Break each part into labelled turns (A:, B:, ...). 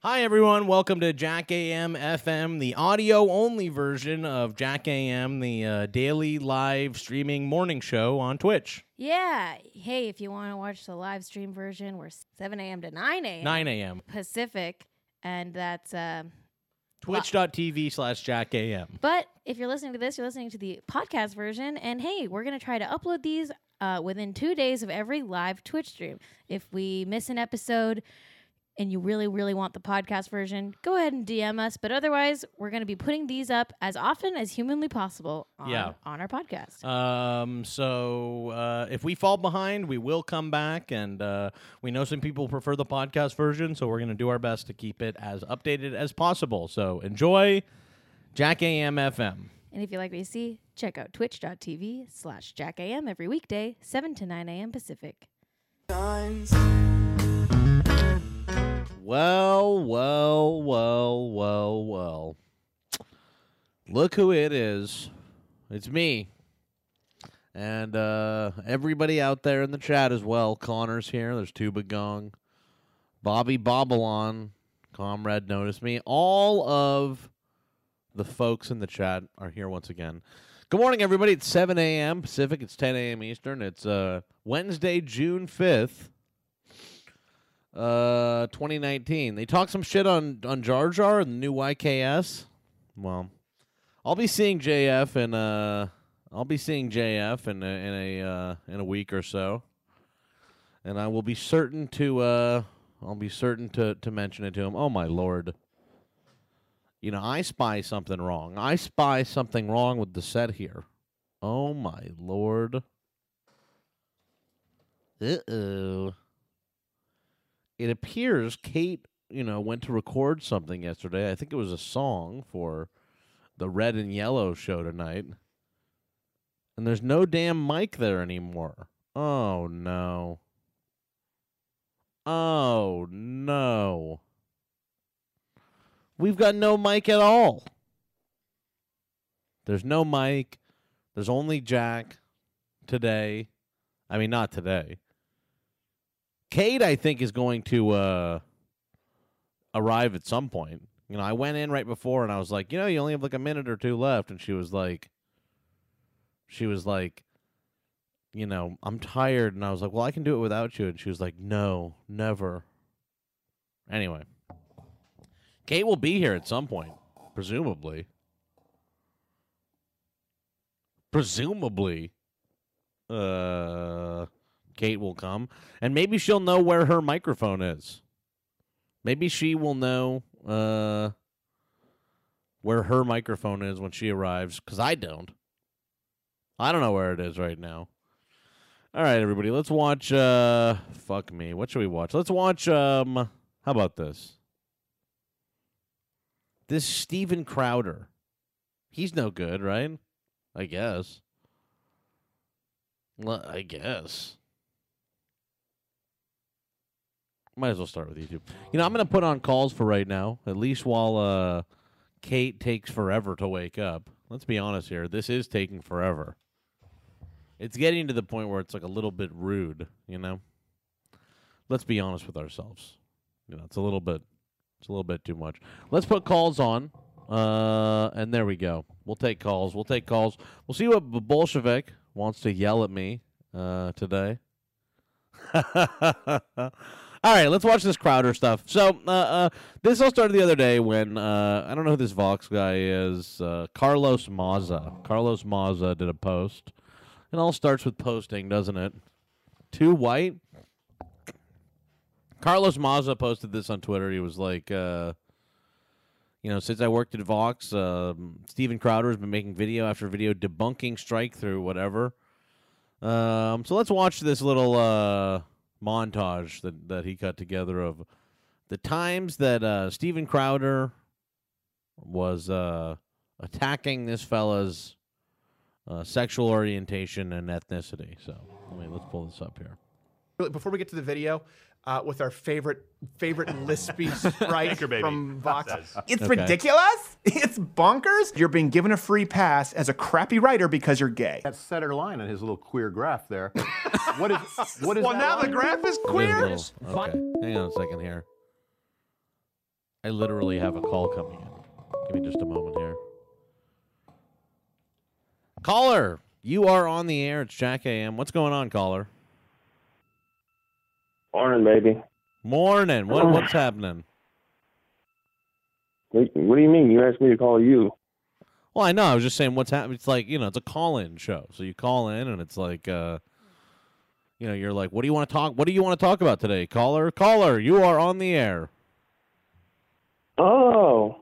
A: Hi, everyone. Welcome to Jack AM FM, the audio only version of Jack AM, the uh, daily live streaming morning show on Twitch,
B: Yeah. Hey, if you want to watch the live stream version, we're 7 a.m. to 9 a.m.
A: 9 a.m.
B: Pacific. And that's, um,
A: Twitch.tv slash Jack AM.
B: but if you're listening to this, you're listening to the podcast version. And hey, we're going to try to upload these uh, within two days of every live Twitch stream. If we miss an episode and you really, really want the podcast version, go ahead and DM us. But otherwise, we're going to be putting these up as often as humanly possible on,
A: Yeah.
B: on our podcast.
A: Um, so uh, if we fall behind, we will come back, and uh, we know some people prefer the podcast version, so we're going to do our best to keep it as updated as possible. So enjoy Jack AM FM.
B: And if you like what you see, check out twitch.tv slash jackam every weekday, 7 to 9 a.m. Pacific.
A: Well, well, well, well, well. Look who it is. It's me. And uh, everybody out there in the chat as well. Connor's here. There's Tuba Gong. Bobby Bobalon. Comrade Notice Me. All of the folks in the chat are here once again. Good morning, everybody. It's 7 a.m. Pacific. It's 10 a.m. Eastern. It's uh, Wednesday, June 5th. Uh, 2019. They talked some shit on on Jar Jar and the new YKS. Well, I'll be seeing JF in uh, I'll be seeing JF in a, in a uh, in a week or so, and I will be certain to uh, I'll be certain to to mention it to him. Oh my lord. You know, I spy something wrong. I spy something wrong with the set here. Oh my lord. Uh oh it appears Kate, you know, went to record something yesterday. I think it was a song for the Red and Yellow show tonight. And there's no damn mic there anymore. Oh no. Oh no. We've got no mic at all. There's no mic. There's only Jack today. I mean, not today. Cade, I think, is going to uh, arrive at some point. You know, I went in right before and I was like, you know, you only have like a minute or two left. And she was like, she was like, you know, I'm tired. And I was like, well, I can do it without you. And she was like, no, never. Anyway, Kate will be here at some point, presumably. Presumably. Uh. Kate will come, and maybe she'll know where her microphone is. Maybe she will know uh, where her microphone is when she arrives, because I don't. I don't know where it is right now. All right, everybody, let's watch. Uh, fuck me. What should we watch? Let's watch. Um, how about this? This Steven Crowder. He's no good, right? I guess. Well, I guess. Might as well start with YouTube. You know, I'm gonna put on calls for right now, at least while uh, Kate takes forever to wake up. Let's be honest here. This is taking forever. It's getting to the point where it's like a little bit rude, you know. Let's be honest with ourselves. You know, it's a little bit, it's a little bit too much. Let's put calls on, uh, and there we go. We'll take calls. We'll take calls. We'll see what B- Bolshevik wants to yell at me uh, today. All right, let's watch this Crowder stuff. So uh, uh, this all started the other day when uh, I don't know who this Vox guy is. Uh, Carlos Maza. Carlos Maza did a post. It all starts with posting, doesn't it? Too white. Carlos Maza posted this on Twitter. He was like, uh, you know, since I worked at Vox, um, Steven Crowder has been making video after video debunking strike through whatever. Um, so let's watch this little uh, montage that, that he cut together of the times that uh, Steven Crowder was uh, attacking this fella's uh, sexual orientation and ethnicity. So let me let's pull this up here.
C: Really, before we get to the video, uh, with our favorite favorite lispy sprite
D: Anchor baby.
C: from Vox. It's
A: Okay.
C: ridiculous. It's bonkers. You're being given a free pass as a crappy writer because you're gay.
D: that center line on his little queer graph there. what is what is
C: Well,
D: that
C: now the
D: line?
C: graph is
A: It is a
C: queer.
A: little- okay, hang on a second here. I literally have a call coming in. Give me just a moment here. Caller, you are on the air. It's Jack AM. What's going on, caller?
E: Morning, baby.
A: Morning. What what's happening?
E: What what do you mean? You asked me to call you.
A: Well, I know. I was just saying what's happening. It's like, you know, it's a call-in show. So you call in and it's like uh you know, you're like, "What do you want to talk What do you want to talk about today, caller? Caller, you are on the air."
E: Oh,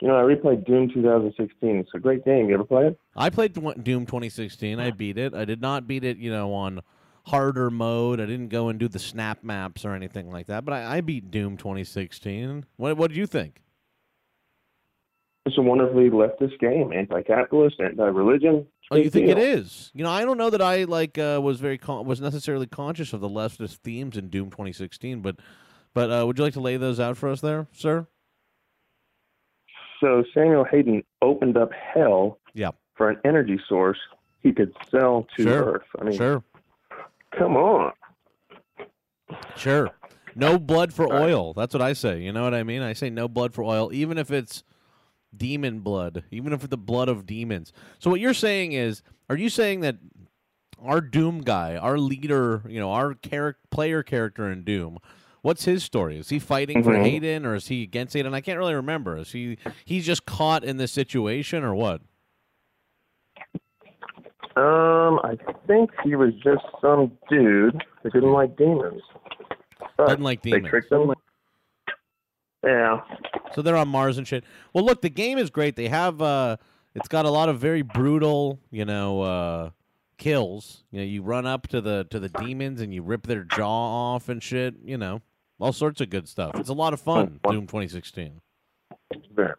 E: you know, I replayed Doom 2016. It's a great game. You ever play it?
A: I played Dw- Doom 2016. I beat it. I did not beat it, you know, on harder mode. I didn't go and do the snap maps or anything like that. But I, I beat Doom 2016. What What do you think?
E: It's a wonderfully leftist game, anti-capitalist, anti-religion.
A: Oh, you think it is? You know, I don't know that I like uh, was very con- was necessarily conscious of the leftist themes in Doom 2016. But but uh, would you like to lay those out for us, there, sir?
E: So Samuel Hayden opened up hell
A: Yeah.
E: for an energy source he could sell to
A: Sure.
E: Earth. I mean,
A: Sure,
E: come on.
A: sure. No blood for
E: Right.
A: oil. That's what I say. You know what I mean? I say no blood for oil, even if it's demon blood, even if it's the blood of demons. So what you're saying is, are you saying that our Doom guy, our leader, you know, our charac- player character in Doom, what's his story? Is he fighting for
E: Mhm.
A: Hayden or is he against Hayden? I can't really remember. Is he he's just caught in this situation or what?
E: Um, I think he was just some dude that didn't like demons. But
A: Doesn't like
E: They
A: demons.
E: tricked him. Yeah.
A: So they're on Mars and shit. Well, look, the game is great. They have uh it's got a lot of very brutal, you know, uh kills. You know, you run up to the to the demons and you rip their jaw off and shit, you know. All sorts of good stuff. It's a lot of fun, Doom 2016.
E: Very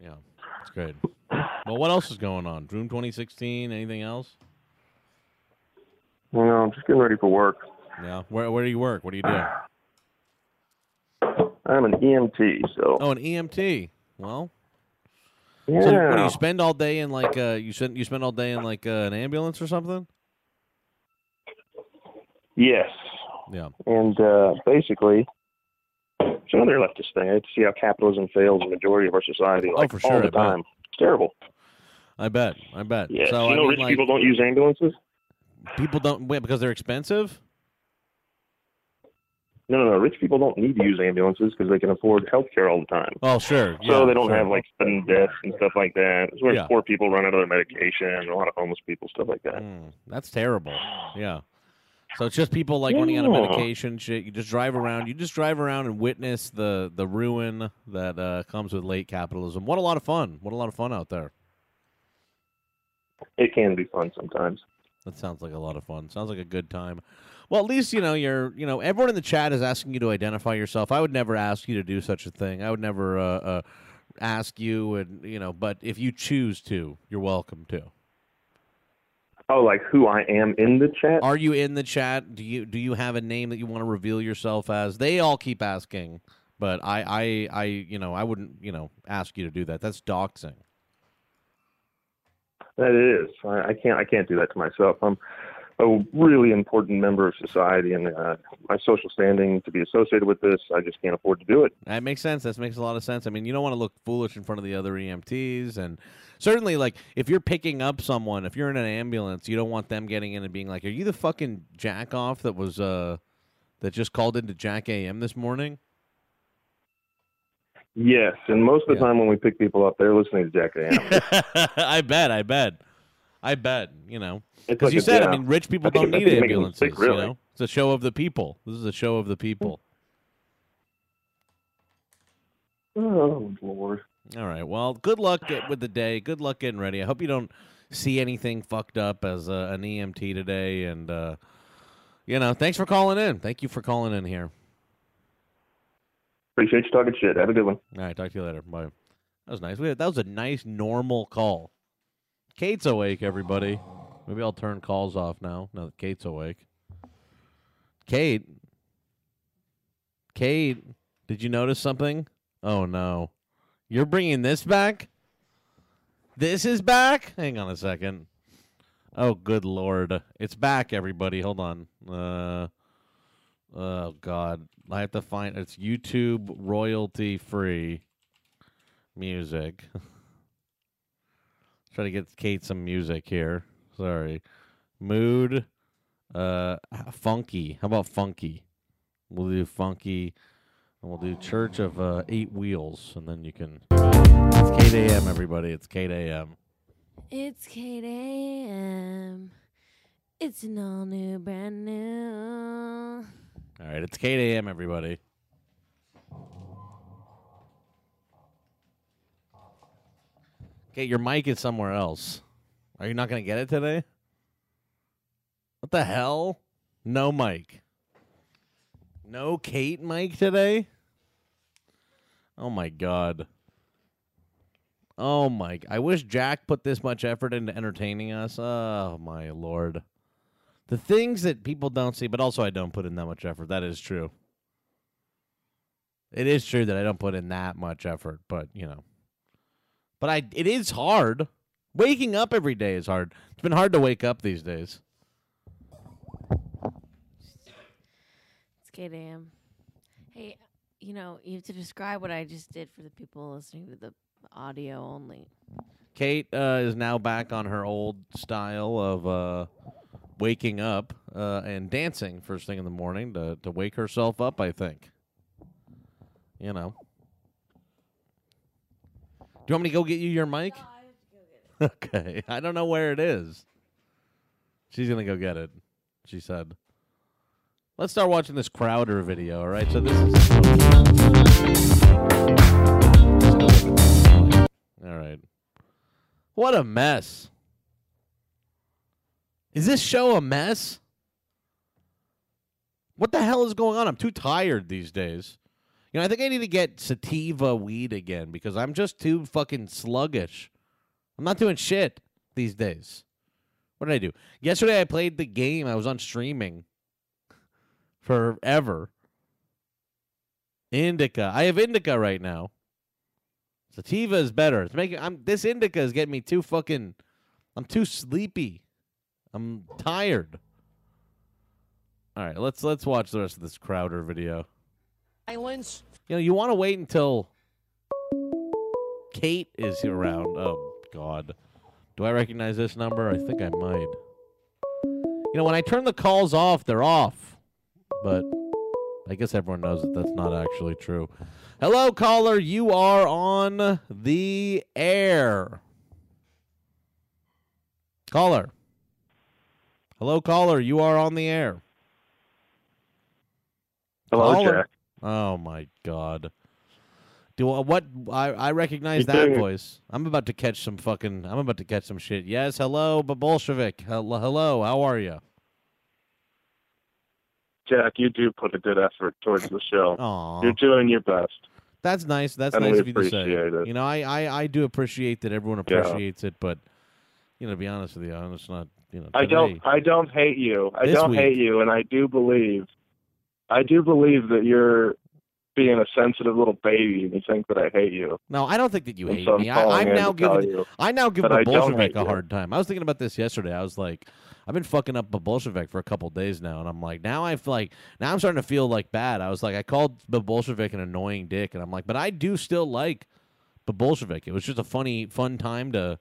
A: Yeah. It's great. Well, what else is going on? Doom 2016, anything else?
E: You know, I'm just getting ready for work.
A: Yeah. Where where do you work? What do you do?
E: I'm an EMT, so
A: Oh, an EMT. Well,
E: yeah.
A: so what do you spend all day in like uh you spend you spend all day in like uh, an ambulance or something?
E: yes,
A: Yeah.
E: and uh, basically, it's another leftist thing. I see how capitalism fails the majority of our society like
A: Oh, for
E: all
A: sure, I
E: the
A: bet.
E: time. It's terrible.
A: I bet. I bet.
E: Yes,
A: So
E: you
A: I
E: know,
A: mean,
E: rich
A: like,
E: people don't use ambulances.
A: people don't wait because they're expensive.
E: No, no, no. Rich people don't need to use ambulances because they can afford health care all the time.
A: Oh, sure.
E: So
A: yeah,
E: they don't
A: sure.
E: have like sudden deaths and stuff like that. It's where
A: Yeah.
E: poor people run out of their medication, a lot of homeless people, stuff like that.
A: Mm, that's terrible. Yeah. So it's just people like running out of
E: Yeah.
A: medication, shit. You just drive around. You just drive around and witness the the ruin that uh, comes with late capitalism. What a lot of fun! What a lot of fun out there.
E: It can be fun sometimes.
A: That sounds like a lot of fun. Sounds like a good time. Well, at least you know you're. You know, everyone in the chat is asking you to identify yourself. I would never ask you to do such a thing. I would never uh, uh, ask you, and you know. But if you choose to, you're welcome to.
E: Oh, like who I am in the chat?
A: Are you in the chat? Do you do you have a name that you want to reveal yourself as? They all keep asking, but I I I you know I wouldn't you know ask you to do that. That's doxing.
E: That is. I, I can't. I can't do that to myself. I'm a really important member of society, and uh, my social standing to be associated with this, I just can't afford to do it.
A: That makes sense. That makes a lot of sense. I mean, you don't want to look foolish in front of the other EMTs, and certainly, like if you're picking up someone, if you're in an ambulance, you don't want them getting in and being like, "Are you the fucking jack off that was uh that just called into Jack AM this morning?"
E: Yes, and most of the
A: Yeah.
E: time when we pick people up, they're listening to Jack and Anna.
A: I bet. I bet. I bet. You know.
E: It's
A: Because
E: like
A: you
E: a-
A: said,
E: yeah.
A: I mean, rich people
E: I think-
A: don't
E: I
A: need
E: think it makes them
A: ambulances.
E: sick,
A: You
E: really.
A: know, it's a show of the people. This is a show of the people.
E: Oh Lord.
A: All right. Well, good luck get- with the day. Good luck getting ready. I hope you don't see anything fucked up as uh, an EMT today. And uh, you know, thanks for calling in. Thank you for calling in here.
E: Appreciate you talking shit. Have a good one.
A: All right. Talk to you later. Bye. That was nice. We had, that was a nice normal call. Kate's awake, everybody. Maybe I'll turn calls off now. Now that Kate's awake. Kate. Kate, did you notice something? Oh no. You're bringing this back? This is back? Hang on a second. Oh good lord. It's back everybody. Hold on. Uh Oh God, I have to find it's YouTube royalty free music. Try to get Kate some music here. Sorry, mood, uh, funky. How about funky? We'll do funky, and we'll do Church of uh, Eight Wheels, and then you can. It's Kate AM, everybody. It's Kate AM.
F: It's Kate AM. It's an all new, brand new.
A: All right, it's Kate AM, everybody. Okay, your mic is somewhere else. Are you not going to get it today? What the hell? No mic. No Kate mic today? Oh my god. Oh my. I wish Jack put this much effort into entertaining us. Oh my lord the things that people don't see, but also I don't put in that much effort. That is true. It is true that I don't put in that much effort, but you know, but I it is hard. Waking up every day is hard. It's been hard to wake up these days.
F: It's Kate AM. Hey, you know, you have to describe what I just did for the people listening to the audio only.
A: Kate uh, is now back on her old style of uh, waking up uh, and dancing first thing in the morning to, to wake herself up, I think. You know. Do you want me to go get you your mic? Okay. I don't know where it is. She's going to go get it, she said. Let's start watching this Crowder video, all right? So this is. All right. What a mess. Is this show a mess? What the hell is going on? I'm too tired these days. You know, I think I need to get sativa weed again because I'm just too fucking sluggish. I'm not doing shit these days. What did I do? Yesterday I played the game. I was on streaming forever. Indica. I have indica right now. Sativa is better. It's making I'm this indica is getting me too fucking I'm too sleepy. I'm tired. All right, let's let's watch the rest of this Crowder video.
G: Islands.
A: You know, you want to wait until Kate is around. Oh God, do I recognize this number? I think I might. You know, when I turn the calls off, they're off. But I guess everyone knows that that's not actually true. Hello, caller. You are on the air. Caller. Hello, caller. You are on the air.
E: Hello,
A: Caller.
E: Jack.
A: Oh my god. Do I, what I, I recognize
E: You
A: that
E: do.
A: voice. I'm about to catch some fucking I'm about to catch some shit. Yes, hello, but Bolshevik. Hello, hello. How are you?
E: Jack, you do put a good effort towards the show.
A: Aw.
E: You're doing your best.
A: That's nice. That's
E: And
A: nice
E: we
A: of you to say.
E: appreciate it.
A: You know, I, I, I do appreciate that everyone
E: Yeah.
A: appreciates it, but you know, to be honest with you, I'm just not you know.
E: I
A: today-
E: don't. I don't hate you. I
A: This
E: don't
A: week.
E: hate you, and I do believe. I do believe that you're being a sensitive little baby, and you think that I hate you.
A: No, I don't think that you
E: And
A: hate
E: so I'm
A: me.
E: calling
A: I, I'm
E: in
A: now
E: to tell
A: giving
E: you.
A: I now give
E: that
A: the
E: I don't
A: Bolshevik
E: hate
A: a
E: you.
A: hard time. I was thinking about this yesterday. I was like, I've been fucking up a Bolshevik for a couple days now, and I'm like, now I feel like now I'm starting to feel like bad. I was like, I called the Bolshevik an annoying dick, and I'm like, but I do still like the Bolshevik. It was just a funny, fun time to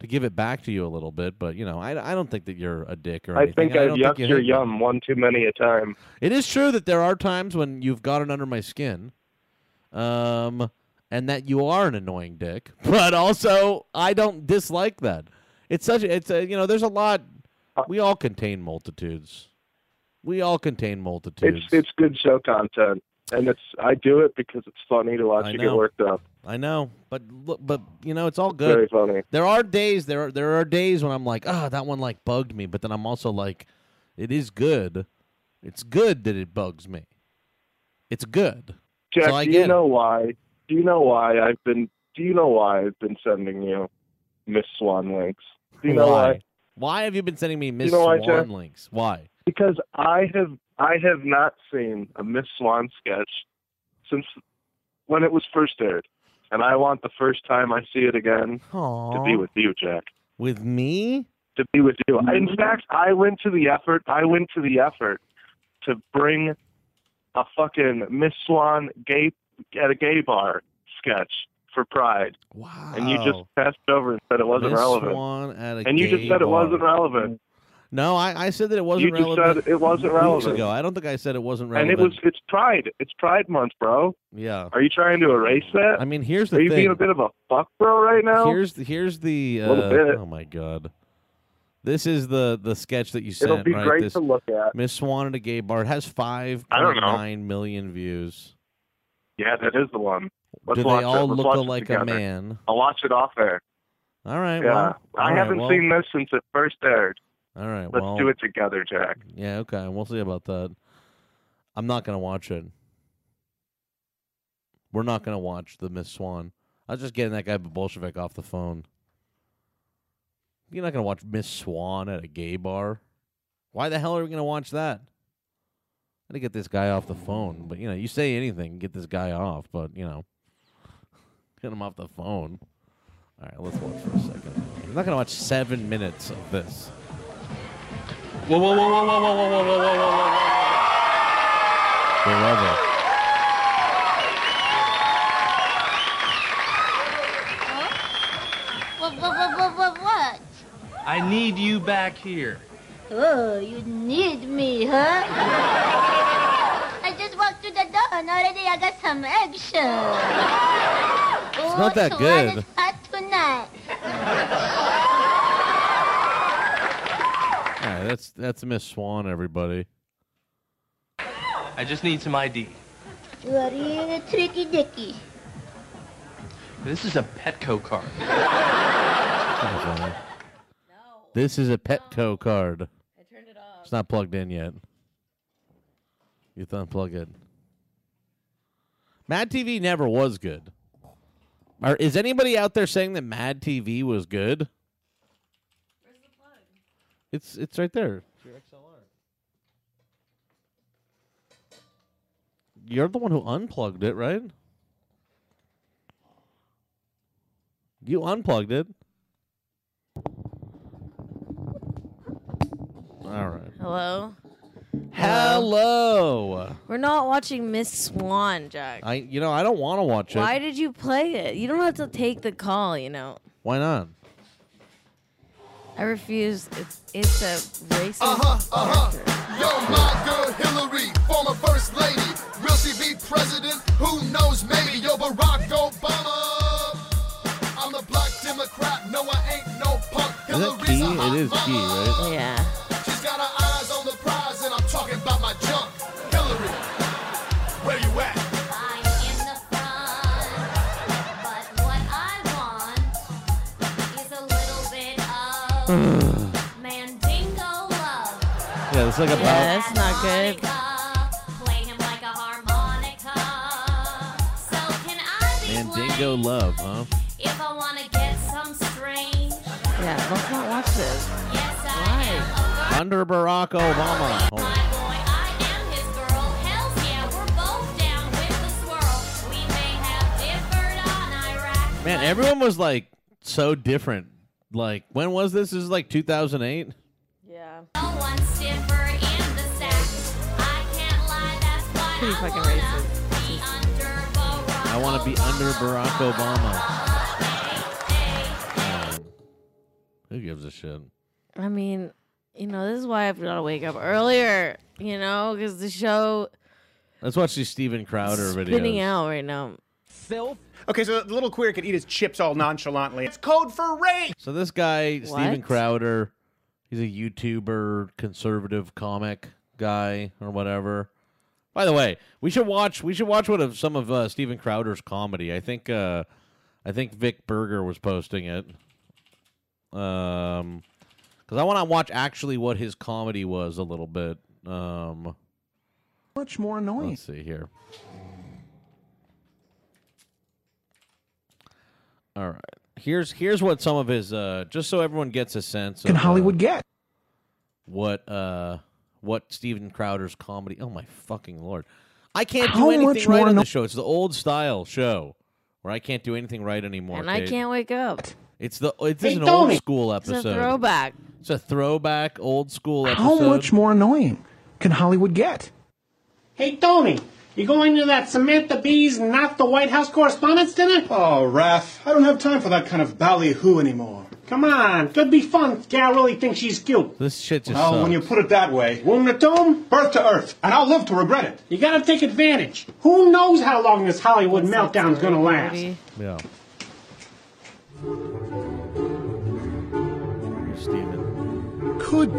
A: to give it back to you a little bit. But you know, I, I don't think that you're a dick or
E: I
A: anything.
E: think
A: and I
E: I've
A: don't
E: yucked
A: you
E: your
A: hate me.
E: yum one too many a time.
A: It is true that there are times when you've gotten under my skin, um, and that you are an annoying dick. But also, I don't dislike that. It's such. It's a, you know. There's a lot.
E: Uh,
A: We all contain multitudes. We all contain multitudes.
E: It's it's good show content, and it's I do it because it's funny to watch
A: I
E: you
A: know.
E: get worked up.
A: I know, but look, but you know, it's all good.
E: Very funny.
A: There are days there are there are days when I'm like, ah, that one like bugged me, but then I'm also like, it is good. It's good that it bugs me. It's good.
E: Jack,
A: I
E: do
A: get
E: you
A: it.
E: know why? Do you know why I've been? Do you know why I've been sending you Miss Swan links? Do you know
A: why? Why have you been sending me Miss
E: know why,
A: Swan
E: Jack?
A: links? Why?
E: Because I have I have not seen a Miss Swan sketch since when it was first aired, and I want the first time I see it again to be
A: Aw.
E: with you, Jack.
A: With me?
E: To be
A: Mm-hmm.
E: with you. In fact, I went to the effort. I went to the effort to bring a fucking Miss Swan gay at a gay bar sketch for Pride,
A: Wow.
E: and you just passed it over and said it wasn't
A: Oh. Miss
E: relevant.
A: Swan at a
E: and you just
A: gay
E: said it
A: bar.
E: wasn't relevant.
A: No, I, I said that it wasn't
E: you just
A: relevant.
E: said it wasn't
A: Weeks
E: relevant.
A: ago. I don't think I said it wasn't
E: And
A: relevant.
E: it was it's Pride. It's Pride month, bro.
A: Yeah.
E: Are you trying to erase that?
A: I mean, here's the
E: Are you
A: thing.
E: being a bit of a fuck bro right now?
A: Here's the, here's the uh,
E: Little bit.
A: oh my god, this is the the sketch that you sent.
E: It'll be
A: right?
E: great
A: this,
E: to look at.
A: Miss Swan at a gay bar. It has five
E: I don't
A: point
E: know.
A: nine million views.
E: Yeah, that is the one. Let's
A: Do they
E: watch it.
A: all
E: Let's
A: look
E: watch it
A: alike a
E: together.
A: man?
E: I'll watch it off air.
A: All right.
E: yeah,
A: Well, all
E: I
A: right,
E: haven't
A: well,
E: seen this since it first aired.
A: All right.
E: Let's
A: well,
E: do it together, Jack.
A: Yeah. Okay. We'll see about that. I'm not gonna watch it. We're not gonna watch the Miss Swan. I was just getting that guy Bolshevik off the phone. You're not gonna watch Miss Swan at a gay bar. Why the hell are we gonna watch that? I had to get this guy off the phone, but you know, you say anything, get this guy off, but you know, get him off the phone. All right, let's watch for a second. I'm not gonna watch seven minutes of this.
H: Whoa, whoa, whoa, whoa, whoa, whoa, whoa, whoa, whoa, whoa, whoa, whoa.
A: They love it.
I: What, what, what, what, what, what?
H: I need you back here.
I: Oh, you need me, huh? I just walked through the door and already I got some action. Oh, It's
A: not that good.
I: Is hot tonight.
A: All right, that's that's Miss Swan, everybody.
H: I just need some ID.
I: You are really tricky dicky.
H: This is a Petco card.
A: This is a Petco card.
B: I turned it off.
A: It's not plugged in yet. You have to unplug it. Mad TV never was good. Are, is anybody out there saying that Mad TV was good? Where's the plug? It's it's right there. It's your XLR. You're the one who unplugged it, right? You unplugged it. All right.
B: Hello.
A: Hello.
B: We're not watching Miss Swan, Jack.
A: I you know I don't want to watch it.
B: Why did you play it? You don't have to take the call. You know.
A: Why not?
B: I refuse. It's it's a racist. character.
C: Yo, my girl Hillary, former first lady. Will she be president? Who knows? Maybe. Yo, Barack Obama. I'm the black Democrat. No, I ain't no punk.
A: Is that
C: Hillary's
A: key?
C: a hot
A: It is key,
C: mama.
A: right?
B: Yeah.
C: She's got her eyes on the prize, and I'm talking about my junk. Hillary, where you at?
I: I'm in the front, but what I want is a little bit of
A: Hmm.
I: mandingo love.
A: Yeah, it's like about
B: Yeah, that's not good.
I: Play him like a harmonica. So can I be
A: Mandingo
I: blamed
A: love, huh?
I: If I wanna get some strange,
B: Yeah. Let's not watch this.
I: yes I
B: Why?
I: am a girl.
A: Under Barack Obama. Oh, Hold
I: My
A: on.
I: boy, I am his girl. Hell's yeah, we're both down with the swirl. We may have differed on Iraq.
A: Man,
I: but
A: everyone was like so different. Like when was this? This is like 2008.
B: Yeah.
I: no one's stiffer in the sack. I can't lie, that's what
B: Pretty
I: I
B: fucking
I: wanna
B: racist.
I: be under Barack
A: I want to be under Barack Obama.
I: Obama. Hey, hey.
A: Man, who gives a shit?
B: I mean, you know, this is why I've got to wake up earlier. You know, because the show
A: Let's watch these Steven Crowder
B: spinning
A: videos.
B: out right now.
J: Okay, so the little queer could eat his chips all nonchalantly. It's code for rape.
A: So this guy, Steven
B: What?
A: Crowder, he's a YouTuber, conservative comic guy or whatever. By the way, we should watch we should watch one of some of uh, Steven Crowder's comedy. I think uh, I think Vic Berger was posting it. Um, because I want to watch actually what his comedy was a little bit. Um,
J: Much more annoying.
A: let's see here. All right, here's here's what some of his uh, just so everyone gets a sense of
J: Can
A: uh,
J: Hollywood get?
A: what uh what Steven Crowder's comedy. Oh my fucking lord. I can't do
J: How much
A: anything right
J: more
A: on
J: no-
A: the show. It's the old style show where I can't do anything right anymore.
B: And I
A: Kate.
B: can't wake up.
A: It's the it's an
J: don't.
A: old school
B: It's a
A: episode.
B: throwback.
A: It's a throwback old school episode.
J: How much more annoying can Hollywood get?
K: Hey, Tony, you going to that Samantha Bee's Not the White House Correspondence Dinner?
C: Oh, Raph, I don't have time for that kind of ballyhoo anymore.
K: Come on, could be fun. Gal really thinks she's cute.
A: This shit just.
C: Oh, when you put it that way, womb to tomb, birth to earth, and I'll live to regret it.
K: You gotta take advantage. Who knows how long this Hollywood meltdown's gonna last?
A: Yeah. Steven.
L: Could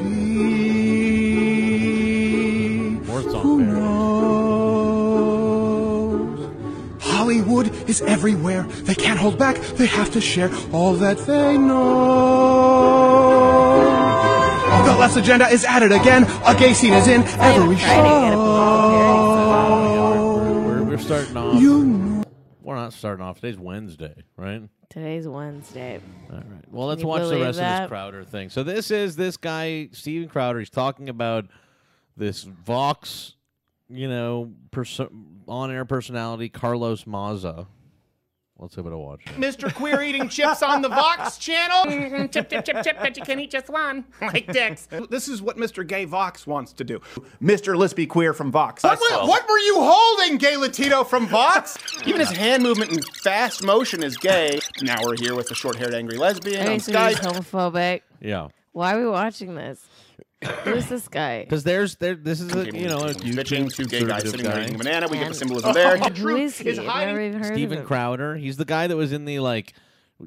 L: be.
A: More
L: Who
A: song parody.
L: knows? Hollywood is everywhere. They can't hold back. They have to share all that they know.
M: The Less Agenda is at it again. A gay scene is in every show.
A: We're, we're starting off.
L: You know.
A: We're not starting off. Today's Wednesday, right?
B: Today's Wednesday.
A: All right. Well, let's
B: you
A: watch the
B: believe
A: rest of this
B: that?
A: Crowder thing. So this is this guy Steven Crowder. He's talking about this Vox, you know, perso- on-air personality Carlos Maza. Let's give it a watch.
N: Mr. Queer eating chips on the Vox channel. chip, chip, chip, chip, but you can eat just one. Like dicks.
M: This is what Mr. Gay Vox wants to do. Mr. Lispy Queer from Vox.
N: What- what-
M: what
N: were you holding, Gay Latino from Vox? Even his hand movement in fast motion is gay. Now we're here with the short haired angry lesbian on
B: Okay, so he's
N: Skype.
B: homophobic.
A: Yeah,
B: Why are we watching this? Who's this guy?
A: because there's there. This is a you know a
N: Bitching,
A: YouTube
N: two gay guys
A: conservative
N: sitting there
A: guy.
N: eating a banana. We get the
B: And-
N: symbolism there.
B: Who is he? I've never even heard
A: Steven
B: of him.
A: Crowder. He's the guy that was in the like.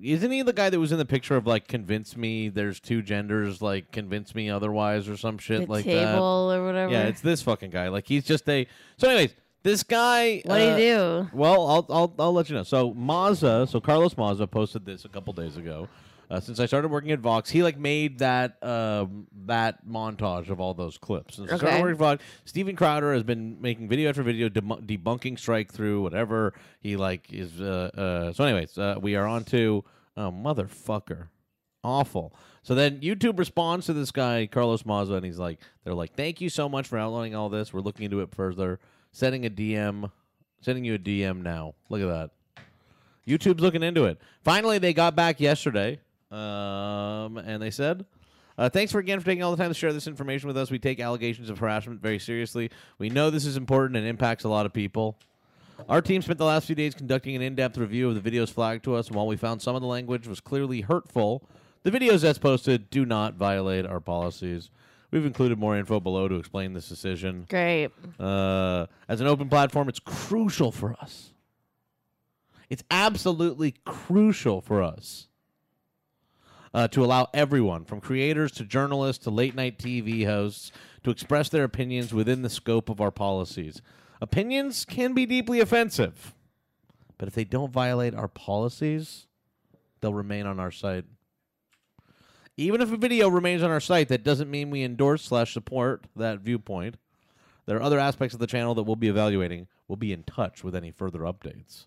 A: Isn't he the guy that was in the picture of like convince me there's two genders like convince me otherwise or some shit
B: The
A: like that?
B: table or whatever.
A: Yeah, it's this fucking guy. Like he's just a. So, anyways, this guy.
B: what do
A: uh,
B: you do?
A: Well, I'll, I'll I'll let you know. So Mazza, so Carlos Mazza posted this a couple days ago. Uh, since I started working at Vox, he like made that um, that montage of all those clips. Since I started
B: Okay.
A: working at Vox, Steven Crowder has been making video after video debunk debunking strike through whatever he like is. Uh, uh, so, anyways, uh, we are on to oh, motherfucker awful. So then YouTube responds to this guy, Carlos Maza, and he's like, they're like, thank you so much for outlining all this. We're looking into it further. Sending a DM, sending you a DM now. Look at that. YouTube's looking into it. Finally, they got back yesterday, um, and they said, uh, "Thanks for again for taking all the time to share this information with us. We take allegations of harassment very seriously. We know this is important and impacts a lot of people. Our team spent the last few days conducting an in-depth review of the videos flagged to us, and while we found some of the language was clearly hurtful, the videos as posted do not violate our policies." We've included more info below to explain this decision.
B: Great.
A: Uh, as an open platform, it's crucial for us. It's absolutely crucial for us uh, to allow everyone, from creators to journalists to late night TV hosts, to express their opinions within the scope of our policies. Opinions can be deeply offensive, but if they don't violate our policies, they'll remain on our site. Even if a video remains on our site, that doesn't mean we endorse slash support that viewpoint. There are other aspects of the channel that we'll be evaluating. We'll be in touch with any further updates.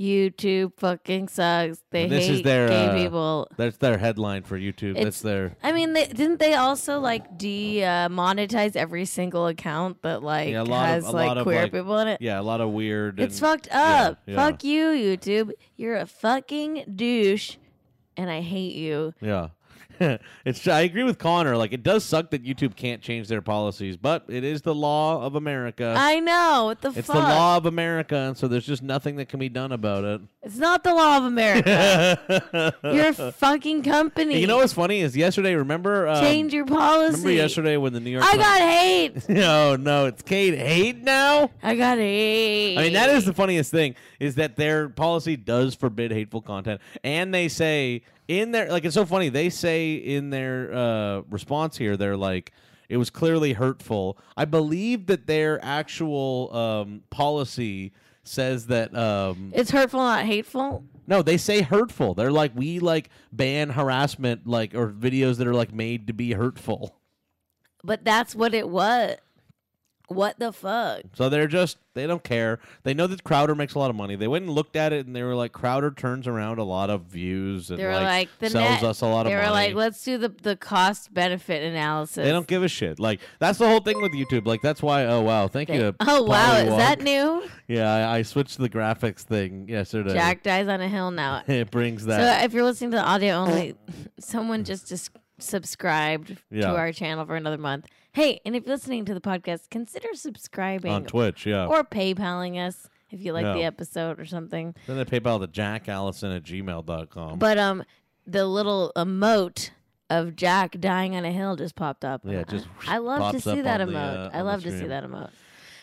B: YouTube fucking sucks. They
A: And this
B: hate
A: is their
B: gay
A: uh,
B: people.
A: That's their headline for YouTube. That's their
B: I mean, they, didn't they also like de uh, monetize every single account that like
A: yeah, a lot
B: has
A: of a
B: like
A: lot of
B: queer
A: like,
B: people in it?
A: Yeah, a lot of weird.
B: It's
A: and-
B: fucked up.
A: yeah.
B: Fuck you, YouTube. You're a fucking douche, and I hate you.
A: Yeah. it's I agree with Connor. Like it does suck that YouTube can't change their policies, but it is the law of America.
B: I know. What the
A: it's
B: Ah, fuck?
A: the law of America, and so there's just nothing that can be done about it.
B: It's not the law of America. You're a fucking company.
A: you know what's funny is yesterday. Remember, um,
B: change your policy.
A: remember yesterday when the New York
B: I
A: Times-
B: got hate.
A: no, no, it's Kate hate now.
B: I got hate.
A: I mean, that is the funniest thing is that their policy does forbid hateful content, and they say in their like it's so funny. They say in their uh, response here, they're like. It was clearly hurtful. I believe that their actual um, policy says that um,
B: It's hurtful, not hateful.
A: no, they say hurtful. They're like we like ban harassment, like or videos that are like made to be hurtful.
B: But that's what it was. What the fuck?
A: So they're just they don't care. They know that Crowder makes a lot of money. They went and looked at it and they were like Crowder turns around a lot of views and
B: They were
A: like,
B: like, the
A: sells
B: net.
A: us a lot
B: They
A: of
B: were
A: money.
B: like, let's do the, the cost benefit analysis.
A: they don't give a shit. Like that's the whole thing with YouTube. Like that's why. Oh wow, thank you. To
B: oh wow, is
A: Polywog.
B: that new?
A: Yeah, I, I switched the graphics thing yesterday.
B: Jack dies on a hill now.
A: It brings
B: So uh,
A: that.
B: if you're listening to the audio only, someone just dis- subscribed
A: Yeah.
B: to our channel for another month. Hey, and if you're listening to the podcast, consider subscribing
A: On Twitch, yeah.
B: or PayPaling us if you like
A: Yeah.
B: the episode or something.
A: Then they PayPal the Jack Allison at gmail.com.
B: But um, the little emote of Jack dying on a hill just popped up.
A: Yeah, it just
B: I love to
A: pops up
B: see that
A: on
B: emote.
A: the, uh, on
B: I
A: the
B: love to see
A: stream.
B: that emote.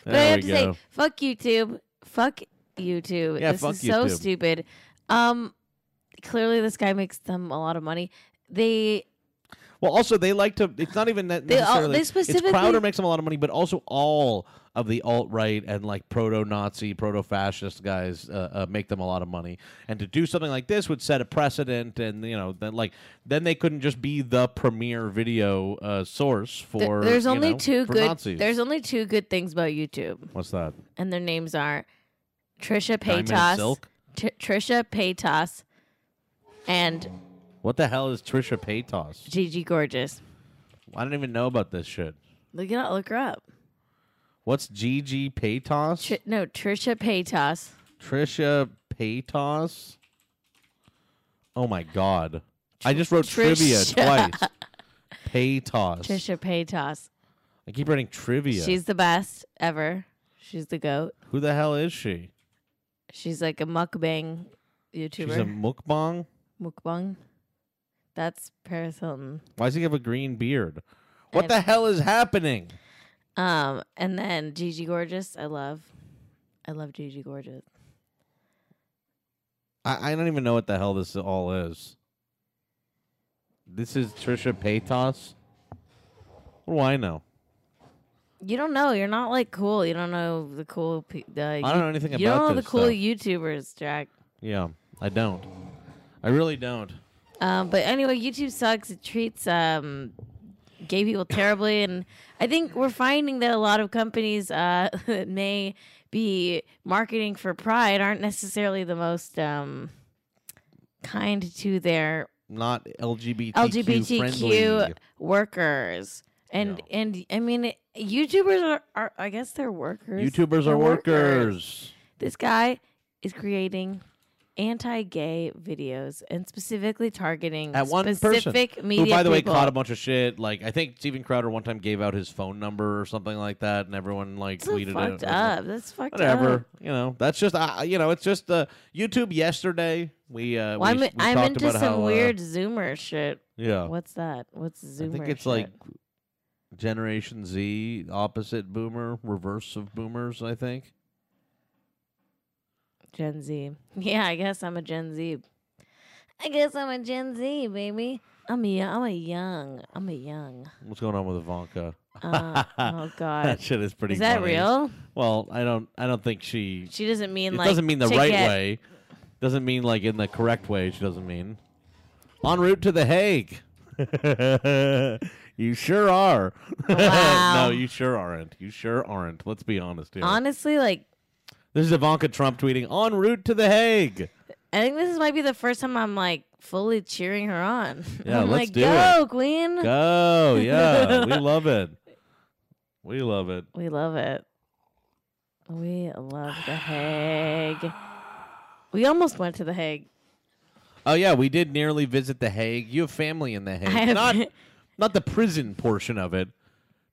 B: But I
A: There
B: have
A: we
B: to
A: go.
B: say, fuck YouTube. Fuck YouTube.
A: Yeah,
B: this
A: fuck
B: is so
A: YouTube.
B: stupid. Um, clearly this guy makes them a lot of money. They
A: Well, also they like to. It's not even that
B: They all-
A: necessarily.
B: they
A: it's Crowder
B: specifically-
A: makes them a lot of money, but also all of the alt right and like proto Nazi, proto fascist guys uh, uh, make them a lot of money. And to do something like this would set a precedent, and you know, then like then they couldn't just be the premier video uh, source
B: Th-
A: for.
B: there's
A: you
B: only
A: know,
B: two
A: for
B: good
A: Nazis.
B: there's only two good things about YouTube,
A: What's that?
B: and their names are Trisha
A: Diamond and
B: Paytas,
A: Silk?
B: T- Trisha Paytas, and
A: What the hell is Trisha Paytas?
B: Gigi Gorgeous.
A: I don't even know about this shit.
B: Look it up. Look her up.
A: What's Gigi Paytas?
B: Tr- no, Trisha Paytas.
A: Trisha Paytas. Oh my god. I just wrote trivia
B: Trisha.
A: twice. Paytas.
B: Trisha Paytas.
A: I keep writing trivia.
B: She's the best ever. She's the goat.
A: Who the hell is she?
B: She's like a mukbang YouTuber.
A: She's a mukbang?
B: mukbang. That's Paris Hilton.
A: Why does he have a green beard? What
B: I-
A: the hell is happening?
B: Um, and then Gigi Gorgeous. I love, I love Gigi Gorgeous.
A: I, I don't even know what the hell this all is. This is Trisha Paytas? What do I know?
B: You don't know. You're not like cool. You don't know the cool. pe- The, I
A: don't know anything
B: You
A: about
B: don't know
A: this
B: the cool
A: stuff.
B: YouTubers, Jack.
A: Yeah, I don't. I really don't.
B: Um, but anyway, YouTube sucks. It treats um, gay people terribly, and I think we're finding that a lot of companies uh, that may be marketing for pride aren't necessarily the most um, kind to their
A: Not LGBTQ.
B: LGBTQ
A: friendly.
B: workers. And and I mean, YouTubers are, are I guess they're workers.
A: YouTubers
B: They're
A: are workers.
B: This guy is creating anti-gay videos and specifically targeting
A: at one
B: specific
A: person
B: media
A: who, by the
B: people.
A: way, caught a bunch of shit. Like I think Steven Crowder one time gave out his phone number or something like that, and everyone like
B: So
A: tweeted
B: fucked
A: it.
B: up. That's fucked
A: Whatever.
B: up.
A: You know, that's just uh, you know, it's just uh, YouTube. Yesterday we uh,
B: Well, I'm,
A: we, we
B: I'm
A: talked
B: into
A: about
B: some
A: how, uh,
B: weird Zoomer shit.
A: Yeah.
B: What's that? What's
A: I
B: Zoomer?
A: think it's
B: shit?
A: like Generation Z, opposite Boomer, reverse of Boomers. I think.
B: Gen Z. Yeah, I guess I'm a Gen Z. I guess I'm a Gen Z, baby. I'm a, I'm a young. I'm a young.
A: What's going on with Ivanka?
B: Uh, oh, God.
A: that shit is pretty.
B: Is that
A: funny.
B: real?
A: Well, I don't. I don't think she.
B: She doesn't mean
A: it
B: like.
A: doesn't mean the
B: to
A: right
B: get-
A: way. Doesn't mean like in the correct way. She doesn't mean. En route to the Hague. you sure are. no, you sure aren't. You sure aren't. Let's be honest here.
B: Honestly, like
A: this is Ivanka Trump tweeting en route to the Hague.
B: I think this might be the first time I'm like fully cheering her on.
A: Yeah,
B: I'm
A: let's
B: like,
A: do
B: go,
A: it.
B: Queen.
A: Go, Oh, yeah, we love it. We love it.
B: We love it. We love the Hague. We almost went to the Hague.
A: Oh yeah, we did nearly visit the Hague. You have family in the Hague,
B: have-
A: not not the prison portion of it,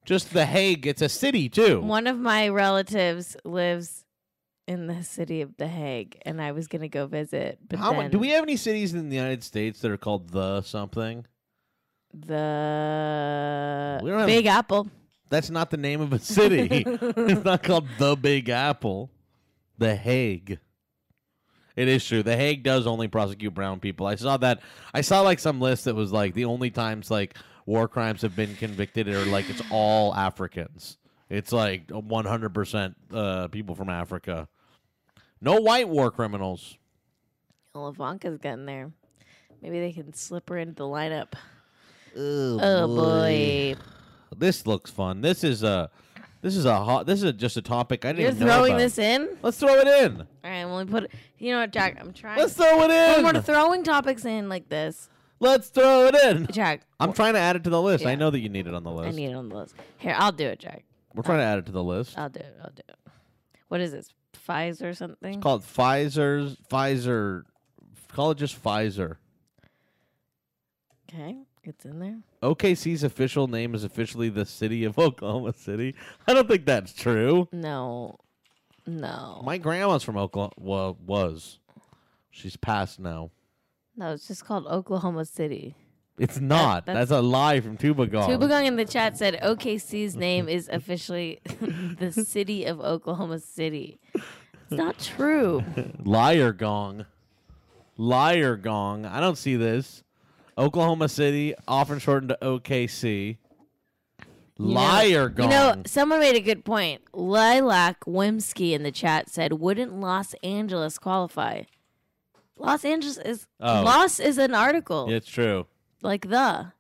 A: just the Hague. It's a city too.
B: One of my relatives lives in the city of the Hague, and I was gonna go visit. But
A: How ma-
B: then
A: do we have any cities in the United States that are called the something?
B: the
A: We don't have-
B: Big Apple?
A: That's not the name of a city. it's not called the Big Apple. The Hague. It is true. The Hague does only prosecute brown people. I saw that. I saw like some list that was like the only times like war crimes have been convicted are like it's all Africans. It's like 100% uh, people from Africa. No white war criminals.
B: Well, Ivanka's getting there. Maybe they can slip her into the lineup.
A: Oh,
B: boy.
A: This looks fun. This is a this is a hot this is just a topic I didn't
B: You're
A: even know
B: throwing
A: about.
B: this in?
A: Let's throw it in.
B: All right, well, we put. You know what, Jack? I'm trying.
A: Let's throw it in.
B: When we're throwing topics in like this,
A: Let's throw it in.
B: Jack,
A: I'm trying to add it to the list. I
B: Yeah.
A: know that you need it on the list.
B: I need Uh, it on the list. Here, I'll do it, Jack.
A: We're trying to add it to the list.
B: I'll do it. I'll do it. What is this? Pfizer something?
A: It's called Pfizer's Pfizer. Call it just Pfizer.
B: Okay. It's in there.
A: OKC's official name is officially the city of Oklahoma City. I don't think that's true.
B: No. No.
A: My grandma's from Oklahoma. Well, was. She's passed now.
B: No, it's just called Oklahoma City.
A: It's not.
B: that's-
A: that's, a lie from Tubagon.
B: Tubagong in the chat said OKC's name is officially the city of Oklahoma City. It's not true.
A: Liar gong. Liar gong. I don't see this. Oklahoma City, often shortened to OKC. Liar
B: You
A: gong.
B: know, someone made a good point. Lilac Wimsky in the chat said, "Wouldn't Los Angeles qualify?" Los Angeles is
A: Oh.
B: Los is an article
A: it's true.
B: like the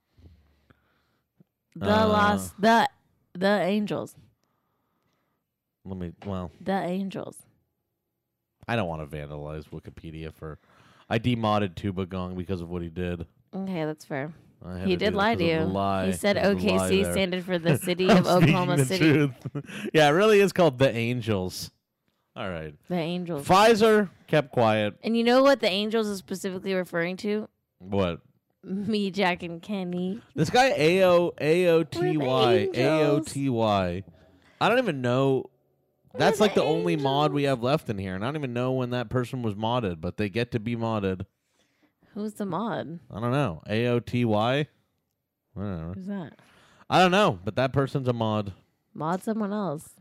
B: the
A: Uh.
B: Los the the Angels
A: Let me, well,
B: the Angels.
A: I don't want to vandalize Wikipedia for. I demodded Tubagong because of what he did.
B: Okay, that's fair.
A: I had
B: He
A: to do
B: did
A: that
B: lie
A: 'cause
B: to
A: of the
B: you.
A: lie.
B: He said
A: There's a lie
B: OKC
A: there.
B: standing for the city
A: I'm
B: of Oklahoma
A: speaking
B: City.
A: the truth. yeah, it really is called the Angels. All right.
B: The Angels.
A: Pfizer kept quiet.
B: And you know what the Angels is specifically referring to?
A: What?
B: Me, Jack, and Kenny.
A: This guy AO AOTY
B: We're the angels.
A: AOTY. I don't even know. That's like the only mod we have left in here, and I don't even know when that person was modded, but they get to be modded.
B: Who's the mod?
A: I don't know. AOTY? I don't know.
B: Who's that?
A: I don't know, but that person's a mod.
B: Mod someone else.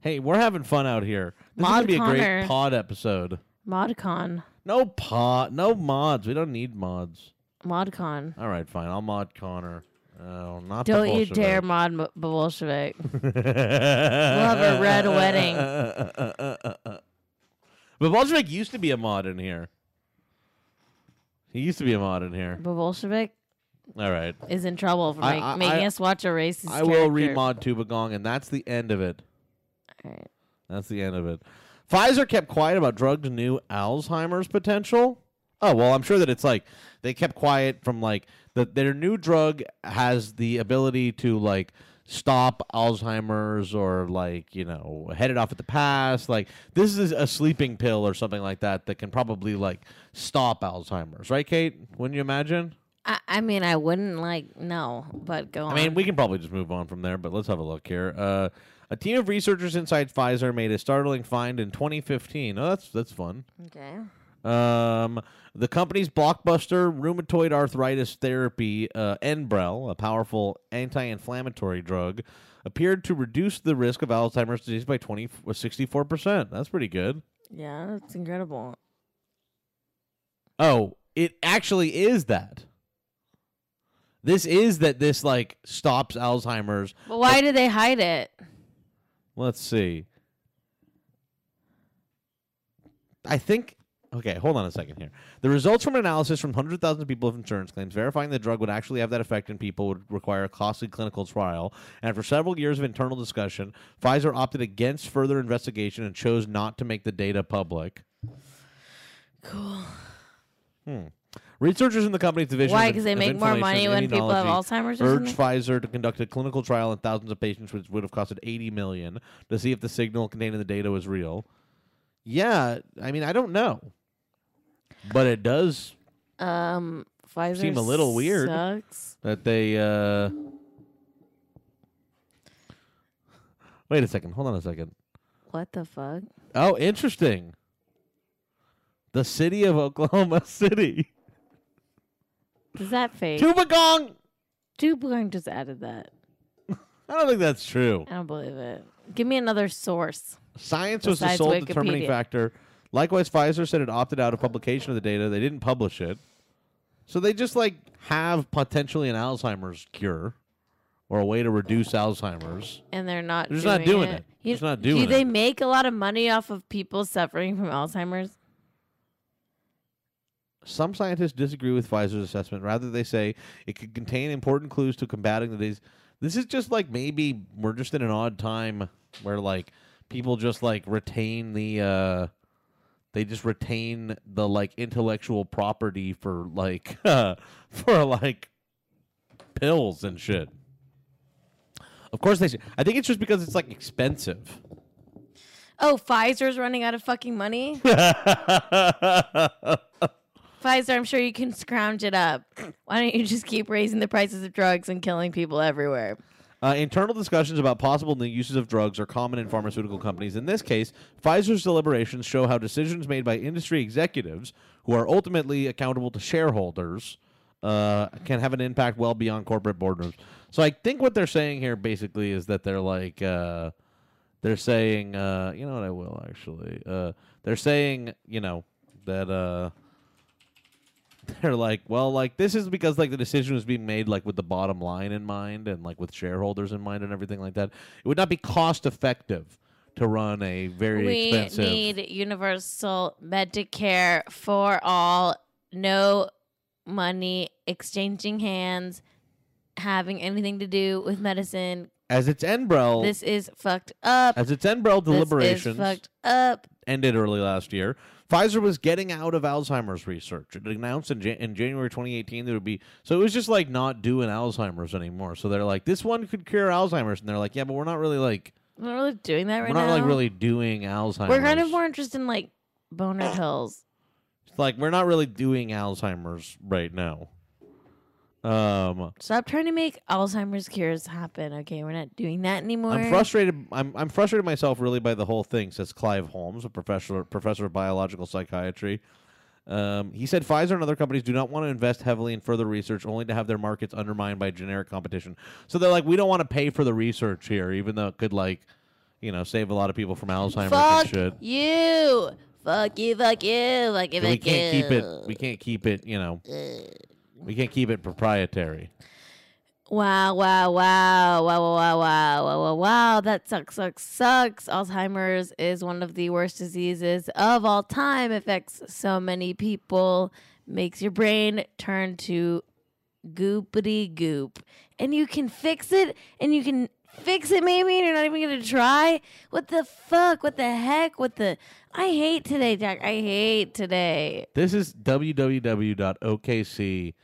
A: Hey, we're having fun out here. This is
B: Mod
A: gonna be a
B: Connor.
A: great pod episode.
B: ModCon.
A: No pod, no mods. We don't need mods.
B: ModCon.
A: All right, fine. I'll mod Connor. Oh, not the
B: Don't you
A: Bolshevik.
B: dare mod Mo- Bolshevik.
A: we'll
B: have a red wedding.
A: But Bolshevik used to be a mod in here. He used to be a mod in here.
B: But Bolshevik
A: All right.
B: is in trouble for
A: I-
B: make-
A: I-
B: making
A: I-
B: us watch a racist
A: I will
B: character.
A: remod Tubagong, and that's the end of it.
B: All right.
A: That's the end of it. Pfizer kept quiet about drugged new Alzheimer's potential. Oh well, I'm sure that it's like they kept quiet from like that their new drug has the ability to like stop Alzheimer's or like you know head it off at the pass. Like this is a sleeping pill or something like that that can probably like stop Alzheimer's, right, Kate? Wouldn't you imagine?
B: I, I mean, I wouldn't like, no, but go
A: I
B: on.
A: mean, we can probably just move on from there, but let's have a look here. Uh, a team of researchers inside Pfizer made a startling find in 2015. Oh, that's that's fun.
B: okay.
A: Um, the company's blockbuster rheumatoid arthritis therapy, uh, Enbrel, a powerful anti-inflammatory drug, appeared to reduce the risk of Alzheimer's disease by 20 uh, 64%. That's pretty good.
B: Yeah, that's incredible.
A: Oh, it actually is that. This is that this like stops Alzheimer's.
B: But why do they hide it?
A: Let's see. I think. Okay, hold on a second here. The results from an analysis from 100,000 people of insurance claims verifying the drug would actually have that effect in people would require a costly clinical trial. And after several years of internal discussion, Pfizer opted against further investigation and chose not to make the data public.
B: Cool.
A: Hmm. Researchers in the company's division
B: Why?
A: of-
B: 'Cause they
A: of
B: make more
A: Inflammation
B: money
A: and
B: when people have
A: Immunology
B: Alzheimer's or
A: urged
B: something?
A: Pfizer to conduct a clinical trial on thousands of patients, which would have costed 80 million, to see if the signal contained in the data was real. Yeah, I mean, I don't know, but it does
B: Um, Pfizer
A: seem a little weird
B: Sucks.
A: that they. Uh... Wait a second. Hold on a second.
B: What the fuck?
A: Oh, interesting. The city of Oklahoma City.
B: Is that fake?
A: Tubagong.
B: Tubagong just added that.
A: I don't think that's true.
B: I don't believe it. Give me another source.
A: Science was the
B: Besides
A: sole determining
B: Wikipedia.
A: factor. Likewise, Pfizer said it opted out of publication of the data. They didn't publish it. So they just like have potentially an Alzheimer's cure or a way to reduce Alzheimer's.
B: And they're not.
A: They're just
B: doing
A: not doing
B: it.
A: it. Just not
B: Do
A: doing
B: they
A: it.
B: make a lot of money off of people suffering from Alzheimer's?
A: Some scientists disagree with Pfizer's assessment. Rather, they say it could contain important clues to combating the disease. This is just like maybe we're just in an odd time where like people just like retain the uh they just retain the like intellectual property for like for like pills and shit. Of course they should. I think it's just because it's like expensive.
B: Oh, Pfizer's running out of fucking money. Pfizer, I'm sure you can scrounge it up. Why don't you just keep raising the prices of drugs and killing people everywhere?
A: Uh, internal discussions about possible new uses of drugs are common in pharmaceutical companies. In this case, Pfizer's deliberations show how decisions made by industry executives, who are ultimately accountable to shareholders, uh, can have an impact well beyond corporate boardrooms. So I think what they're saying here basically is that they're like, uh, they're saying, uh, you know what I will actually, uh, they're saying, you know, that. Uh, they're like, well, like this is because like the decision was being made like with the bottom line in mind and like with shareholders in mind and everything like that. It would not be cost effective to run a very
B: we
A: expensive.
B: need universal Medicare for all, no money exchanging hands, having anything to do with medicine.
A: as its Enbrel,
B: This is fucked up.
A: as its Enbrel
B: This is
A: deliberations
B: fucked up.
A: ended early last year, Pfizer was getting out of Alzheimer's research. It announced in, Jan- in January 2018 that it would be so it was just like not doing Alzheimer's anymore. So they're like, this one could cure Alzheimer's, and they're like, yeah, but we're not really like
B: We're really doing that right
A: we're not
B: now.
A: like really doing Alzheimer's.
B: We're kind of more interested in like boner pills.
A: It's like we're not really doing Alzheimer's right now. Um,
B: Stop trying to make Alzheimer's cures happen. Okay, we're not doing that anymore.
A: I'm frustrated. I'm, I'm frustrated myself really by the whole thing. Says Clive Holmes, a professor professor of biological psychiatry. Um, he said Pfizer and other companies do not want to invest heavily in further research, only to have their markets undermined by generic competition. So they're like, we don't want to pay for the research here, even though it could like, you know, save a lot of people from Alzheimer's
B: Fuck
A: and shit.
B: you. Fuck you. Fuck you. Fuck you.
A: And we
B: Fuck
A: can't
B: you.
A: keep it. We can't keep it. You know, we can't keep it proprietary.
B: Wow, wow, wow, wow, wow, wow, wow, wow, wow, wow. That sucks, sucks, sucks. Alzheimer's is one of the worst diseases of all time. Affects so many people, makes your brain turn to goopity goop. And you can fix it, and you can fix it maybe, and you're not even gonna try. What the fuck? What the heck? What the. I hate today, Jack. I hate today.
A: This is www.okc.gov.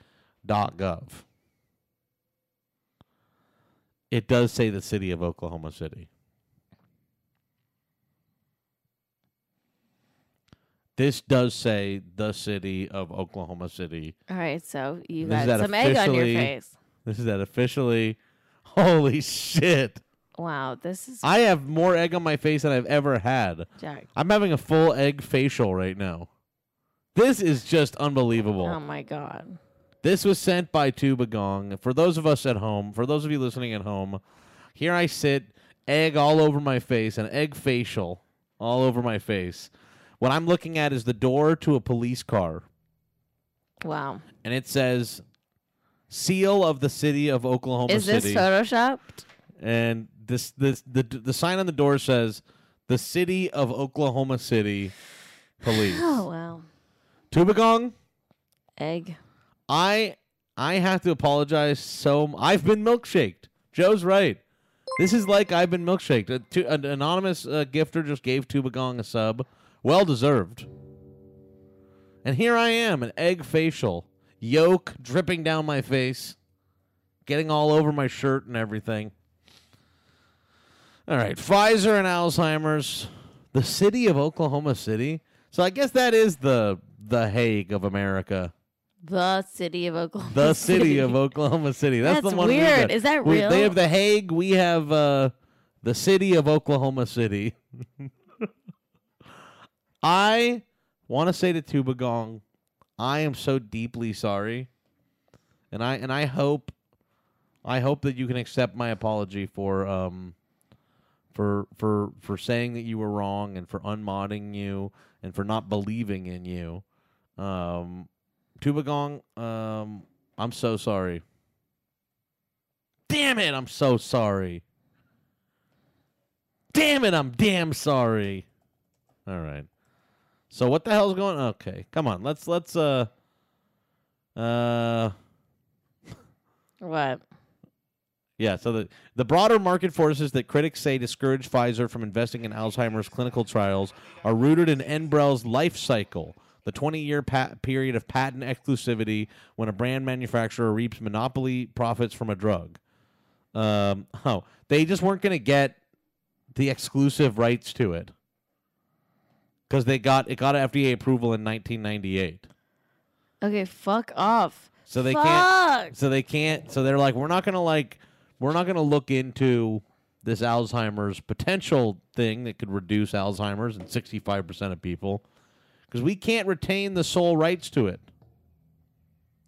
A: It does say the city of Oklahoma City. This does say the city of Oklahoma City.
B: All right, so you
A: This is
B: got
A: that
B: some egg on your
A: officially-
B: face.
A: This is that officially. Holy shit.
B: Wow, this is
A: I have more egg on my face than I've ever had.
B: Jack.
A: I'm having a full egg facial right now. This is just unbelievable.
B: Oh my god.
A: This was sent by Tuba Gong. For those of us at home, for those of you listening at home, here I sit, egg all over my face, an egg facial all over my face. What I'm looking at is the door to a police car,
B: Wow.
A: and it says "Seal of the City of Oklahoma
B: Is this
A: City."
B: Photoshop?
A: and this this the the sign on the door says "The City of Oklahoma City Police."
B: Oh wow.
A: Tuba Gong,
B: Egg.
A: I I have to apologize so m- I've been milkshaked. Joe's right. This is like I've been milkshaked. A tu- an anonymous uh, gifter just gave Tuba Gong a sub. Well deserved. And here I am, an egg facial, yolk dripping down my face, getting all over my shirt and everything. All right, Pfizer and Alzheimer's, the city of Oklahoma City. So I guess that is the the Hague of America.
B: The city of Oklahoma.
A: The city of Oklahoma City. That's,
B: That's
A: the one. we
B: weird.
A: did.
B: Is that
A: We-
B: real?
A: They have the Hague. We have uh, the city of Oklahoma City. I want to say to Tuba Gong, I am so deeply sorry, and I and I hope, I hope that you can accept my apology for um, for for for saying that you were wrong and for unmodding you and for not believing in you. Um, Tuba Gong, um, I'm so sorry. Damn it, I'm so sorry. Damn it, I'm damn sorry. All right. So what the hell's going? Okay, come on. Let's let's uh uh
B: What?
A: yeah, so the, the broader market forces that critics say discourage Pfizer from investing in Alzheimer's clinical trials are rooted in Enbrel's life cycle, the 20 year pa- period of patent exclusivity when a brand manufacturer reaps monopoly profits from a drug. Um, oh, they just weren't going to get the exclusive rights to it because they got it got FDA approval in 1998.
B: Okay, fuck off.
A: So they
B: Fuck.
A: can't. So they can't. So they're like, we're not gonna like, we're not gonna look into this Alzheimer's potential thing that could reduce Alzheimer's in sixty-five percent of people, because we can't retain the sole rights to it.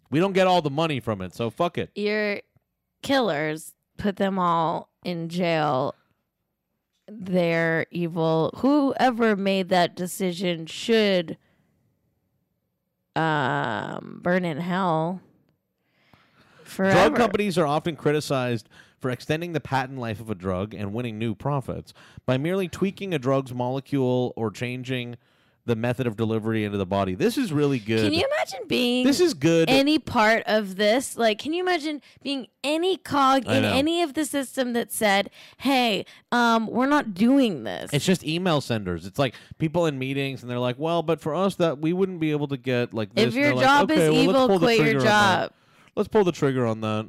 A: We don't get all the money from it, so fuck it.
B: Your killers put them all in jail. They're evil. Whoever made that decision should um, burn in hell forever.
A: Drug companies are often criticized for extending the patent life of a drug and winning new profits by merely tweaking a drug's molecule or changing the method of delivery into the body. This is really good.
B: Can you imagine being
A: This is good.
B: any part of this? Like, can you imagine being any cog
A: I
B: in
A: know.
B: any of the system that said, "Hey, um, we're not doing this."
A: It's just email senders. It's like people in meetings, and they're like, "Well, but for us, that we wouldn't be able to get like this."
B: If
A: And
B: your
A: they're like,
B: job is
A: "Okay, well, let's
B: evil,
A: pull the
B: quit your
A: trigger on that.
B: job."
A: Let's pull the trigger on that.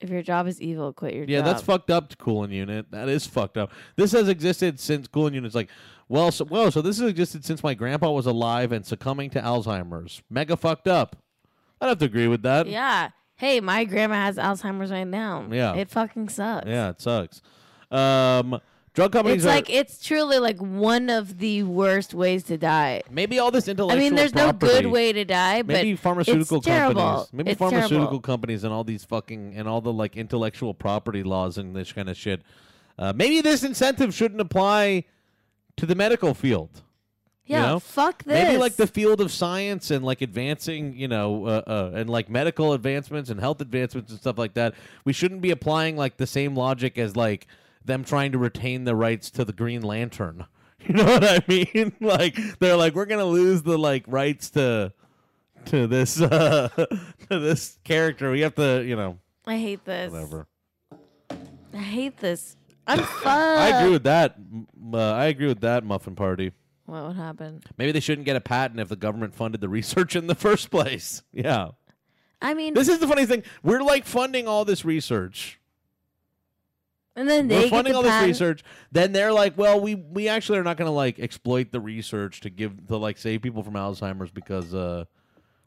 B: if your job is evil, quit your
A: Yeah,
B: job.
A: that's fucked up, Cooling Unit. That is fucked up. This has existed since Cooling Unit's like, well, so, whoa, so this has existed since my grandpa was alive and succumbing to Alzheimer's. Mega fucked up. I'd have to agree with that.
B: Yeah. Hey, my grandma has Alzheimer's right now.
A: Yeah.
B: It fucking sucks.
A: Yeah, it sucks. Um, drug companies
B: It's
A: are
B: like it's truly like one of the worst ways to die.
A: maybe all this intellectual.
B: I mean, there's no good
A: property-
B: way to die, but
A: maybe pharmaceutical
B: it's terrible.
A: companies maybe
B: It's terrible.
A: pharmaceutical companies and all these fucking and all the like intellectual property laws and this kind of shit uh, maybe this incentive shouldn't apply to the medical field you
B: Yeah,
A: know?
B: fuck
A: maybe
B: this.
A: like the field of science and like advancing you know uh, uh, and like medical advancements and health advancements and stuff like that we shouldn't be applying like the same logic as like them trying to retain the rights to the green lantern you know what i mean like they're like we're gonna lose the like rights to to this uh, to this character. We have to, you know,
B: I hate this.
A: whatever.
B: I hate this. I'm fucked.
A: I
B: Uh.
A: agree with that. m- Uh, I agree with that muffin party.
B: What would happen?
A: Maybe they shouldn't get a patent if the government funded the research in the first place. Yeah.
B: I mean,
A: This is the funny thing. We're like funding all this research.
B: and then
A: We're
B: they
A: funding
B: get
A: all
B: the
A: this
B: patent.
A: research. Then they're like, well, we we actually are not going to like exploit the research to give to like save people from Alzheimer's because uh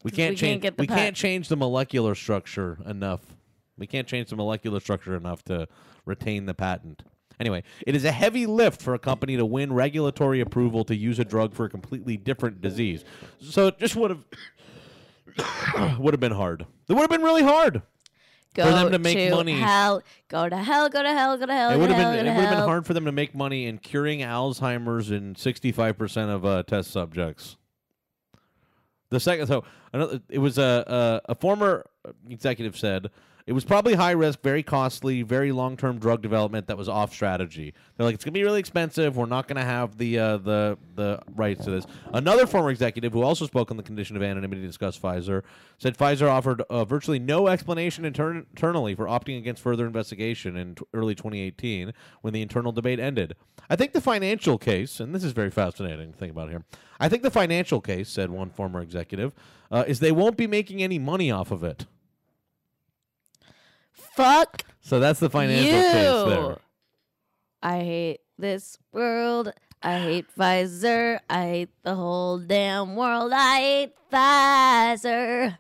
A: we
B: 'Cause
A: can't
B: we can't
A: change
B: get the
A: we can't
B: patent.
A: change the molecular structure enough. We can't change the molecular structure enough to retain the patent. Anyway, it is a heavy lift for a company to win regulatory approval to use a drug for a completely different disease. So it just would have would have been hard. It would have been really hard.
B: Go
A: for them to make
B: to
A: money.
B: Hell, go to hell. Go to hell. Go to hell.
A: It
B: go
A: would
B: to
A: have
B: hell.
A: been
B: go
A: it
B: to
A: would have been
B: hell.
A: hard for them to make money in curing Alzheimer's in 65% of uh, test subjects. The second so another it was uh, a, a a former executive said it was probably high risk, very costly, very long term drug development that was off strategy. They're like it's gonna be really expensive. We're not gonna have the uh, the the rights to this. Another former executive who also spoke on the condition of anonymity to discuss Pfizer said Pfizer offered uh, virtually no explanation inter- internally for opting against further investigation in t- early 2018 when the internal debate ended. I think the financial case, and this is very fascinating to think about here. I think the financial case, said one former executive, uh, is they won't be making any money off of it.
B: Fuck
A: So that's the financial case there.
B: You. I hate this world. I hate Pfizer. I hate the whole damn world. I hate Pfizer.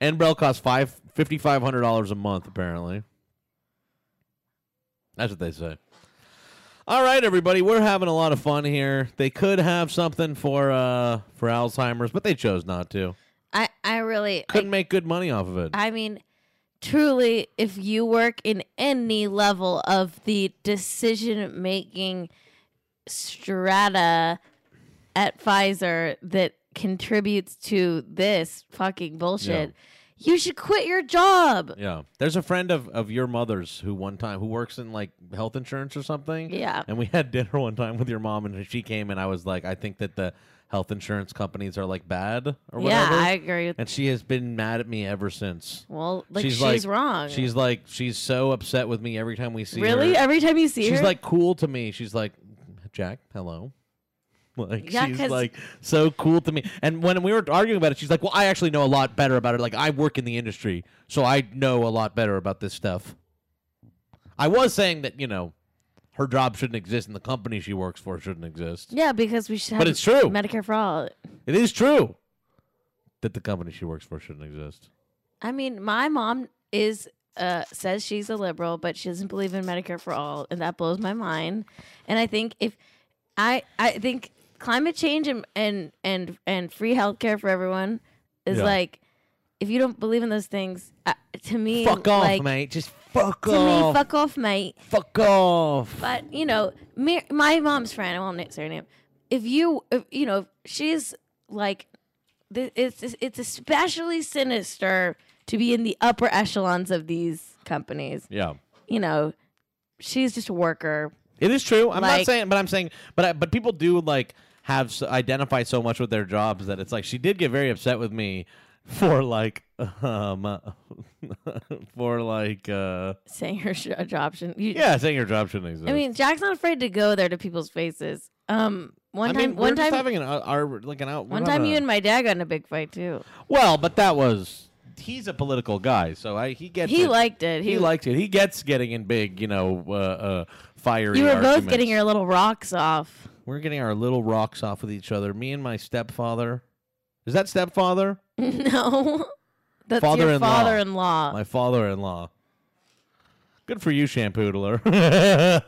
A: Enbrel costs five fifty five hundred dollars a month, apparently. That's what they say. All right, everybody, we're having a lot of fun here. They could have something for uh for Alzheimer's, but they chose not to.
B: I, I really,
A: Couldn't make good money off of it.
B: I mean, truly, if you work in any level of the decision making strata at Pfizer that contributes to this fucking bullshit, you should quit your job.
A: yeah, there's a friend of, of your mother's who one time who works in like health insurance or something.
B: Yeah.
A: and we had dinner one time with your mom, and she came, and I was like, I think that the health insurance companies are like bad or
B: Yeah,
A: whatever.
B: I agree with-
A: And she has been mad at me ever since.
B: Well, like she's, wrong.
A: She's like she's so upset with me every time we see her.
B: Really? Every time you see
A: she's
B: her?
A: like cool to me. She's like, Jack, hello. Like
B: Yeah,
A: she's
B: 'cause-
A: like so cool to me. And when we were arguing about it, she's like, Well, I actually know a lot better about it. Like I work in the industry, so I know a lot better about this stuff. I was saying that, you know, her job shouldn't exist and the company she works for shouldn't exist.
B: yeah, because we should.
A: But
B: have
A: it's true.
B: Medicare for all.
A: It is true. that the company she works for shouldn't exist.
B: I mean, my mom is uh, says she's a liberal, but she doesn't believe in Medicare for all, and that blows my mind. And I think if I I think climate change and and and, and free healthcare for everyone is
A: Yeah.
B: like if you don't believe in those things, uh, to me,
A: fuck off,
B: like,
A: mate. Just fuck
B: To me,
A: off.
B: fuck off, mate.
A: Fuck off.
B: But you know, Mar- my mom's friend. I won't say her name. If you, if, you know, she's like, th- it's it's especially sinister to be in the upper echelons of these companies.
A: Yeah.
B: You know, she's just a worker.
A: It is true. I'm not
B: Like-
A: saying, but I'm saying, but I, but people do like have s identify so much with their jobs that it's like she did get very upset with me for like um for like uh
B: Saying her sh- job shouldn't. You,
A: yeah saying your job shouldn't exist.
B: I mean, Jack's not afraid to go there to people's faces. Um, one
A: I
B: time,
A: mean,
B: one
A: we're just
B: time,
A: having an uh, our like an out. we're
B: one
A: having
B: time, you
A: a-
B: and my dad got in a big fight too.
A: well, but that was he's a political guy, so I he gets
B: He
A: it.
B: liked it.
A: He,
B: He-
A: liked it. He gets getting in big, you know, uh, uh fiery.
B: You were both
A: arguments.
B: getting your little rocks off.
A: We're getting our little rocks off with each other. Me and my stepfather. Is that stepfather?
B: no, that's your
A: Father-in-law.
B: father-in-law.
A: My father-in-law. Good for you, Shampoodler.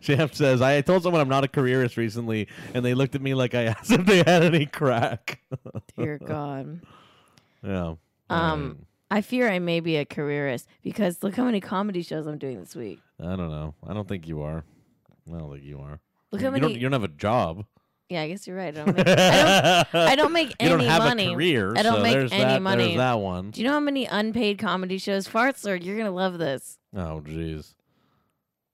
A: Champ says, I told someone I'm not a careerist recently, and they looked at me like I asked if they had any crack.
B: Dear God.
A: Yeah.
B: Um, I fear I may be a careerist because look how many comedy shows I'm doing this week.
A: I don't know. I don't think you are. I don't think you are.
B: Look how
A: you don't,
B: many-
A: you don't have a job.
B: Yeah, I guess you're right. I don't make, I don't, I don't make
A: You
B: any
A: don't have a
B: money.
A: career,
B: I don't
A: so
B: make
A: there's
B: any
A: that- there's
B: money.
A: that one.
B: Do you know how many unpaid comedy shows? Fartzler, you're gonna love this.
A: Oh, jeez.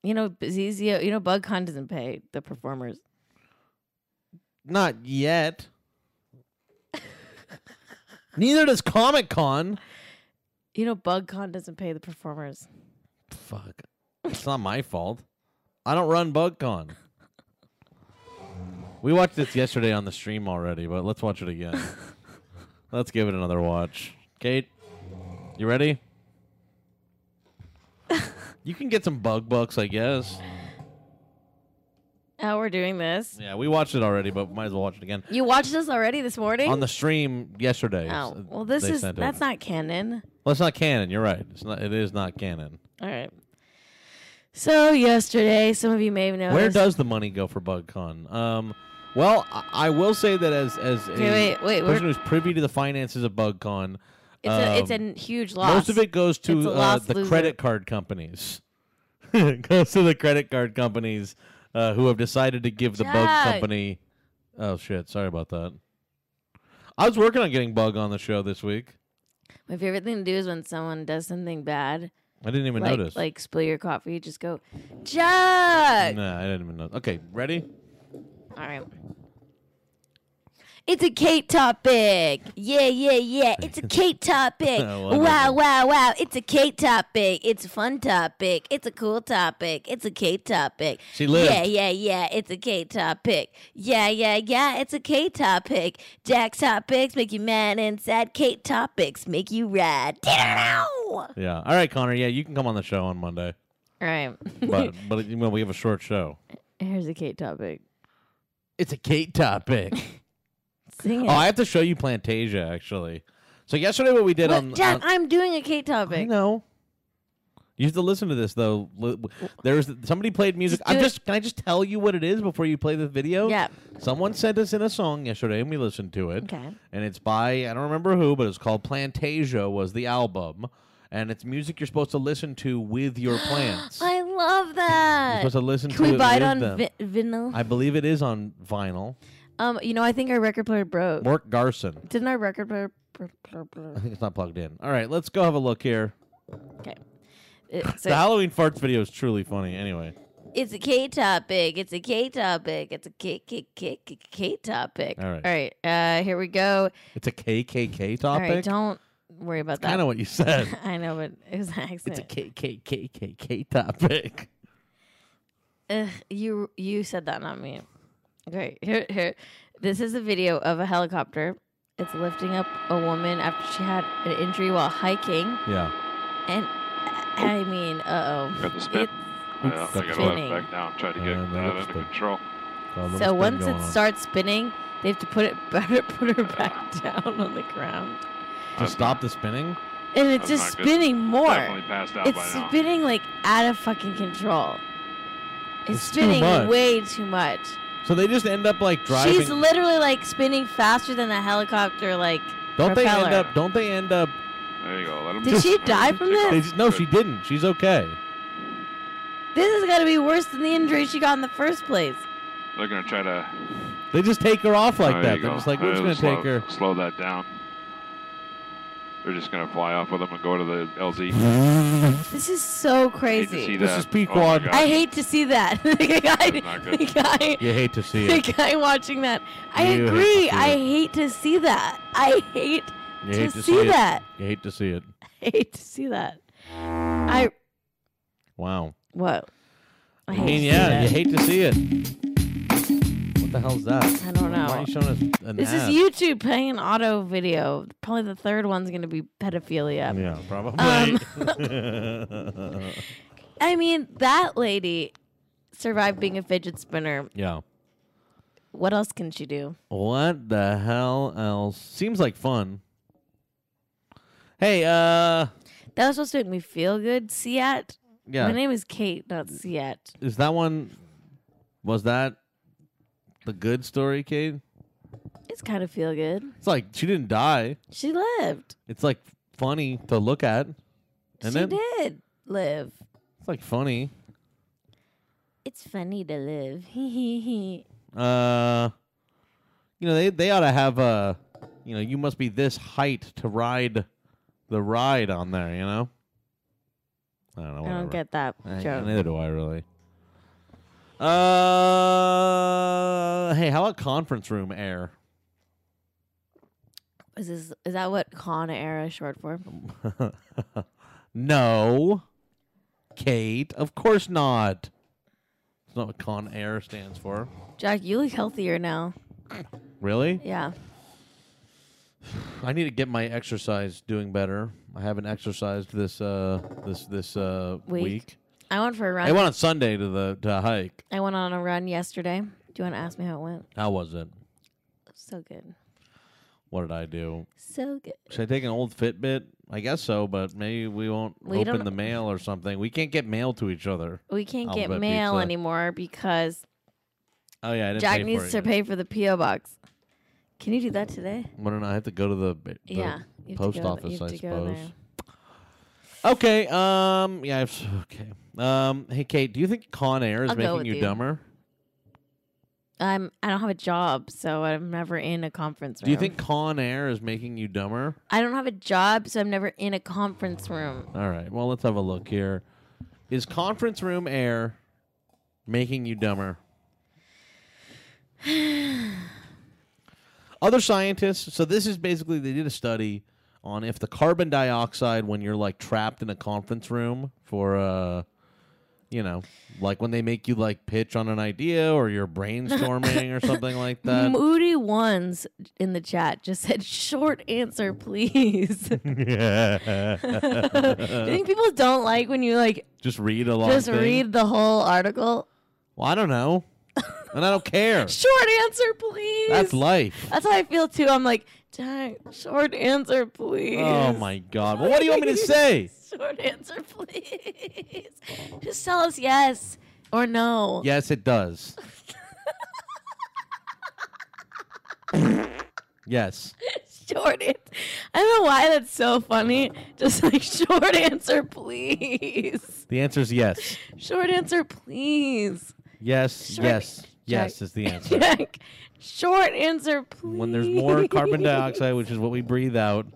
B: You know, Zizio, you know, BugCon doesn't pay the performers.
A: Not yet. Neither does Comic Con.
B: You know, BugCon doesn't pay the performers.
A: Fuck. It's not my fault. I don't run BugCon. We watched this yesterday on the stream already, but let's watch it again. let's give it another watch. Kate, you ready? you can get some bug bucks, I guess.
B: Oh, we're doing this.
A: Yeah, we watched it already, but might as well watch it again.
B: You watched this already this morning?
A: On the stream yesterday. s- uh,
B: oh, well, this
A: they
B: is
A: sent it.
B: that's not canon.
A: Well, it's not canon. You're right. It's not. It is not canon.
B: All right. So yesterday, some of you may have noticed.
A: Where does the money go for BugCon? Um, well, I, I will say that as as a
B: Okay, wait, wait,
A: person
B: we're-
A: who's privy to the finances of BugCon,
B: It's a it's a
A: um,
B: n- huge loss.
A: Most of it goes
B: It's
A: to
B: a
A: uh,
B: loss
A: the
B: loser.
A: credit card companies. it goes to the credit card companies uh, who have decided to give the bug
B: Jack.
A: company. Oh shit! Sorry about that. I was working on getting bug on the show this week.
B: My favorite thing to do is when someone does something bad,
A: I didn't even
B: like
A: notice.
B: like spill your coffee, just go, Jack.
A: Nah, I didn't even know. Okay, ready?
B: All right. It's a Kate topic. Yeah, yeah, yeah. It's a Kate topic.
A: Wonderful.
B: wow, wow, wow. It's a Kate topic. It's a fun topic. It's a cool topic. It's a Kate topic.
A: She lived.
B: Yeah, yeah, yeah. It's a Kate topic. Yeah, yeah, yeah. It's a Kate topic. Jack's topics make you mad and sad. Kate topics make you rad. All
A: Yeah. All right, Connor. Yeah, you can come on the show on Monday,
B: right.
A: but but you know, we have a short show.
B: Here's a Kate topic.
A: It's a Kate topic.
B: Sing
A: Oh, I have to show you Plantasia actually. So yesterday, what we did on,
B: Jack,
A: on-
B: I'm doing a Kate topic. I
A: know. you have to listen to this though. Li- w- There's somebody played music. I'm
B: do it.
A: just. Can I just tell you what it is before you play the video?
B: Yeah.
A: Someone sent us in a song yesterday, and we listened to it.
B: Okay.
A: And it's by I don't remember who, but it's called Plantasia was the album, and it's music you're supposed to listen to with your plants.
B: I love that.
A: You're supposed to listen
B: Can
A: to
B: we
A: it
B: buy it
A: with
B: on
A: them.
B: vi- vinyl?
A: I believe it is on vinyl.
B: um, you know, I think our record player broke.
A: Mark Garson.
B: Didn't our record player?
A: I think it's not plugged in. All right, let's go have a look here.
B: Okay. It- so-
A: the Halloween farts video is truly funny. Anyway,
B: it's a K topic. It's a K topic. It's a K K K K, K topic.
A: All right.
B: All right. Uh, here we go.
A: it's a KKK
B: All
A: topic.
B: right. Don't worry about that.
A: Kind of what you said.
B: I know, but it was an
A: it's a
B: accident.
A: KKKKK topic.
B: Ugh, you you said that, not me. Okay, here here. This is a video of a helicopter. It's lifting up a woman after she had an injury while hiking.
A: Yeah.
B: And I mean, uh oh.
G: Got the spin.
B: It-
G: Yeah, I
B: it's
G: gotta let it
B: spinning.
G: back down. Try to get
A: And
G: it
A: that's
G: under
A: the-
G: control.
A: Oh, little
B: So
A: spin
B: once
A: going
B: it
A: on.
B: starts spinning, they have to put it better put her back down on the ground.
A: to stop the spinning.
B: And it's
A: I'm
B: just
A: not good.
B: spinning more.
A: Definitely passed out
B: it's
A: by now.
B: spinning like out of fucking control. It's,
A: It's too
B: spinning
A: much.
B: way too much.
A: So they just end up like driving.
B: She's literally like spinning faster than the helicopter like
A: don't they
B: propeller.
A: end up? Don't they end up? There you go. Let
B: Did she die from this?
A: no, she didn't. She's okay.
B: This is gonna be worse than the injury she got in the first place.
G: They're gonna try to.
A: They just take her off like
G: There
A: that.
G: you
A: They're
G: go.
A: just like, we're just
G: Uh,
A: gonna
G: slow,
A: take her.
G: Slow that down. They're just gonna fly off with them and go to the LZ.
B: This is so crazy.
G: see This that. Oh is
A: Pequod.
B: I hate to see that. the guy,
G: not
B: the guy,
A: You hate to see
B: the
A: it.
B: guy watching that. I
A: You hate to see
B: agree.
A: it.
B: I hate to see that. I hate
A: You
B: to,
A: hate
B: see,
A: to see it.
B: that.
A: You hate to see it.
B: I hate to see that. I
A: Wow.
B: what?
A: I,
B: hate
A: mean,
B: to see
A: yeah,
B: that.
A: you hate to see it. What the hell's that?
B: I don't know.
A: Why are you showing us an
B: This
A: ad?
B: is YouTube playing an auto video. Probably the third one's gonna be pedophilia.
A: Yeah, probably.
B: Um. I mean, that lady survived being a fidget spinner.
A: yeah.
B: What else can she do?
A: What the hell else? Seems like fun. Hey, uh,
B: That was supposed to make me feel good. Siat.
A: Yeah.
B: My name is Kate, not Siat.
A: is that one? Was that the good story, Kate?
B: It's kind of feel good.
A: It's like she didn't die.
B: She lived.
A: It's like funny to look at. And
B: she
A: then
B: did live.
A: it's like funny.
B: It's funny to live. Hee
A: Uh, you know they they ought to have uh you know you must be this height to ride the ride on there. You know. I don't know.
B: I don't
A: whatever.
B: get that
A: I-
B: joke.
A: Neither do I really. Uh, hey, how about conference room air?
B: Is this is that what Con Air is short for?
A: no, Kate. Of course not. It's not what Con Air stands for.
B: Jack, you look healthier now.
A: Really?
B: Yeah.
A: I need to get my exercise doing better. I haven't exercised this uh this this uh
B: Week.
A: week.
B: I went for a run.
A: I went on Sunday to the to a hike.
B: I went on a run yesterday. Do you want to ask me how it went?
A: How was it?
B: So good.
A: What did I do?
B: So good.
A: Should I take an old Fitbit? I guess so, but maybe we won't
B: We
A: open
B: don't-
A: the mail or something. We can't get mail to each other.
B: We can't get
A: Alphabet
B: mail
A: Pizza.
B: anymore because
A: Oh yeah, I didn't
B: Jack
A: pay
B: needs
A: for
B: to
A: it.
B: pay for the PO box. Can you do that today?
A: Why don't I have to go to the, the
B: Yeah, you have to
A: post
B: go th-
A: office?
B: you have
A: I
B: to go there.
A: suppose. Okay. Um. Yeah. I've, okay. Um. Hey, Kate. Do you think Con Air is
B: I'll go
A: making
B: with
A: you,
B: you.
A: dumber?
B: I'm. I don't have a job, so I'm never in a conference room.
A: Do you think Con Air is making you dumber?
B: I don't have a job, so I'm never in a conference room.
A: All right. Well, let's have a look here. Is conference room air making you dumber? Other scientists. So this is basically they did a study on if the carbon dioxide when you're like trapped in a conference room for uh you know, like when they make you like pitch on an idea or you're brainstorming or something like that.
B: Moody ones in the chat just said, "Short answer, please." Do you think people don't like when you like
A: just read a long
B: just
A: thing?
B: read the whole article?
A: Well, I don't know. and I don't care.
B: Short answer, please.
A: That's life.
B: That's how I feel too. I'm like, dang, short answer, please.
A: Oh my god. Well, what do you want me to say?
B: Short answer, please. Just tell us yes or no.
A: Yes, it does. yes.
B: Short answer. I don't know why that's so funny. Just like short answer, please.
A: The answer is yes.
B: Short answer, please.
A: Yes,
B: Short-
A: yes, yes is the answer.
B: Jack, short answer, please.
A: When there's more carbon dioxide, which is what we breathe out,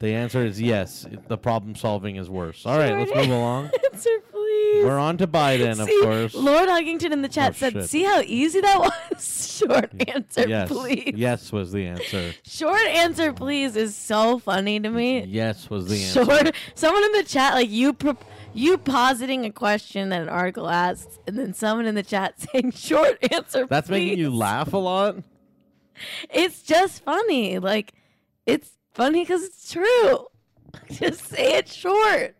A: the answer is yes. It- The problem solving is worse. All right, let's move along.
B: answer, please.
A: We're on to Biden, of
B: See,
A: course.
B: Lord Huggington in the chat
A: Oh,
B: said,
A: shit.
B: "See how easy that was." Short answer,
A: yes.
B: please.
A: Yes was the answer.
B: Short answer, please, is so funny to me.
A: Yes was the answer.
B: Short. Someone in the chat, like you, pro- you positing a question that an article asks, and then someone in the chat saying, "Short answer."
A: That's
B: please.
A: making you laugh a lot?
B: It's just funny. Like, it's funny because it's true. just say it short.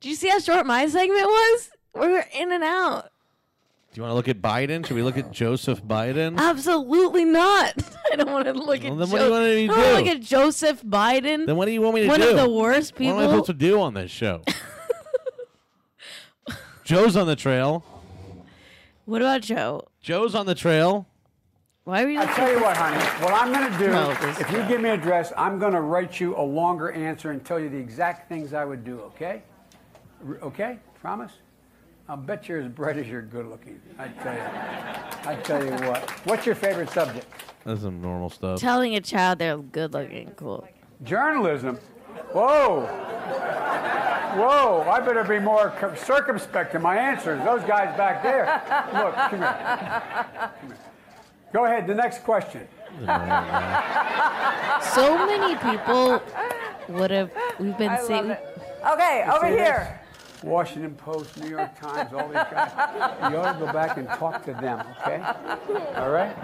B: Did you see how short my segment was? We were in and out.
A: Do you want to look at Biden? Should we look at Joseph Biden?
B: Um, Absolutely not. I don't want to look at.
A: Well, then what do you want me to
B: I don't wanna
A: do?
B: look at Joseph Biden.
A: Then what do you want me to
B: One
A: do?
B: of the worst
A: What am I
B: people.
A: supposed to do on this show? Joe's on the trail.
B: What about Joe?
A: Joe's on the trail.
B: Why were you?
D: I tell you what, honey. What I'm going to do,
A: No,
B: this
D: if you give me a address, I'm going to write you a longer answer and tell you the exact things I would do. Okay? R- okay? Promise? I'll bet you're as bright as you're good looking. I tell you. I tell you what. What's your favorite subject?
A: That's some normal stuff.
B: Telling a child they're good looking, cool.
D: Journalism. Whoa. Whoa, I better be more cir- circumspect in my answers. Those guys back there. Look, come here. Go ahead, the next question.
B: So many people would have. We've been
D: I love
B: seeing.
H: Okay,
D: You
H: over
D: see this?
H: here.
D: Washington Post, New York Times, all these guys. You ought to go back and talk to them, okay? All right?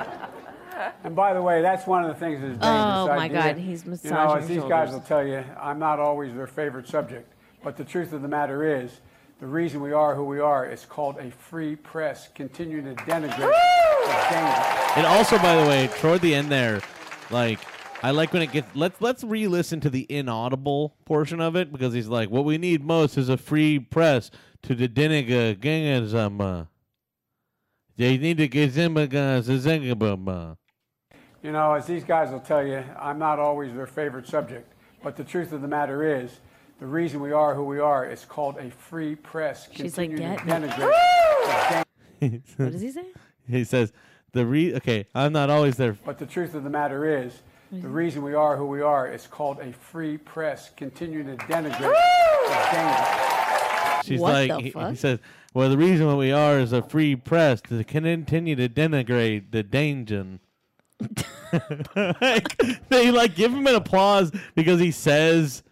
D: And by the way, that's one of the things that's dangerous.
B: Oh, my
D: idea.
B: God, he's
D: You know,
B: massaging
D: as these guys
B: shoulders.
D: will tell you, I'm not always their favorite subject. But the truth of the matter is, the reason we are who we are is called a free press. Continue to denigrate. is dangerous.
A: And also, by the way, toward the end there, like I like when it gets. Let's let's re-listen to the inaudible portion of it because he's like, "What we need most is a free press to the deniga gangism. They need to get them against the zingabum."
D: You know, as these guys will tell you, I'm not always their favorite subject. But the truth of the matter is, the reason we are who we are is called a free press.
B: She's like,
D: Continue
B: "Get
D: to
B: me."
D: denigrate is dangerous.
B: What does he say?
A: He says, "The re okay, I'm not always there."
D: But the truth of the matter is, the
B: Mm-hmm.
D: reason we are who we are is called a free press. Continue to denigrate is dangerous.
A: She's
D: What
A: like,
D: the
A: he, he
D: fuck?
A: says, "Well, the reason what we are is a free press to continue to denigrate the danger." like, they like give him an applause because he says,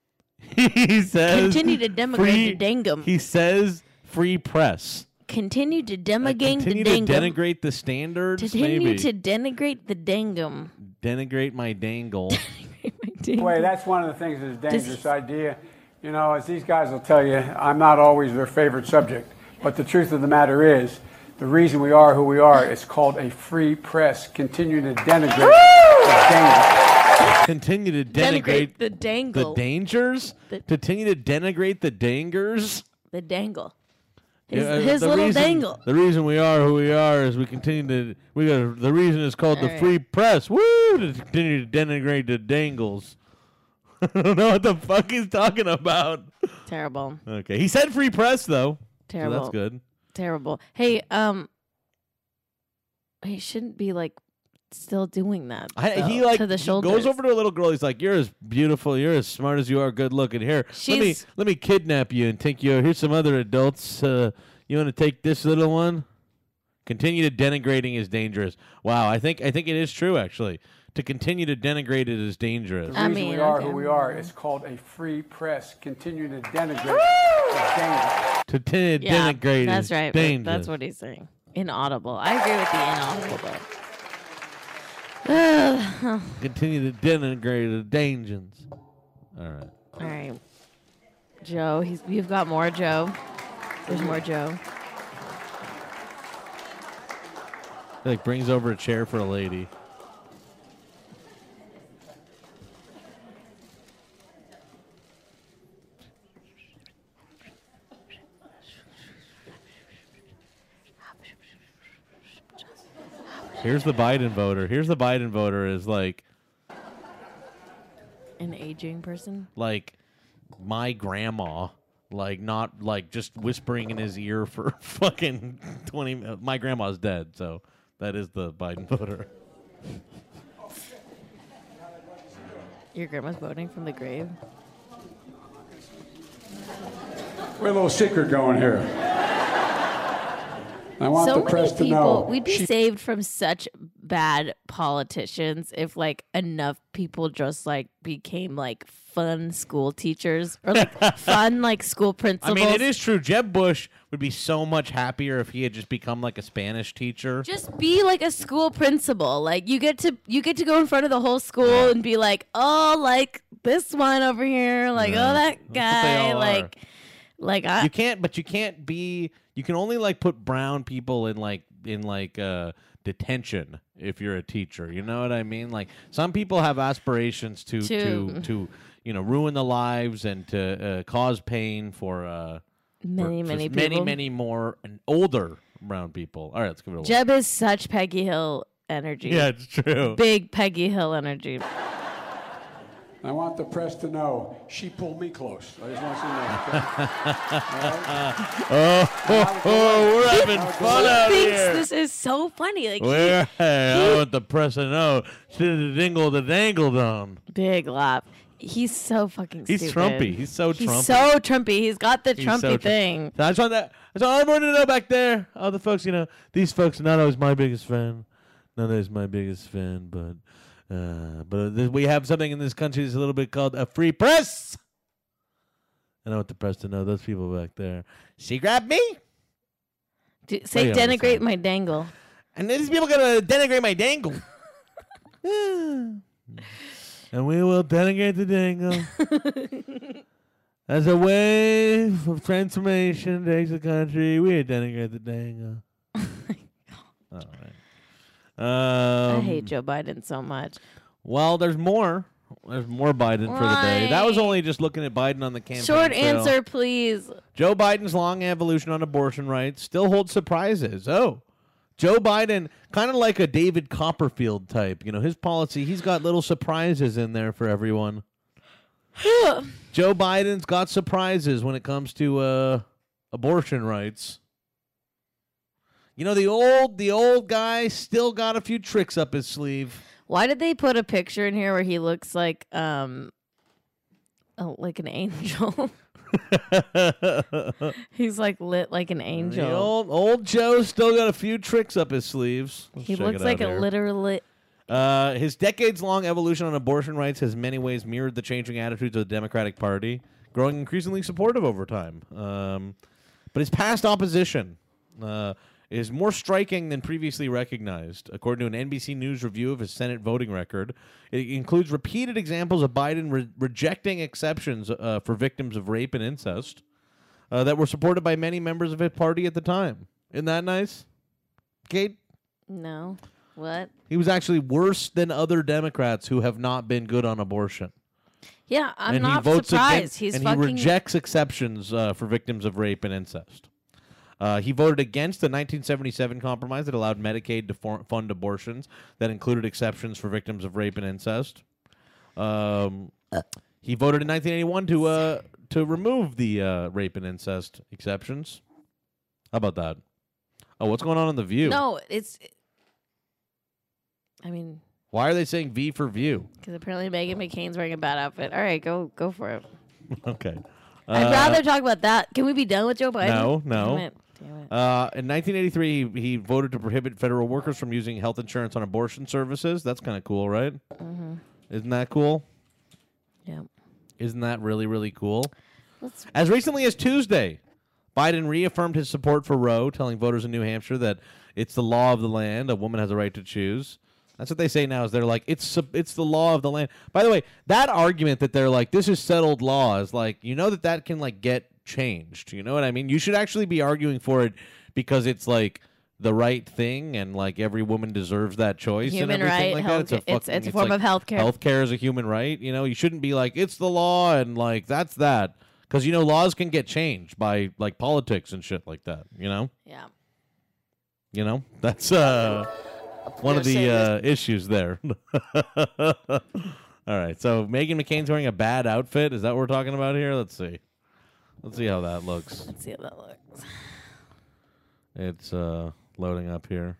A: he says,
B: Continue to
A: free-
B: denigrate the dangum.
A: He says, "Free press."
B: Continue to demigate
A: Continue
B: the
A: to
B: dangum.
A: denigrate the standards.
B: Continue
A: maybe
B: to denigrate the dangum.
A: denigrate my dangle.
D: Wait, that's one of the things that's dangerous idea. You know, as these guys will tell you, I'm not always their favorite subject. But the truth of the matter is, the reason we are who we are is called a free press. Continue to denigrate is dangerous.
A: continue to denigrate,
B: Denigrate the dangle.
A: the dangers.
B: The-
A: continue to denigrate the dangers.
B: The dangle. His,
A: Yeah, uh,
B: his
A: the
B: little
A: reason-
B: dangle.
A: The reason we are who we are is we continue to we got the reason it's called the
B: All right.
A: free press. Woo! To continue to denigrate the dangles. I don't know what the fuck he's talking about.
B: Terrible.
A: Okay, he said free press though.
B: Terrible.
A: So that's good.
B: Terrible. Hey, um, he shouldn't be like still doing that.
A: I, he
B: though,
A: like
B: to the
A: he
B: shoulders.
A: goes over to a little girl. He's like, "You're as beautiful. You're as smart as you are. Good looking. Here, let me
B: She's-
A: let me kidnap you and take you. Here's some other adults. Uh, you want to take this little one? Continue to denigrating is dangerous. Wow, I think I think it is true actually. To continue to denigrate it is
D: The
A: dangerous.
D: reason we are who we are is called a free press. Continue to denigrate is dangerous.
A: to ten-
B: yeah,
A: denigrate
B: That's
A: is
B: right. but
A: dangerous.
B: That's what he's saying. Inaudible. I agree with the inaudible,
A: Continue to denigrate the dangers. All right.
B: but all right. Joe, he's you've got more Joe. There's more Joe.
A: He, like brings over a chair for a lady. Here's the Biden voter. Here's the Biden voter is like
B: An aging person.
A: like my grandma like not like just whispering in his ear for fucking 20 mi- my grandma's dead so that is the Biden voter.
B: Your grandma's voting from the grave.
D: We're a little secret going here. I want
B: so
D: the press
B: many
D: to
B: people
D: know.
B: we'd be saved from such bad politicians if like enough people just like became like fun school teachers or like fun like school
A: I
B: principals
A: mean it is true Jeb Bush would be so much happier if he had just become like a Spanish teacher.
B: just be like a school principal like you get to you get to go in front of the whole school and be like oh like this one over here like
A: Yeah.
B: oh that
A: That's what they all
B: guy
A: are.
B: like like I,
A: you can't but you can't be You can only like put brown people in like in like uh, detention if you're a teacher. You know what I mean? Like some people have aspirations to
B: To-
A: to to, you know ruin the lives and to uh, cause pain for uh,
B: Many,
A: for- for many
B: many people.
A: many more and older brown people. All right, let's give it a
B: Jeb is such Peggy Hill energy.
A: Yeah, it's true.
B: Big Peggy Hill energy.
D: I want the press to know she pulled me close. I just want to see that. okay?
A: oh, oh, oh, we're
D: He-
A: having fun
D: he
A: out
D: thinks
A: here.
B: This is so funny. Like
A: Where
B: he-
A: I want the press to know. Should the dingle the dangle down.
B: big lop. He's so fucking.
A: He's
B: stupid.
A: Trumpy. He's so
B: He's
A: Trumpy.
B: so Trumpy. He's got the
A: He's
B: Trumpy
A: so Trump-
B: thing.
A: So I just want that. I just want everyone to know back there. All the folks, you know, these folks. Not always my biggest fan. Not always my biggest fan, but uh, but th- we have something in this country that's a little bit called a free press. And I want the press to know those people back there. She grabbed me.
B: Do- say
A: Wait, I'm
B: denigrate my dangle.
A: And these people gonna denigrate my dangle. and we will delegate the dangle as a wave of transformation takes the country. We delegate the dangle. All right. Um,
B: I hate Joe Biden so much.
A: Well, there's more. There's more Biden for the day. That was
B: Right.
A: only just looking at Biden on the campaign.
B: Short
A: trail.
B: answer, please.
A: Joe Biden's long evolution on abortion rights still holds surprises. Oh, Joe Biden, kind of like a David Copperfield type. You know, his policy, he's got little surprises in there for everyone. Joe Biden's got surprises when it comes to uh, abortion rights. You know, the old the old guy still got a few tricks up his sleeve.
B: Why did they put a picture in here where he looks like um a, like an angel? He's like lit like an
A: The
B: angel.
A: old old Joe's still got a few tricks up his sleeves. Let's
B: He
A: check
B: looks
A: it
B: like
A: out
B: a
A: here.
B: literally
A: Uh, his decades-long evolution on abortion rights has in many ways mirrored the changing attitudes of the Democratic Party, growing increasingly supportive over time. Um, but his past opposition uh, is more striking than previously recognized, according to an NBC News review of his Senate voting record. It includes repeated examples of Biden re- rejecting exceptions uh, for victims of rape and incest uh, that were supported by many members of his party at the time. Isn't that nice, Kate?
B: no. What?
A: He was actually worse than other Democrats who have not been good on abortion.
B: Yeah, I'm
A: and
B: not
A: he votes
B: surprised.
A: Against,
B: He's
A: and
B: fucking
A: he rejects exceptions uh, for victims of rape and incest. Uh, he voted against the 1977 compromise that allowed Medicaid to for- fund abortions that included exceptions for victims of rape and incest. Um, he voted in 1981 to uh, to remove the uh, rape and incest exceptions. How about that? Oh, what's going on in the View?
B: No, it's I mean,
A: Why are they saying V for View?
B: cuz apparently Megan McCain's wearing a bad outfit. All right, go go for it.
A: okay.
B: I'd
A: Uh,
B: rather talk about that. Can we be done with Joe Biden?
A: No, no.
B: Damn it. Damn it.
A: Uh, in 1983, he, he voted to prohibit federal workers from using health insurance on abortion services. That's kind of cool, right?
B: Mm-hmm.
A: Isn't that cool?
B: Yep.
A: Isn't that really, really cool?
B: Let's-
A: As recently as Tuesday, Biden reaffirmed his support for Roe, telling voters in New Hampshire that it's the law of the land. A woman has a right to choose. That's what they say now. Is they're like it's sup- it's the law of the land. By the way, that argument that they're like this is settled law is like you know that that can like get changed. You know what I mean? You should actually be arguing for it because it's like the right thing and like every woman deserves that choice
B: Human
A: and everything
B: right,
A: like
B: health-
A: that. It's a
B: it's-
A: fucking-
B: it's a form
A: like
B: of healthcare.
A: Healthcare is a human right. You know, you shouldn't be like it's the law and like that's that because you know laws can get changed by like politics and shit like that. You know.
B: Yeah.
A: You know, that's uh, one of
B: gonna say
A: the
B: this-
A: uh, issues there. All right, so Megan McCain's wearing a bad outfit. Is that what we're talking about here? Let's see. Let's see how that looks.
B: Let's see how that looks.
A: It's uh, loading up here.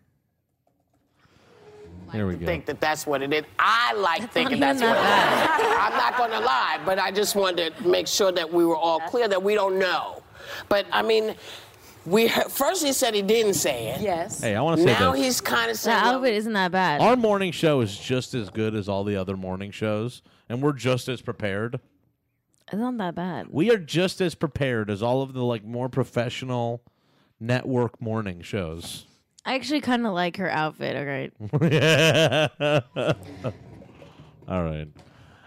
A: Here we go.
H: think that that's what it is. I like thinking
B: not
H: that's
B: even
H: what it is. I'm not going to lie, but I just wanted to make sure that we were all clear that we don't know. But I mean, we heard, first he said he didn't say it. Yes.
A: Hey, I wanna say
H: now
A: this.
H: he's kind of
B: The
H: saying. well,
B: outfit isn't that bad.
A: Our morning show is just as good as all the other morning shows, and we're just as prepared.
B: It's not that bad.
A: We are just as prepared as all of the like more professional network morning shows.
B: I actually kind of like her outfit. All right.
A: Mm. All right.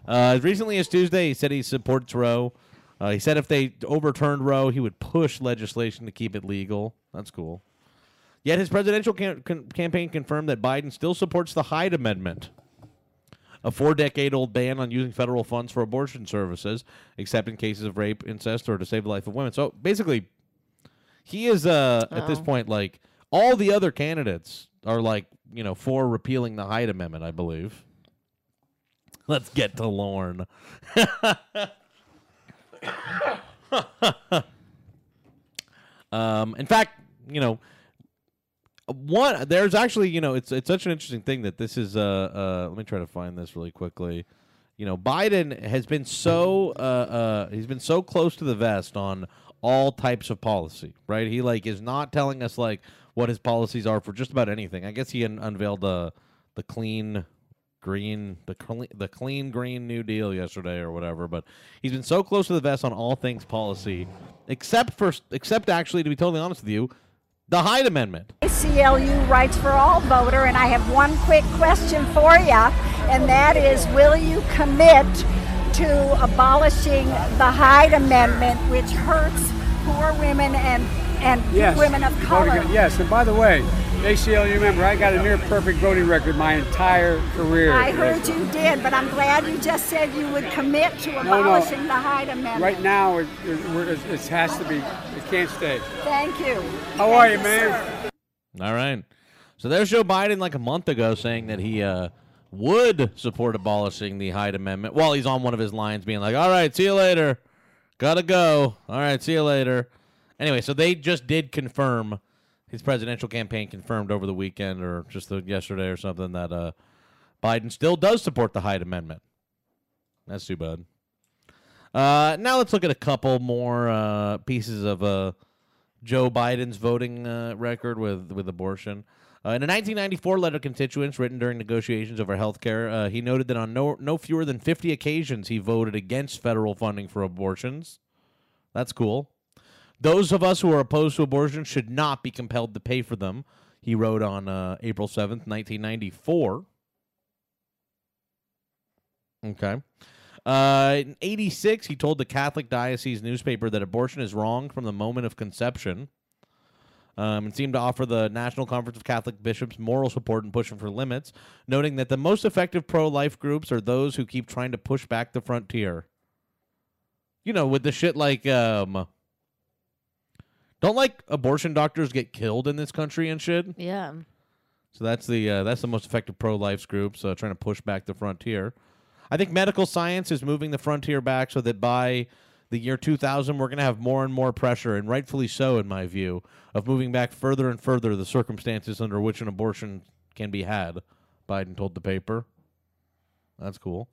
A: Uh, as recently as Tuesday, he said he supports Roe. Uh, he said if they overturned Roe, he would push legislation to keep it legal. That's cool. Yet his presidential cam- con- campaign confirmed that Biden still supports the Hyde Amendment, a four decade old ban on using federal funds for abortion services, except in cases of rape, incest, or to save the life of women. So basically, he is uh, at this
O: Oh.
A: point like all the other candidates are like, you know, for repealing the Hyde Amendment, I believe. Let's get to Lorne. Um, in fact, you know, one there's actually you know it's it's such an interesting thing that this is uh uh let me try to find this really quickly. You know, Biden has been so uh, uh he's been so close to the vest on all types of policy, right? He like is not telling us like what his policies are for just about anything. I guess he un- unveiled the the clean green the clean the clean green new deal yesterday or whatever but he's been so close to the vest on all things policy except for except actually to be totally honest with you the hyde amendment
P: ACLU Rights for All voter, and I have one quick question for you, and that is will you commit to abolishing the Hyde Amendment, which hurts poor women and, and
D: Yes.
P: women of
D: You voted
P: color?
D: again. Yes. And by the way, ACLU member, I got a near perfect voting record my entire career.
P: I heard you did, but I'm glad you just said you would commit to
D: no.
P: abolishing the Hyde Amendment.
D: Right now, it, it, we're- it, it has to be. It can't stay.
P: Thank you.
D: How are
P: Thank
D: you, man?
P: sir.
A: all right so there's joe biden like a month ago saying that he uh would support abolishing the hyde amendment while he's on one of his lines being like all right see you later gotta go all right see you later anyway so they just did confirm his presidential campaign confirmed over the weekend or just the, yesterday or something that uh biden still does support the hyde amendment That's too bad. Uh, now let's look at a couple more uh, pieces of uh, Joe Biden's voting uh, record with with abortion. Uh, in a 1994 letter to constituents written during negotiations over health care, uh, he noted that on no, no fewer than 50 occasions he voted against federal funding for abortions. That's cool. Those of us who are opposed to abortion should not be compelled to pay for them, he wrote on uh, April 7th, 1994. Okay. Uh, in 86, he told the Catholic Diocese newspaper that abortion is wrong from the moment of conception um, and seemed to offer the National Conference of Catholic Bishops moral support in pushing for limits, noting that the most effective pro life groups are those who keep trying to push back the frontier. You know, with the shit like, um, don't like abortion doctors get killed in this country and shit?
B: Yeah.
A: So that's the uh, that's the most effective pro-life groups uh, trying to push back the frontier. I think medical science is moving the frontier back so that by the year 2000 we're going to have more and more pressure and rightfully so in my view of moving back further and further the circumstances under which an abortion can be had. Biden told the paper. That's cool.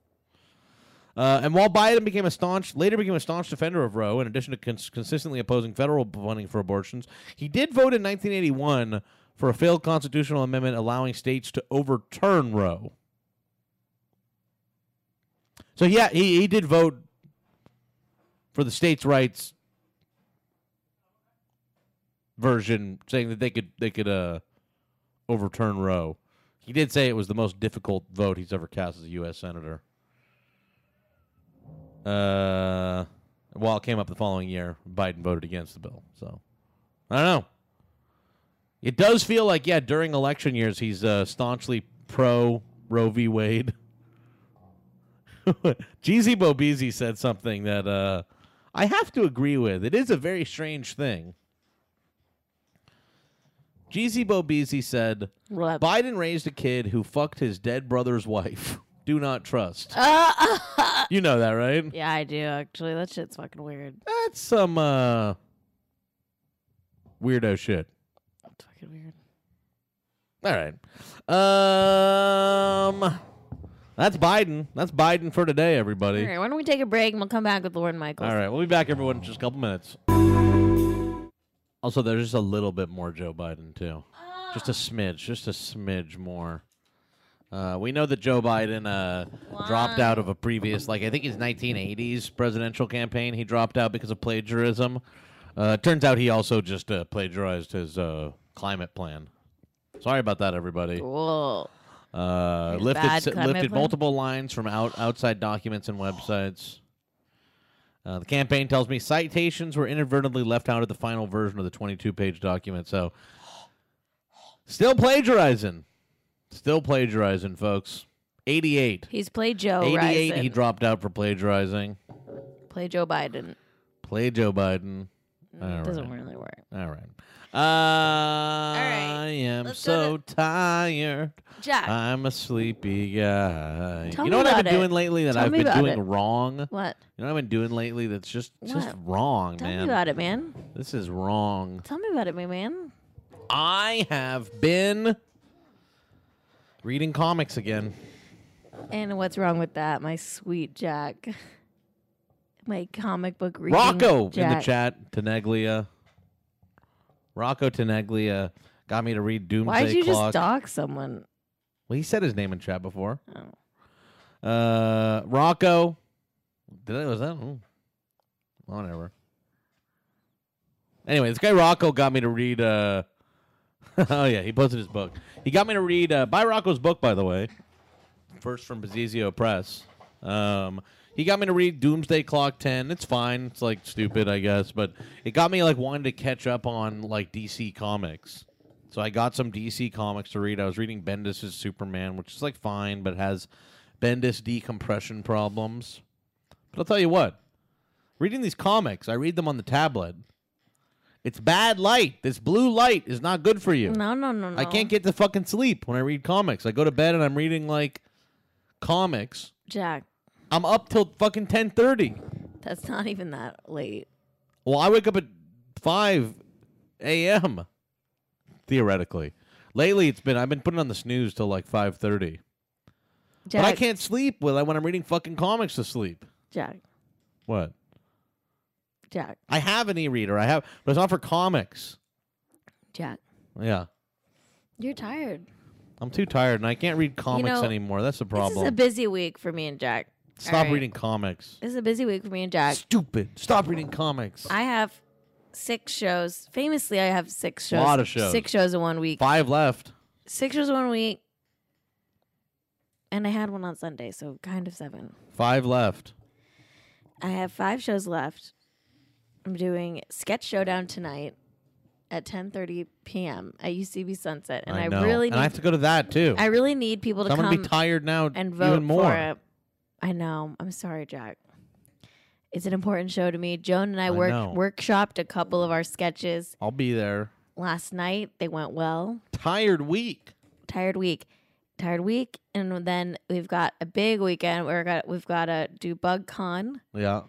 A: Uh, and while Biden became a staunch, later became a staunch defender of Roe, in addition to cons- consistently opposing federal funding for abortions, he did vote in 1981 for a failed constitutional amendment allowing states to overturn Roe. So yeah, he, he did vote for the states' rights version, saying that they could they could uh, overturn Roe. He did say it was the most difficult vote he's ever cast as a U.S. senator. Uh, while it came up the following year, Biden voted against the bill. So I don't know. It does feel like yeah, during election years, he's uh, staunchly pro Roe v. Wade. Jeezy Bobeezy said something that uh, I have to agree with. It is a very strange thing. Jeezy Bobeezy said, Biden raised a kid who fucked his dead brother's wife. Do not trust. you know that, right?
B: Yeah, I do actually. That shit's fucking weird.
A: That's some uh, weirdo shit.
B: Fucking weird.
A: All right. Um, that's Biden. That's Biden for today, everybody.
B: All right, why don't we take a break and we'll come back with Lauren Michaels.
A: All right, we'll be back, everyone, in just a couple minutes. Also, there's just a little bit more Joe Biden too, just a smidge, just a smidge more. Uh, we know that Joe Biden uh, dropped out of a previous, like I think his 1980s presidential campaign. He dropped out because of plagiarism. Uh, turns out he also just uh, plagiarized his uh, climate plan. Sorry about that, everybody.
B: Cool.
A: Uh,
B: Like
A: lifted
B: bad
A: s-
B: climate
A: lifted
B: plan?
A: multiple lines from out outside documents and websites. Uh, the campaign tells me citations were inadvertently left out of the final version of the 22 page document. So, still plagiarizing. Still plagiarizing, folks. 88.
B: He's played Joe.
A: 88, he
B: Ryzen.
A: dropped out for plagiarizing.
B: Play Joe Biden.
A: Play Joe Biden. All
B: It Mm, doesn't
A: right.
B: really work.
A: All right. Uh, I am so tired.
B: Jack.
A: I'm a sleepy guy.
B: Tell
A: you
B: me
A: know what I've
B: about
A: been doing
B: it.
A: lately that
B: Tell
A: I've
B: me
A: been
B: about
A: doing
B: it.
A: wrong?
B: What?
A: You know what I've been doing lately that's just just
B: What?
A: wrong,
B: Tell
A: man.
B: me about it, man.
A: This is wrong.
B: Tell me about it, my man.
A: I have been reading comics again.
B: And what's wrong with that, my sweet Jack? My comic book reading.
A: Rocco in the
B: Jack.
A: chat, Tenaglia. Rocco Tenaglia got me to read Doomsday
B: Why'd you
A: Clock.
B: just dock someone?
A: Well, he said his name in chat before. Uh, Rocco. Did I was that? Oh, whatever. Anyway, this guy Rocco got me to read. Uh, oh yeah, he posted his book. He got me to read. Uh, buy Rocco's book, by the way. First from Bazizio Press. Um, he got me to read Doomsday Clock Ten. It's fine. It's like stupid, I guess, but it got me like wanting to catch up on like DC comics. So I got some DC comics to read. I was reading Bendis's Superman, which is like fine, but has Bendis decompression problems. But I'll tell you what, reading these comics, I read them on the tablet. It's bad light. This blue light is not good for you.
B: No, no, no, no.
A: I can't get to fucking sleep when I read comics. I go to bed and I'm reading like comics.
B: Jack,
A: I'm up till fucking ten thirty.
B: that's not even that late.
A: Well, I wake up at 5 a.m. theoretically. Lately, it's been I've been putting on the snooze till like 5:30. But I
B: Jack.
A: can't sleep when I when I'm reading fucking comics to sleep.
B: Jack,
A: What?
B: Jack,
A: I have an e-reader. I have, but it's not for comics.
B: Jack.
A: Yeah,
B: You're tired.
A: I'm too tired and I can't read comics
B: know,
A: anymore. That's the
B: This is a
A: problem.
B: busy week for me and Jack.
A: Stop
B: Alright.
A: reading comics.
B: This is a busy week for me and Jack.
A: Stupid. Stop reading comics.
B: I have six shows. Famously, I have six shows.
A: Lot of shows.
B: Six shows in one week.
A: Five left.
B: Six shows in one week. And I had one on Sunday, so kind of seven.
A: Five left.
B: I have five shows left. I'm doing Sketch Showdown tonight at 10:30 p.m. at UCB Sunset, and I,
A: know.
B: really need
A: and I have to go to that too.
B: I really need people to
A: So I'm
B: come
A: gonna be tired now
B: and
A: even
B: vote
A: more.
B: for it. I know. I'm sorry, Jack. It's an important show to me. Joan and I,
A: I
B: work
A: know.
B: workshopped a couple of our sketches
A: I'll be there.
B: last night. They went well.
A: Tired week.
B: Tired week. Tired week, and then we've got a big weekend. We're got we've got to do Bug Con,
A: Yeah.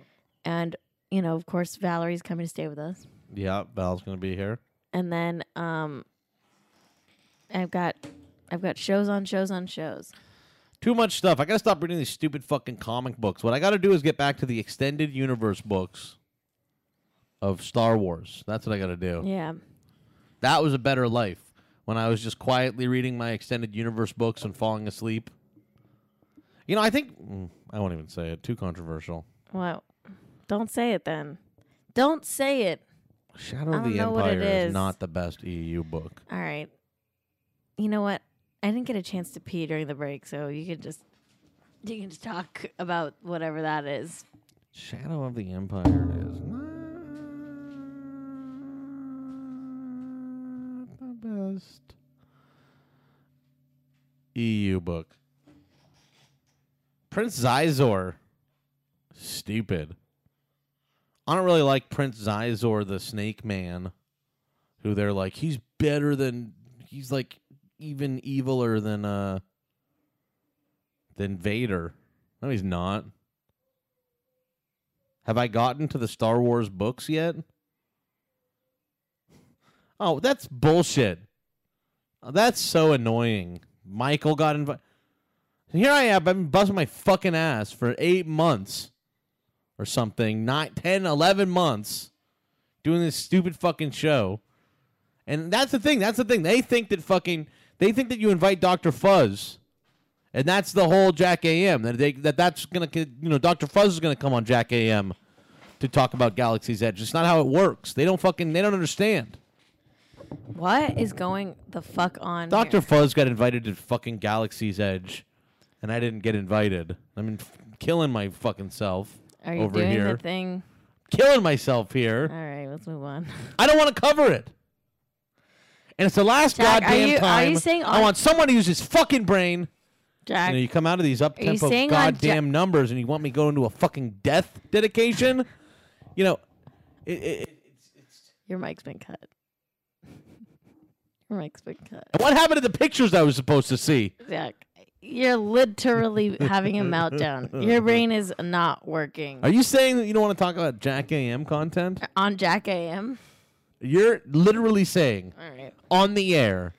B: and you know, of course, Valerie's coming to stay with us.
A: Yeah, Val's gonna be here.
B: and then um i've got i've got shows on shows on shows
A: Too much stuff. I gotta stop reading these stupid fucking comic books. What I gotta do is get back to the extended universe books of Star Wars. That's what I gotta do.
B: yeah
A: That was a better life when I was just quietly reading my extended universe books and falling asleep. You know, I think mm, I won't even say it. Too controversial.
B: well don't say it then don't say it
A: Shadow
B: I
A: of
B: don't
A: the
B: know what it
A: Empire is
B: is.
A: not the best EU book.
B: all right you know what i didn't get a chance to pee during the break so you can just you can just talk about whatever that is
A: Shadow of the Empire is not the best EU book. Prince Zizor. Stupid. I don't really like Prince Zizor, the snake man, who they're like, he's better than, he's like even eviler than, uh, than Vader. No, he's not. Have I gotten to the Star Wars books yet? Oh, that's bullshit. Oh, That's so annoying. Michael got invited. Here I am. I've been busting my fucking ass for eight months or something, not 10, 11 months doing this stupid fucking show. And that's the thing. That's the thing. They think that fucking, they think that you invite Dr. Fuzz. And that's the whole Jack AM. That they that that's gonna co- you know Doctor Fuzz is gonna come on Jack AM to talk about Galaxy's Edge. It's not how it works. They don't fucking they don't understand.
B: what is going the fuck on
A: Doctor
B: here?
A: Fuzz got invited to fucking Galaxy's Edge, and I didn't get invited. I mean, f- killing my fucking self.
B: Are you
A: over
B: doing
A: here.
B: the thing?
A: Killing myself
B: All
A: here.
B: right, let's move on.
A: I don't want to cover it. And it's the last
B: Jack, are
A: goddamn
B: you- are
A: time.
B: you saying
A: I
B: on-
A: want someone to use his fucking brain.
B: Jack,
A: You, know, you come out of these up tempo
B: saying on Ja-
A: goddamn numbers, and you want me to go into a fucking death dedication? You know, it, it,
B: your mic's been cut. your mic's been cut.
A: And What happened to the pictures I was supposed to see?
B: Jack, you're literally having a meltdown. Your brain is not working.
A: Are you saying that you don't want to talk about Jack AM content?
B: On Jack AM?
A: You're literally saying
B: All right.
A: on the air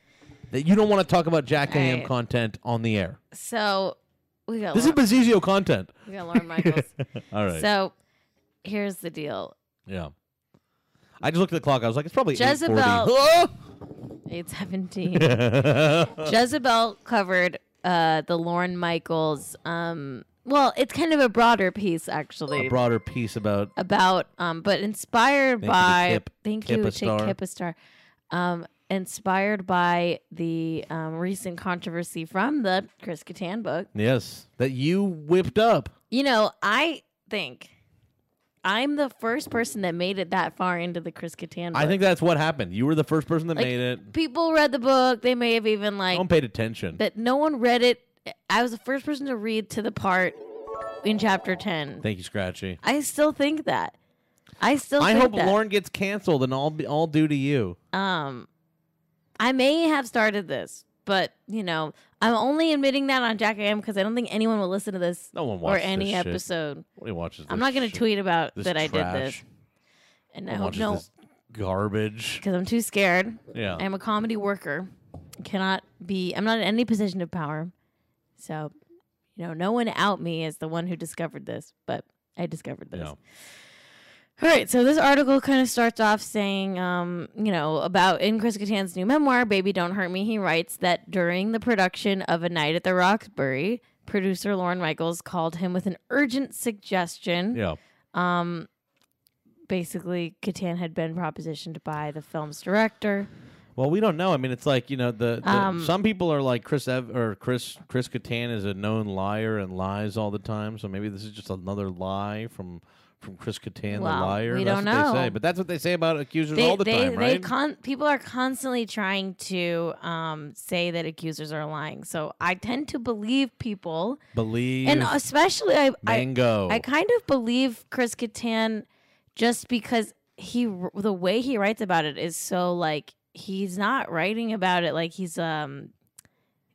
A: that you don't want to talk about Jack AM
B: Alright.
A: content on the air.
B: So we got
A: This is
B: Lau-
A: Bazizio content.
B: we got Lauren Michaels.
A: All right.
B: So here's the deal.
A: yeah. I just looked at the clock. I was like, it's probably
B: Jezebel
A: 8:40.
B: eight seventeen. Jezebel covered uh the Lauren Michaels um well, it's kind of a broader piece actually.
A: a broader piece about
B: about um but
A: Thank
B: inspired
A: you to
B: by
A: Kip.
B: thank
A: Kip
B: you
A: a
B: to
A: star.
B: Kip a star um inspired by the um recent controversy from the Chris Kattan book
A: yes that you whipped up.
B: you know I think I'm the first person that made it that far into the Chris Kattan book
A: I think that's what happened. You were the first person that
B: Like,
A: made it.
B: people read the book they may have even like
A: No one paid attention.
B: that no one read it I was the first person to read to the part in chapter 10
A: Thank you, Scratchy.
B: I still think that I still
A: I
B: think
A: hope
B: that.
A: Lauren gets canceled and all be- all due to you.
B: Um, I may have started this, but you know, I'm only admitting that on Jack AM because I don't think anyone will listen to this
A: No one
B: or
A: watches this
B: any
A: shit.
B: episode.
A: Nobody watches.
B: I'm
A: this
B: not going
A: shit.
B: to tweet about
A: This
B: that I did this,
A: trash.
B: and
A: No
B: I
A: one
B: hope
A: watches
B: no,
A: this garbage.
B: because I'm too scared.
A: Yeah.
B: I'm a comedy worker. I cannot be. I'm not in any position of power, so you know, no one out me as the one who discovered this, but I discovered this.
A: Yeah.
B: All right, so this article kind of starts off saying, um, you know, about in Chris Kattan's new memoir, Baby Don't Hurt Me, he writes that during the production of A Night at the Roxbury, producer Lauren Michaels called him with an urgent suggestion.
A: Yeah.
B: Um, basically, Kattan had been propositioned by the film's director.
A: Well, we don't know. I mean, it's like you know the, the
B: Um,
A: some people are like Chris Ev- or Chris Chris Kattan is a known liar and lies all the time. So maybe this is just another lie from from Chris Kattan
B: Well,
A: the liar.
B: we
A: that's
B: don't
A: what they say.
B: know.
A: But that's what they say about accusers
B: They,
A: all the
B: they,
A: time,
B: they
A: right?
B: con- people are constantly trying to um, say that accusers are lying. So I tend to believe people.
A: Believe
B: and especially I,
A: mango.
B: I I kind of believe Chris Kattan just because he wr- the way he writes about it is so like he's not writing about it like he's um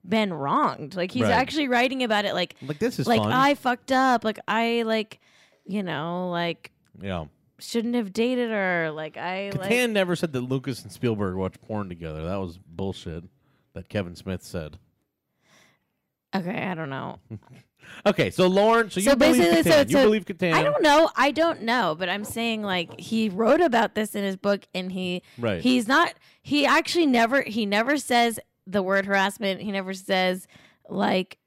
B: been wronged like he's
A: Right.
B: actually writing about it like
A: like this is
B: like
A: fun.
B: I fucked up like I like you know like
A: yeah.
B: shouldn't have dated her like I
A: Kattan
B: like
A: never said that Lucas and Spielberg watched porn together. That was bullshit. That Kevin Smith said.
B: okay I don't know
A: Okay, so Lauren, so you believe Kattan. you believe Kattan.
B: I don't know. I don't know, but I'm saying like he wrote about this in his book, and he
A: Right.
B: he's not. He actually never he never says the word harassment. He never says like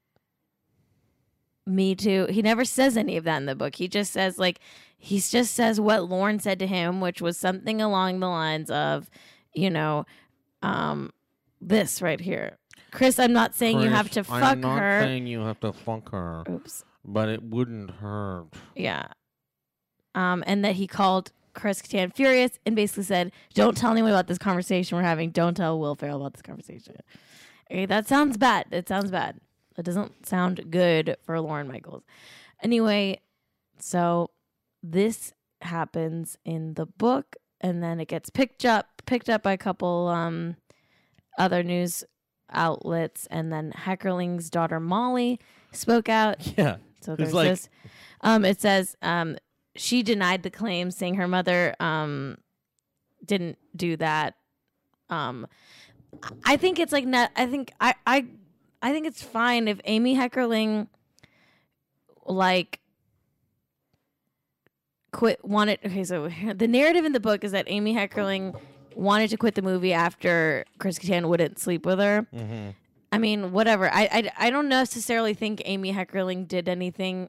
B: me too. He never says any of that in the book. He just says like he just says what Lauren said to him, which was something along the lines of, you know, um, this right here. Chris, I'm not saying you have to
A: Chris,
B: fuck
A: I'm not
B: her.
A: saying you have to fuck her.
B: Oops.
A: But it wouldn't hurt.
B: Yeah. Um, and that he called Chris Kattan furious and basically said, "Don't tell anyone about this conversation we're having. Don't tell Will Ferrell about this conversation." Okay, that sounds bad. That sounds bad. That doesn't sound good for Lauren Michaels. Anyway, so this happens in the book, and then it gets picked up picked up by a couple um, other news outlets, and then Hackerling's daughter Molly spoke out.
A: Yeah.
B: So
A: It's
B: there's
A: like-
B: this. Um, it says um, she denied the claim, saying her mother um, didn't do that. Um, I- I think it's like not. I think I I I think it's fine if Amy Heckerling like quit wanted okay so the narrative in the book is that amy heckerling wanted to quit the movie after chris Kattan wouldn't sleep with her
A: Mhm.
B: I mean, whatever. I, I, I don't necessarily think Amy Heckerling did anything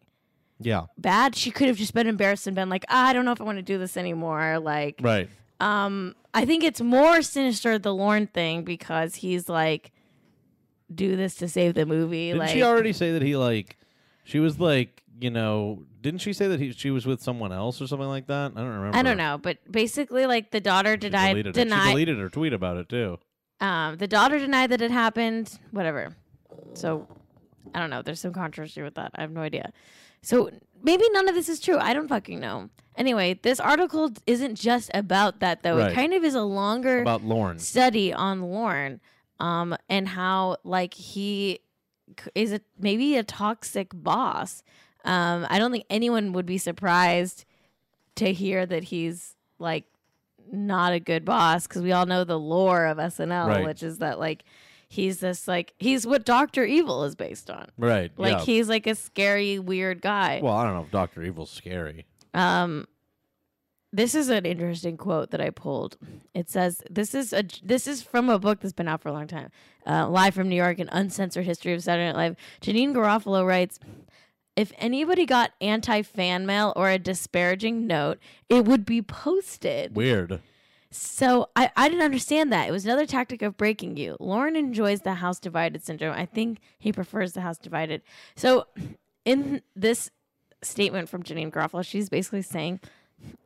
A: Yeah.
B: bad. She could have just been embarrassed and been like, "Ah, I don't know if I want to do this anymore. Like,
A: Right.
B: um, I think it's more sinister the Lorne thing because he's like, do this to save the movie.
A: Didn't
B: like,
A: she already say that he like? She was like you know, didn't she say that he, she was with someone else or something like that? I don't remember.
B: I don't know, but basically, like the daughter
A: She
B: denied
A: deleted it. She
B: denied
A: deleted her tweet about it too.
B: um, the daughter denied that it happened. Whatever. So I don't know. There's some controversy with that. I have no idea. So maybe none of this is true. I don't fucking know. Anyway, this article d- isn't just about that though.
A: Right.
B: It kind of is a longer
A: About Lorne.
B: study on Lorne, um, and how like he c- is a maybe a toxic boss. Um, I don't think anyone would be surprised to hear that he's like not a good boss because we all know the lore of SNL,
A: Right.
B: which is that like he's this like he's what Doctor Evil is based on.
A: Right.
B: Like
A: yeah.
B: he's like a scary, weird guy.
A: Well, I don't know if Doctor Evil's scary.
B: Um, this is an interesting quote that I pulled. It says, "This is a this is from a book that's been out for a long time, uh, live from New York, an uncensored history of Saturday Night Live." Janine Garofalo writes. If anybody got anti fan mail or a disparaging note, it would be posted.
A: Weird.
B: So I, I didn't understand that. It was another tactic of breaking you. Lauren enjoys the house divided syndrome. I think he prefers the house divided. So in this statement from Janine Garofalo, she's basically saying,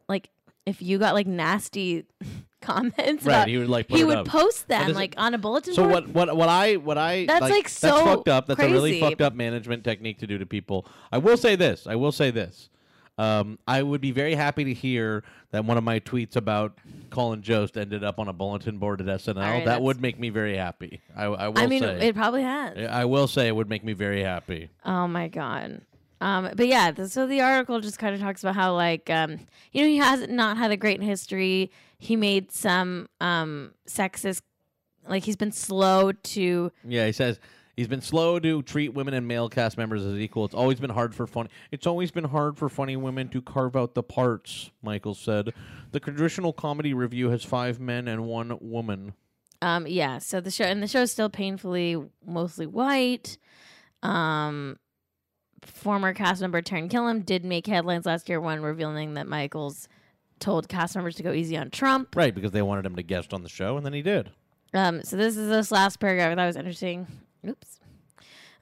B: like, if you got like nasty comments,
A: Right,
B: about-
A: he would, like, put
B: he
A: it
B: would
A: up.
B: post
A: That
B: them
A: doesn't-
B: like on a bulletin
A: So
B: board.
A: what? What? What I? What I?
B: That's, like,
A: that's
B: so
A: fucked up. That's a really
B: crazy.
A: fucked up management technique to do to people. I will say this. I will say this. Um, I would be very happy to hear that one of my tweets about Colin Jost ended up on a bulletin board at SNL.
B: right,
A: that
B: that's-
A: would make me very happy. I, I will
B: I mean,
A: say.
B: it probably has.
A: I will say it would make me very happy.
B: Oh my god. Um, but yeah, th- so the article just kind of talks about how like um, you know he has not had a great history. He made some um, sexist, like he's been slow to
A: Yeah, he says he's been slow to treat women and male cast members as equal. It's always been hard for funny. It's always been hard for funny women to carve out the parts. Michael said, "The traditional comedy review has five men and one woman."
B: Um, yeah. So the show and the show is still painfully mostly white. Um, former cast member Taryn Killam did make headlines last year when revealing that Michaels told cast members to go easy on Trump.
A: Right, because they wanted him to guest on the show, and then he did.
B: Um, so this is this last paragraph that was interesting. Oops.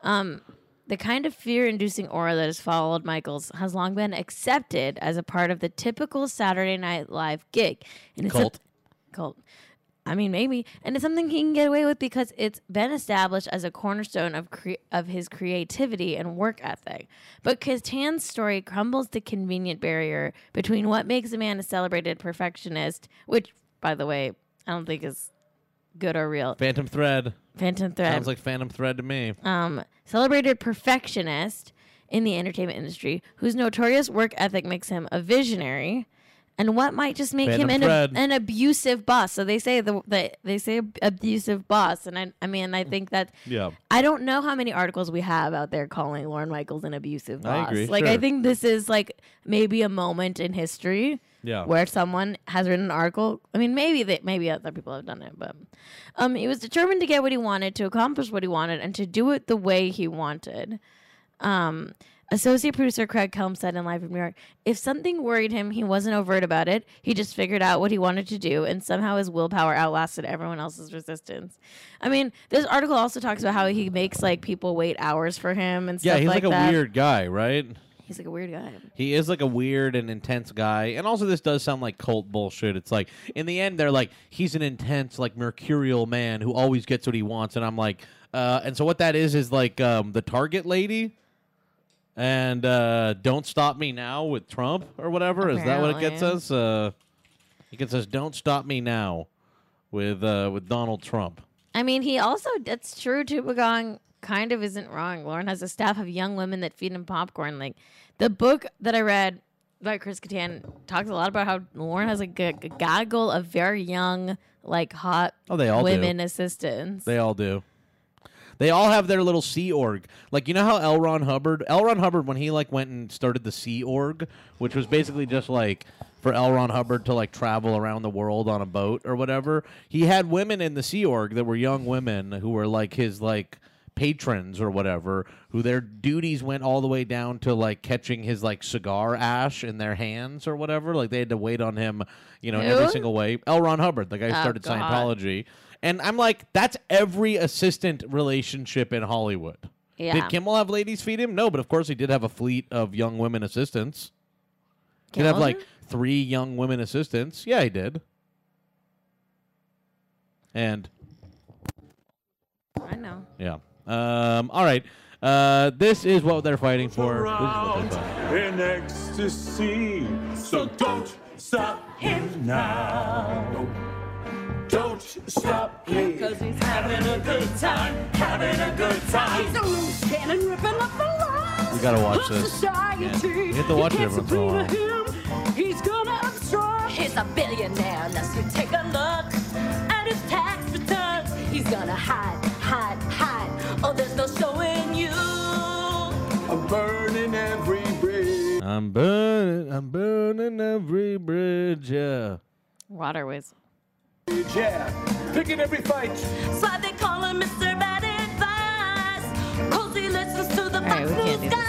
B: Um, the kind of fear-inducing aura that has followed Michaels has long been accepted as a part of the typical Saturday Night Live gig, and it's a-
A: Cult.
B: cult. I mean, maybe, and it's something he can get away with because it's been established as a cornerstone of cre- of his creativity and work ethic. But Katan's story crumbles the convenient barrier between what makes a man a celebrated perfectionist, which, by the way, I don't think is good or real.
A: Phantom Thread.
B: Phantom Thread.
A: sounds like Phantom Thread to me.
B: um, celebrated perfectionist in the entertainment industry whose notorious work ethic makes him a visionary and what might just make
A: Phantom
B: him an,
A: Thread.
B: ab- an ab- abusive boss so they say the, the they say ab- abusive boss and I, I mean i think that
A: Yeah.
B: i don't know how many articles we have out there calling lauren michaels an abusive
A: I
B: boss
A: agree,
B: like i
A: sure.
B: think this is like maybe a moment in history
A: Yeah.
B: where someone has written an article. I mean, maybe that maybe other people have done it, but um, he was determined to get what he wanted, to accomplish what he wanted, and to do it the way he wanted. Um, associate producer Craig Kelm said in Live from New York, if something worried him, he wasn't overt about it. He just figured out what he wanted to do, and somehow his willpower outlasted everyone else's resistance. I mean, this article also talks about how he makes like people wait hours for him and
A: Yeah,
B: stuff
A: he's like,
B: like,
A: a
B: that.
A: weird guy, right?
B: He's like a weird guy.
A: He is like a weird and intense guy. And also, this does sound like cult bullshit. It's like, in the end, they're like, he's an intense, like, mercurial man who always gets what he wants. And I'm like, uh, and so what that is is like um, the Target lady and uh, Don't Stop Me Now with Trump or whatever. Is that what it gets
B: Apparently.
A: us? Uh, it gets us Don't Stop Me Now with, uh, with Donald Trump.
B: I mean, he also, that's true, Tubagong kind of isn't wrong. Lauren has a staff of young women that feed him popcorn. Like, the book that I read by Chris Kattan talks a lot about how Lauren has like, a, g- gaggle of very young, like, hot
A: Oh, they all do.
B: women assistants.
A: They all do. They all have their little Sea Org. Like you know how L. Ron Hubbard, L. Ron Hubbard, when he like went and started the Sea Org, which was basically just like for L. Ron Hubbard to like travel around the world on a boat or whatever. He had women in the Sea Org that were young women who were like his like patrons or whatever, who their duties went all the way down to like catching his like cigar ash in their hands or whatever. Like they had to wait on him, you know, in every
O: Who?
A: single way. L. Ron Hubbard, the guy who
O: Oh,
A: started
O: God.
A: Scientology. And I'm like, that's every assistant relationship in Hollywood.
B: Yeah.
A: Did Kimmel have ladies feed him? No, but of course he did have a fleet of young women assistants. He did have
B: Kimmel
A: like three young women assistants. Yeah, he did. And
B: I know.
A: yeah. Um, all right. Uh, this is what they're fighting for. This is what they're fighting.
G: in ecstasy. So don't stop him now. Don't stop him. Cause he's having a good time. Having a good time.
O: He's a loose cannon ripping up the lies
A: You gotta watch
O: of
A: this.
O: Society.
A: Yeah. You have to watch it
O: you can't
A: every once in a while.
O: subpoena Him. He's gonna obstruct. He's a billionaire unless you take a look at his tax returns. He's gonna hide, hide, hide. Oh, there's no showing you.
G: I'm burning every bridge.
A: I'm burning, I'm burning every bridge. Yeah.
B: Waterways.
G: Yeah. Picking every fight.
O: So they call him Mr. Bad Advice. Cause he listens to the
B: All right, we can't do this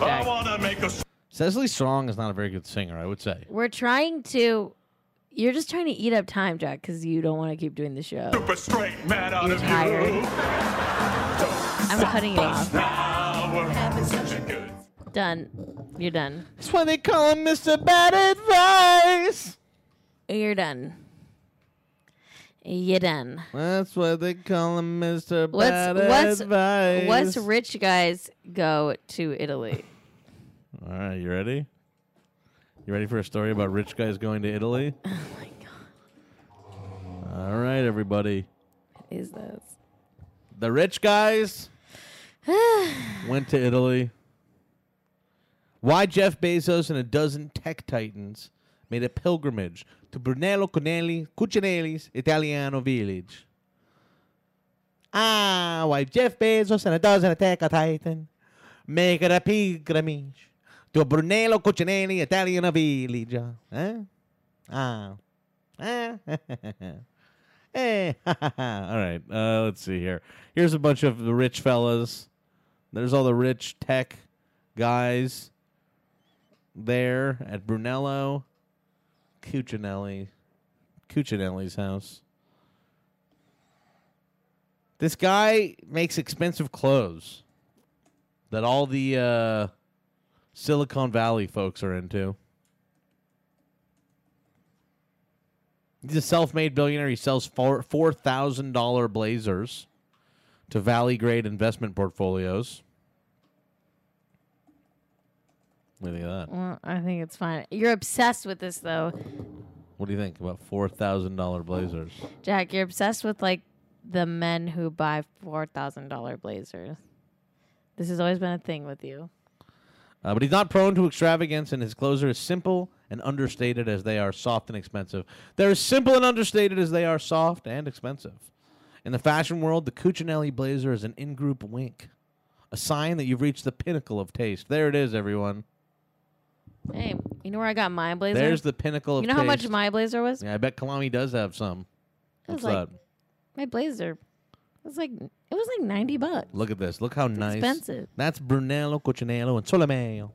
G: I
B: anymore.
G: wanna make a.
A: Cecily Strong is not a very good singer, I would say.
B: We're trying to. You're just trying to eat up time, Jack, because you don't want to keep doing the show.
G: Super straight man out of
B: tired.
G: you.
B: I'm cutting you off.
G: Now we're having such a good.
B: Done. You're done.
A: That's why they call him Mr. Bad Advice.
B: You're done. You're done.
A: That's why they call him Mr. Bad
B: What's what's
A: Advice.
B: what's rich guys go to Italy?
A: All right, you ready? You ready for a story about rich guys going to Italy? Oh my god. All right, everybody.
B: Is this?
A: The rich guys went to Italy. Why Jeff Bezos and a dozen tech titans made a pilgrimage to Brunello Cunelli, Cucinelli's Italiano village. Ah, why Jeff Bezos and a dozen tech titans make a pilgrimage to Brunello Cucinelli Italiano village. Eh? Ah. Eh? Eh. All right. Uh, let's see here. Here's a bunch of the rich fellas. There's all the rich tech guys there at Brunello Cucinelli Cucinelli's house. This guy makes expensive clothes that all the uh, Silicon Valley folks are into. He's a self-made billionaire. He sells four four thousand dollar blazers to Valley Grade investment portfolios. What do you think of that?
B: Well, I think it's fine. You're obsessed with this though,
A: What do you think about four thousand dollar blazers?
B: Jack. You're obsessed with like the men who buy four thousand dollar blazers. This has always been a thing with you.
A: Uh, but he's not prone to extravagance, and his clothes are as simple and understated as they are soft and expensive. They're as simple and understated as they are soft and expensive. In the fashion world, the Cuccinelli blazer is an in group wink, a sign that you've reached the pinnacle of taste. There it is, everyone.
B: Hey, you know where I got my blazer?
A: There's the pinnacle of
B: You know how much
A: taste.
B: my blazer was?
A: Yeah, I bet Kalami does have some.
B: It
A: What's
B: was like
A: that?
B: my blazer. It was like it was like ninety bucks.
A: Look at this. Look how nice.
B: expensive.
A: That's Brunello Cucinello and Solomeo.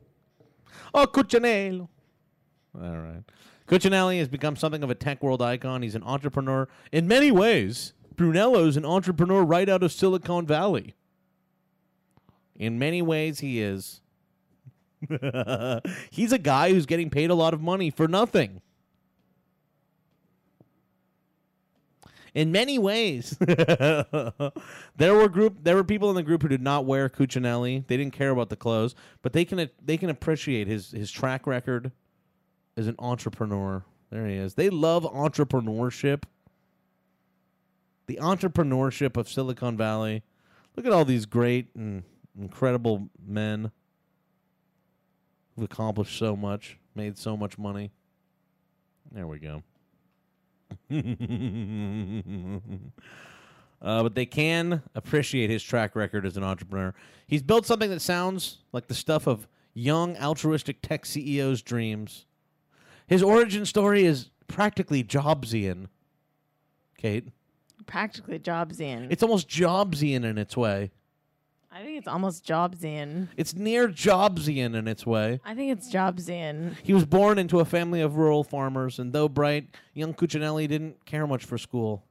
A: Oh, Cucinello. All right. Cucinelli has become something of a tech world icon. He's an entrepreneur in many ways. Brunello's an entrepreneur right out of Silicon Valley. In many ways, he is. He's a guy who's getting paid a lot of money for nothing. in many ways. there were group there were people in the group who did not wear Cuccinelli. They didn't care about the clothes, but they can they can appreciate his his track record as an entrepreneur. There he is. They love entrepreneurship. The entrepreneurship of Silicon Valley. Look at all these great and incredible men who've accomplished so much, made so much money. There we go. uh, but they can appreciate his track record as an entrepreneur. He's built something that sounds like the stuff of young, altruistic tech CEOs' dreams. His origin story is practically Jobsian, Kate.
B: Practically Jobsian.
A: It's almost Jobsian in its way.
B: I think it's almost Jobsian.
A: It's near Jobsian in its way.
B: I think it's Jobsian.
A: He was born into a family of rural farmers, and though bright, young Cuccinelli didn't care much for school.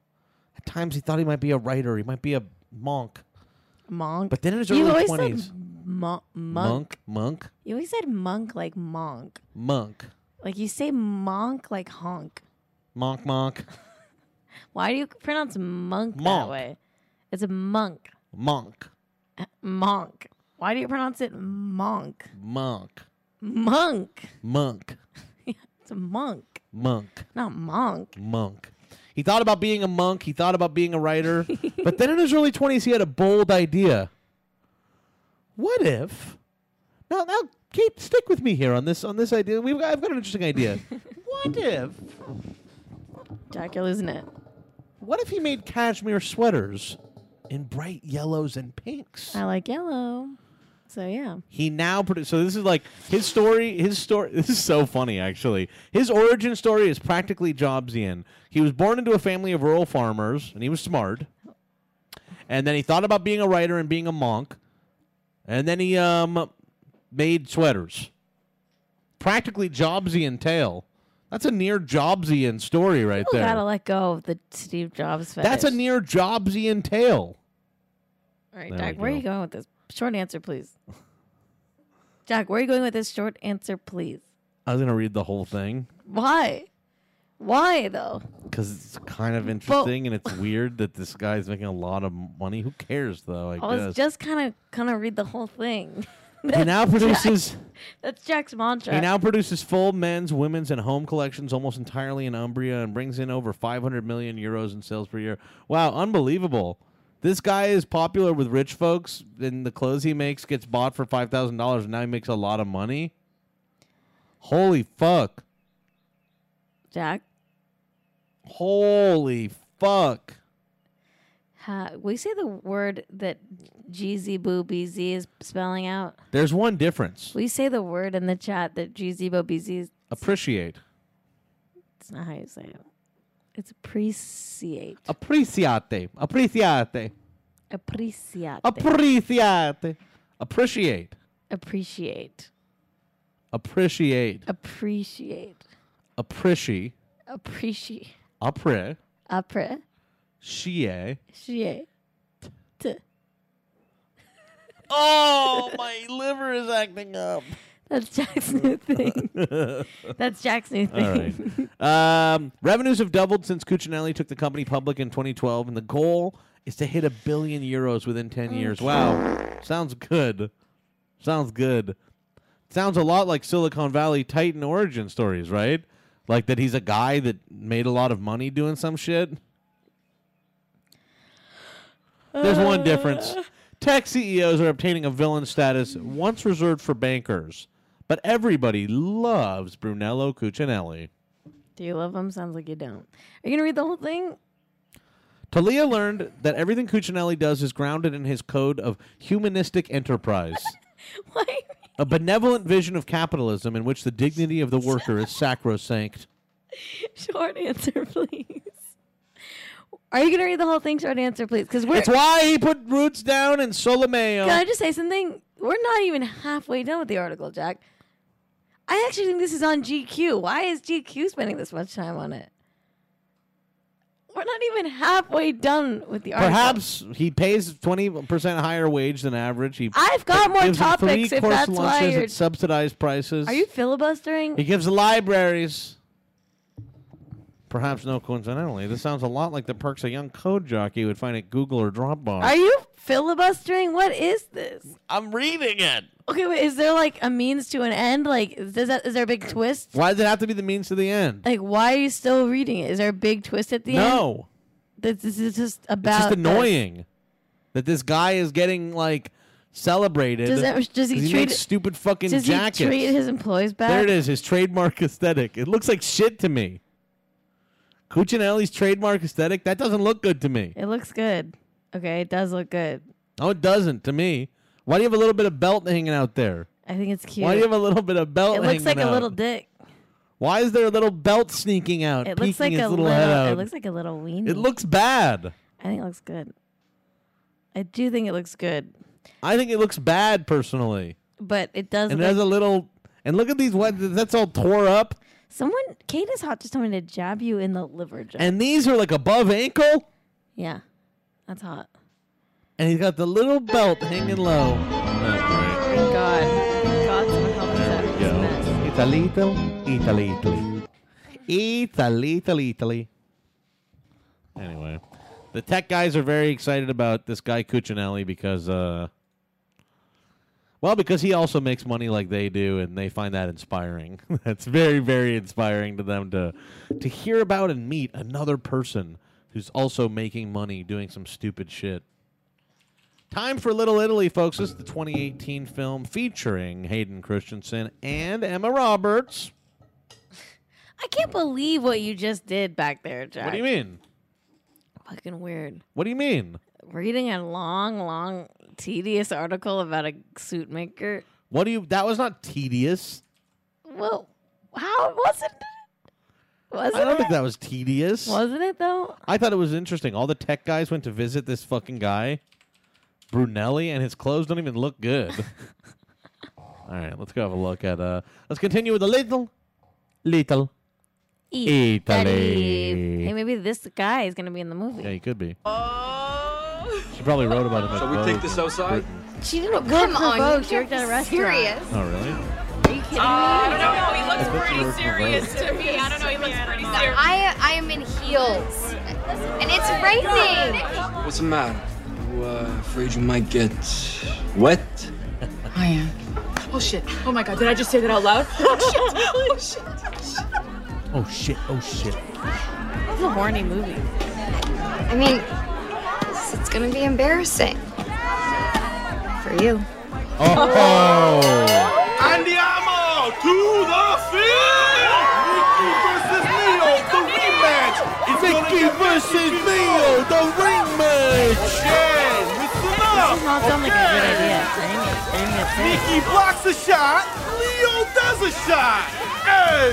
A: At times, he thought he might be a writer, he might be a monk.
B: monk.
A: But then in his
B: you
A: early
B: always
A: 20s.
B: said mon- monk.
A: Monk, monk,
B: You always said monk like monk.
A: monk,
B: Like you say monk like honk.
A: monk, monk,
B: Why do you pronounce monk, that
A: Monk.
B: way? It's a monk.
A: monk,
B: Monk. Why do you pronounce it monk?
A: monk,
B: Monk.
A: monk,
B: It's a monk,
A: monk,
B: not monk.
A: monk. He thought about being a monk. He thought about being a writer. but then in his early 20s, he had a bold idea. What if? Now, now, Kate, stick with me here on this on this idea. We've got, I've got an interesting idea. what if?
B: Jack, you're losing it.
A: What if he made cashmere sweaters in bright yellows and pinks?
B: I like yellow. So yeah.
A: He now produced. So this is like his story. His story. This is so funny, actually. His origin story is practically Jobsian. He was born into a family of rural farmers, and he was smart. And then he thought about being a writer and being a monk. And then he um, made sweaters. Practically Jobsian tale. That's a near Jobsian story right
B: People
A: there.
B: gotta let go of the Steve Jobs fetish.
A: That's a near Jobsian tale.
B: All right,
A: There
B: Jack,
A: we
B: where are you going with this? Short answer, please. Jack, where are you going with this short answer, please?
A: I was gonna read the whole thing
B: Why? Why though?
A: because it's kind of interesting and it's weird that this guy's making a lot of money. Who cares though? I,
B: I, was
A: guess.
B: just kind of kind of read the whole thing.
A: he now
B: That's Jack-
A: produces.
B: That's Jack's mantra.
A: He now produces full men's, women's, and home collections almost entirely in Umbria and brings in over 500 million euros in sales per year. Wow, unbelievable. This guy is popular with rich folks, and the clothes he makes gets bought for $5,000, and now he makes a lot of money. Holy fuck.
B: Jack,
A: Holy fuck.
B: ha, will you say the word that GZ Boo BZ is spelling out?
A: There's one difference
B: Will you say the word in the chat that GZ Boo BZ is?
A: appreciate.
B: It's not how you say it. It's appreciate.
A: Appreciate. Appreciate. Appreciate. Appreciate.
B: Appreciate. appreciate.
A: Appreciate.
B: Appreciate.
A: Appreciate.
B: Appreciate.
A: Appreciate.
B: Appreciate.
A: She.
B: T-
A: Oh, my liver is acting up.
B: That's Jack's new thing. That's Jack's new
A: All right.
B: thing.
A: Um, revenues have doubled since Cuccinelli took the company public in 2012, and the goal is to hit a billion euros within 10 years. Wow. Sounds good. Sounds good. Sounds a lot like Silicon Valley Titan origin stories, right? Like that he's a guy that made a lot of money doing some shit. There's one difference. Tech CEOs are obtaining a villain status once reserved for bankers, but everybody loves Brunello Cucinelli.
B: Do you love him? Sounds like you don't. Are you gonna read the whole thing?
A: Talia learned that everything Cuccinelli does is grounded in his code of humanistic enterprise. A benevolent vision of capitalism in which the dignity of the worker is sacrosanct.
B: Short answer, please. Are you gonna read the whole thing? Short answer, please. Because we're.
A: It's why he put roots down in
B: Can I
A: Solomeo.
B: just say something? We're not even halfway done with the article, Jack. I actually think this is on GQ. Why is GQ spending this much time on it? We're not even halfway done with the article.
A: Perhaps he pays twenty percent higher wage than average. He
B: I've got more
A: gives them
B: topics
A: Three
B: if
A: course
B: that's why
A: lunches
B: you're.
A: at subsidized prices.
B: Are you filibustering?
A: He gives the libraries. Perhaps no coincidentally, this sounds a lot like the perks a young code jockey would find at Google or Dropbox.
B: Are you filibustering? What is this?
A: I'm reading it.
B: Okay, wait, is there like a means to an end? Like, does that is there a big twist?
A: Why does it have to be the means to the end?
B: Like, why are you still reading it? Is there a big twist at the end?
A: no,
B: This, this is just about.
A: it's just
B: the-
A: annoying that this guy is getting like celebrated.
B: Does that- does he
A: 'cause
B: treat
A: makes
B: it-
A: stupid fucking
B: Does
A: jackets?
B: he treat his employees bad?
A: There it is, his trademark aesthetic. It looks like shit to me. Cuccinelli's trademark aesthetic, that doesn't look good to me.
B: It looks good. Okay, it does look good.
A: No, it doesn't to me. Why do you have a little bit of belt hanging out there?
B: I think it's cute.
A: Why do you have a little bit of belt
B: it looks like
A: hanging out?
B: a little dick.
A: Why is there a little belt sneaking out?
B: It looks
A: peeking
B: like
A: his
B: a
A: little,
B: little.
A: head out?
B: It looks like a little weenie.
A: It looks bad.
B: I think it looks good. I do think it looks good,
A: I think it looks bad personally.
B: but it does.
A: And it
B: look-
A: has a little and look at these what that's all tore up.
B: Someone, Kate is hot. Just told me to jab you in the liver. Jack.
A: And these are like above ankle.
B: yeah, that's hot.
A: and he's got the little belt hanging low. Not great.
B: God. God, someone help us out.
A: There we go. It's a little Italy, Italy. It's a little Italy. Anyway, the tech guys are very excited about this guy Cuccinelli because, uh, well, because he also makes money like they do, and they find that inspiring. That's very, very inspiring to them to to hear about and meet another person who's also making money doing some stupid shit. Time for Little Italy, folks. This is the 2018 film featuring Hayden Christensen and Emma Roberts.
B: I can't believe what you just did back there, Jack.
A: What do you mean?
B: Fucking weird.
A: What do you mean?
B: Reading a long, long, tedious article about a suit maker.
A: What do you? That was not tedious.
B: Well, how was it? Was
A: I don't
B: it?
A: think that was tedious.
B: Wasn't it though?
A: I thought it was interesting. All the tech guys went to visit this fucking guy, Brunelli, and his clothes don't even look good. All right, let's go have a look at. uh Let's continue with a little, little. Italy.
B: Hey, maybe this guy is gonna be in the movie.
A: Yeah, he could be. She probably wrote about him.
C: Oh. Shall we take this outside?
B: She did a good
O: Come
B: for
O: on, you
B: Vogue. She
O: can't
B: worked at a
O: be
B: restaurant.
O: serious.
A: Oh, really?
B: Are you kidding
O: I
B: me?
O: don't know. He
A: I bet
O: looks
A: she
O: pretty
A: worked for
O: serious
A: Vogue.
O: to me. I don't know. He looks pretty serious. I, I am in heels, and it's raining.
Q: What's the matter? You uh, afraid you might get wet?
O: I am. Oh shit. Oh my god. Did I just say that out loud? Oh shit. Oh shit.
A: Oh shit! Oh shit!
B: It's a horny movie.
O: I mean, it's- it's gonna be embarrassing for you.
A: Oh!
C: Andiamo to the field! Mickey versus Leo, the rematch! It's Mickey versus Leo, the rematch! Yes, listen up!
B: This is not sound like Oh, a good idea.
C: Mickey blocks a shot, Leo does a shot! Hey!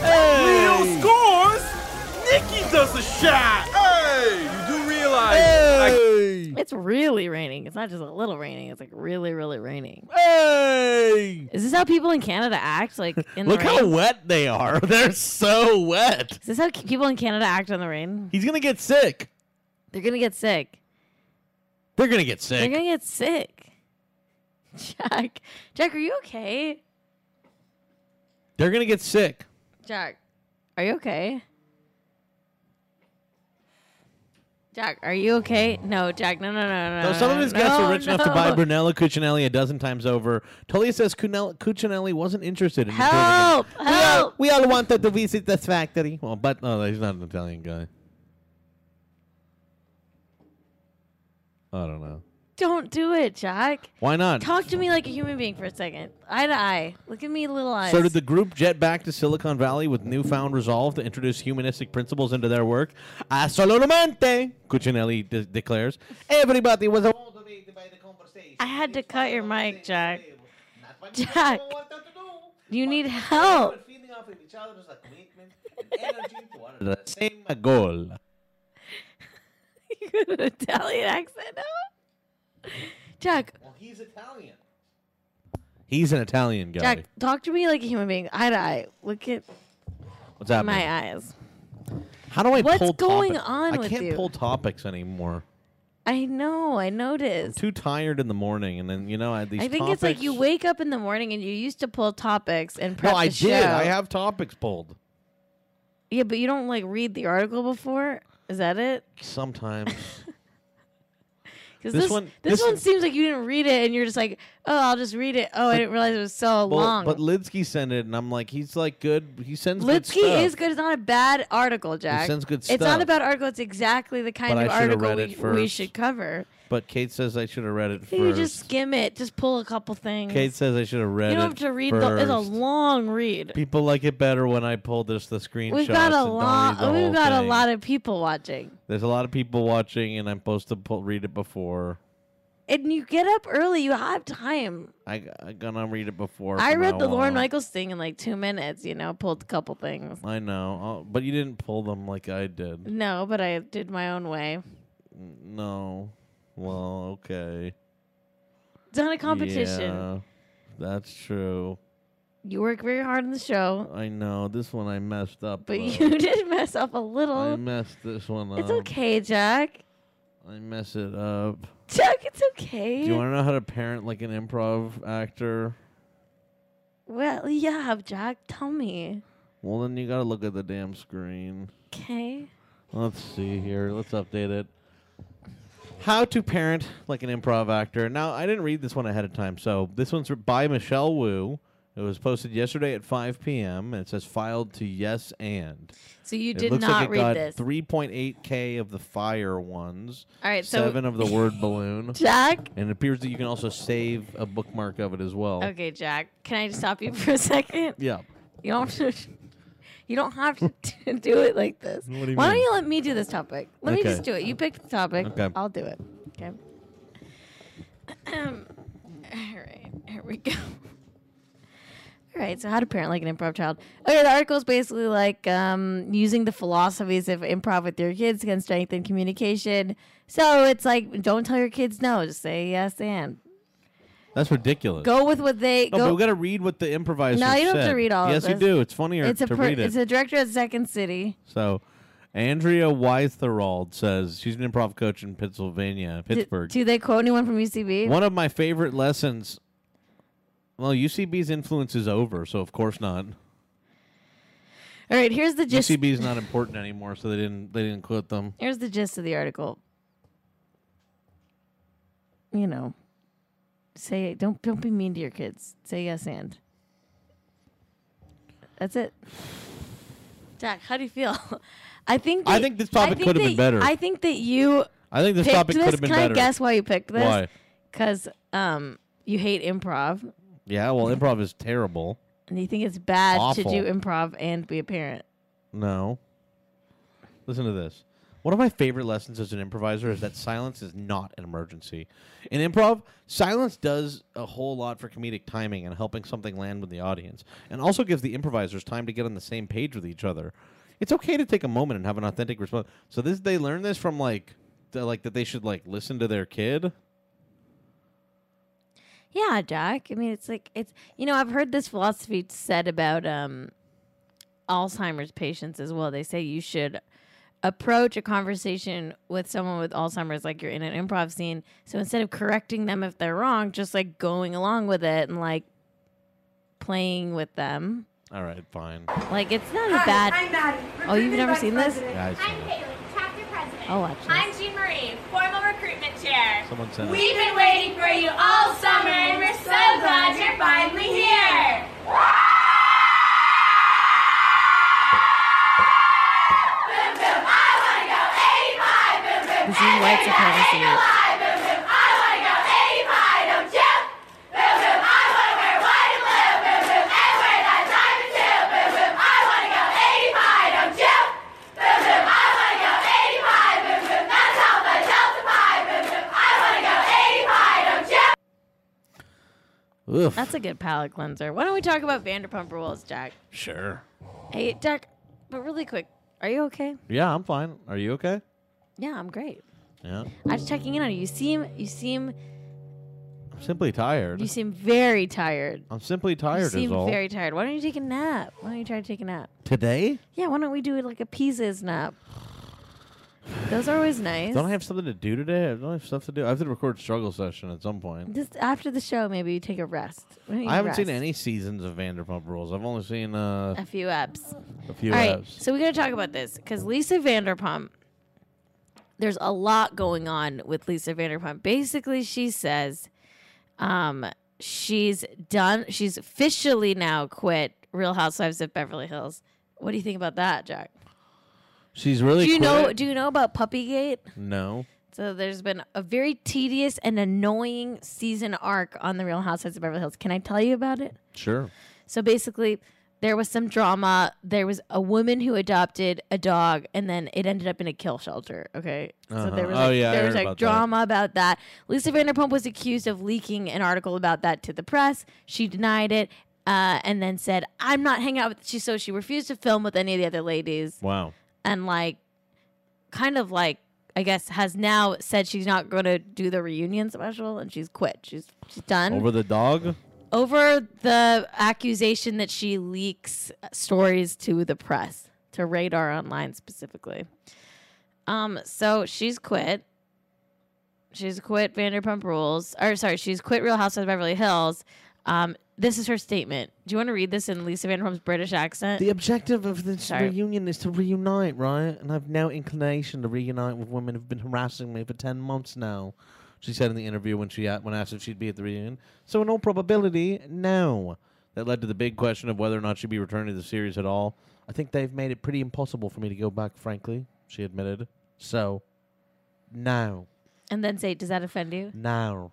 C: hey. Leo scores, Nikki does a shot! Hey! You do realize
B: It's really raining. It's not just a little raining. It's like really, really raining.
A: Hey!
B: Is this how people in Canada act? Like in
A: Look
B: the rain?
A: how wet they are. They're so wet.
B: Is this how c- people in Canada act on the rain?
A: He's gonna get sick.
B: They're gonna get sick.
A: They're gonna get
B: They're
A: sick.
B: gonna get sick. Jack, Jack, are you okay?
A: They're gonna get sick.
B: Jack, are you okay? Jack, are you okay? No, Jack, no, no, no,
A: Though
B: no.
A: some of
B: Uh, no,
A: his guests
B: no,
A: are rich enough to buy
B: no.
A: Brunello Cucinelli a dozen times over. Tolia says Cunel- Cucinelli wasn't interested in
B: Help!
A: improving it. We, all, we all wanted to visit this factory. Well, but no, he's not an Italian guy. I don't know.
B: Don't do it, Jack.
A: Why not?
B: Talk to me like a human being for a second. Eye to eye. Look at me, little eyes.
A: So did the group jet back to Silicon Valley with newfound resolve to introduce humanistic principles into their work? Assolutamente, Cuccinelli de- declares. Everybody was a
B: I had to cut your mic, Jack. Jack, you need help.
A: the same goal.
B: You got an Italian accent now? Jack,
A: He's Italian. He's an Italian guy.
B: Jack, talk to me like a human being. Eye to eye. Look at
A: What's happening?
B: my eyes.
A: How do I
B: What's
A: pull
B: going
A: topics?
B: on
A: I
B: with
A: can't
B: you?
A: pull topics anymore.
B: I know. I noticed.
A: Too tired in the morning, and then you know I had these.
B: I think it's like you
A: topics-
B: wake up in the morning and you used to pull topics and prep
A: No, I
B: the
A: did.
B: show.
A: I have topics pulled
B: yeah, but you don't like read the article before. Is that it?
A: sometimes. This
B: Because this, this
A: one-
B: one,
A: this-
B: seems like you didn't read it, and you're just like, oh, I'll just read it. Oh, I didn't realize it was so
A: Well,
B: long.
A: But Lidsky sent it, and I'm like, he's like good. He sends good stuff.
B: Litsky is good. It's not a bad article, Jack.
A: sends good
B: It's not
A: stuff.
B: a bad article. It's exactly the kind
A: But
B: of
A: I should've
B: article
A: read
B: we,
A: it
B: we
A: first.
B: should cover.
A: But Kate says I should have read it first.
B: You just skim it. Just pull a couple things.
A: Kate says I should have read
B: you
A: it.
B: don't have to read.
A: first.
B: The, it's a long read.
A: People like it better when I pull this the screenshots.
B: We've got a
A: and don't read
B: lot.
A: the whole
B: We've got
A: thing.
B: a lot of people watching.
A: There's a lot of people watching, and I'm supposed to pull, read it before.
B: And you get up early. You have time.
A: I, am gonna read it before.
B: I
A: from
B: read
A: now
B: the Lauren
A: on.
B: Michaels thing in like two minutes. You know, pulled a couple things.
A: I know, I'll- but you didn't pull them like I did.
B: No, but I did my own way.
A: N- No. Well, okay.
B: It's not a competition.
A: Yeah, that's true.
B: You work very hard on the show,
A: I know this one I messed up.
B: but
A: though.
B: you did mess up a little.
A: uh, I messed this one up.
B: It's okay, Jack.
A: I mess it up.
B: Chuck, it's okay.
A: Do you want to know how to parent like an improv actor?
B: Well, yeah, Jack, tell me.
A: Well, then you got to look at the damn screen.
B: Okay.
A: Let's see here. Let's update it. How to parent like an improv actor. Now, I didn't read this one ahead of time, so this one's by Michelle Wu. It was posted yesterday at 5 p.m. and it says filed to yes and.
B: So you
A: It
B: did
A: looks
B: not
A: like it
B: read
A: got
B: this.
A: 3.8k of the fire ones.
B: All right, so-
A: seven of the word balloon.
B: Jack?
A: And it appears that you can also save a bookmark of it as well.
B: Okay, Jack. Can I just stop you for a second?
A: Yeah.
B: You don't have to. You don't have to do it like this.
A: What do you
B: Why
A: mean?
B: don't you let me do this topic? Let me
A: Okay.
B: just do it. You pick the topic.
A: Okay.
B: I'll do it. Okay. All right. Here we go. All right, so how to parent like an improv child. Okay, the article is basically like um, using the philosophies of improv with your kids can strengthen communication. So it's like, don't tell your kids no, just say yes and
A: That's ridiculous.
B: go with what they
A: No,
B: go.
A: but we got to read what the improviser
B: No, you don't have to
A: said.
B: read all of
A: Yes,
B: this.
A: you do. It's funnier
B: it's a
A: to
B: per-
A: read it.
B: it's a director at Second City.
A: So, Andrea Weitherald says she's an improv coach in Pennsylvania,
B: Do-
A: Pittsburgh.
B: Do, they quote anyone from UCB?
A: One of my favorite lessons. Well, UCB's influence is over, so of course not.
B: All right, here's the gist.
A: UCB's not important anymore, so they didn't they didn't quote them.
B: Here's the gist of the article. You know, say don't don't be mean to your kids. Say yes and. That's it. Jack, how do you feel? I think
A: I
B: that-
A: think this topic
B: think
A: could have
B: that-
A: been better.
B: I think that you
A: I think this
B: picked
A: topic could
B: this.
A: have been
B: Can
A: better.
B: I guess why you picked this?
A: Why?
B: Because um, you hate improv
A: Yeah, well, improv is terrible.
B: and you think it's bad
A: Awful.
B: to do improv and be a parent.
A: No. Listen to this. One of my favorite lessons as an improviser is that silence is not an emergency. In improv, silence does a whole lot for comedic timing and helping something land with the audience, and also gives the improvisers time to get on the same page with each other. It's okay to take a moment and have an authentic response. So this they learned this from like the, like that they should like listen to their kid.
B: Yeah, Jack. I mean, it's like it's you know I've heard this philosophy said about um, Alzheimer's patients as well. They say you should approach a conversation with someone with Alzheimer's like you're in an improv scene. So instead of correcting them if they're wrong, just like going along with it and like playing with them.
A: All right, fine.
B: Like it's not a bad. oh, you've never seen this?
A: Yeah, I've seen it.
I: Chapter President.
B: I'll watch
I: I'm Jean Marie, formal recruitment chair.
A: Someone sent it.
I: We've been waiting for you all summer, and we're so glad you're finally here.
B: This is white supremacy.
A: Oof.
B: That's a good palate cleanser. Why don't we talk about Vanderpump Rules, Jack?
A: Sure.
B: Hey, Jack, but really quick, are you okay?
A: Yeah, I'm fine. Are you okay?
B: Yeah, I'm great.
A: Yeah.
B: I was checking in on you. You seem, you seem,
A: I'm simply tired.
B: you seem very tired.
A: I'm simply tired
B: you seem
A: is all.
B: very tired. Why don't you take a nap? Why don't you try to take a nap?
A: Today?
B: Yeah, why don't we do it like a pieces nap? Those are always nice.
A: Don't I have something to do today? I don't have stuff to do. I have to record struggle session at some point.
B: Just after the show, maybe you take a rest. Why don't you
A: I haven't seen
B: rest?
A: any seasons of Vanderpump Rules. I've only seen uh,
B: A few apps.
A: a few
B: All right,
A: eps.
B: so we got to talk about this because Lisa Vanderpump. There's a lot going on with Lisa Vanderpump. Basically, she says, um, she's done. She's officially now quit Real Housewives of Beverly Hills. What do you think about that, Jack?
A: She's really.
B: do you know?
A: quit?
B: Do you know about Puppygate?
A: no.
B: So there's been a very tedious and annoying season arc on the Real Housewives of Beverly Hills. Can I tell you about it?
A: Sure.
B: So basically, there was some drama. There was a woman who adopted a dog, and then it ended up in a kill shelter. Okay,
A: Uh-huh.
B: so there was
A: Oh,
B: like,
A: yeah, I
B: there
A: heard
B: was like
A: about that.
B: drama about that. Lisa Vanderpump was accused of leaking an article about that to the press. She denied it, uh, and then said, "I'm not hanging out with." She so she refused to film with any of the other ladies,
A: Wow.
B: and like, kind of like. I guess has now said she's not going to do the reunion special and she's quit. She's she's done
A: Over the dog?
B: over the accusation that she leaks stories to the press, to Radar Online specifically. Um, so she's quit. She's quit Vanderpump Rules, or sorry, she's quit Real Housewives of Beverly Hills. Um, this is her statement. Do you want to read this in Lisa Vanderpump's British accent?
R: The objective of this
B: Sorry.
R: reunion is to reunite, right? And I've no inclination to reunite with women who've been harassing me for 10 months now, she said in the interview when, she a- when asked if she'd be at the reunion. So, in all probability, no.
A: That led to the big question of whether or not she'd be returning to the series at all.
R: I think they've made it pretty impossible for me to go back, frankly, she admitted. So, no.
B: and then say, does that offend you?
R: Now,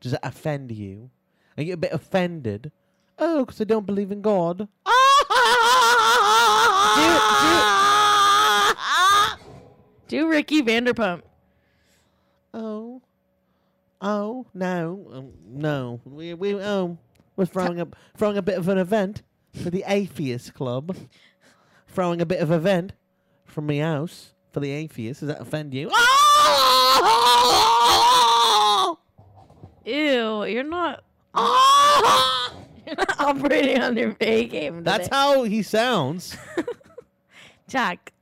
R: does that offend you? Are you a bit offended? Oh, because I don't believe in God.
B: Do Ricky Vanderpump.
R: Oh, oh no, um, no. We we oh, we're throwing up throwing a bit of an event for the atheist club. throwing a bit of event from my house for the atheists. Does that offend you?
B: Ew, you're not. you're not operating on your A game.
A: That's
B: today.
A: how he sounds.
B: Jack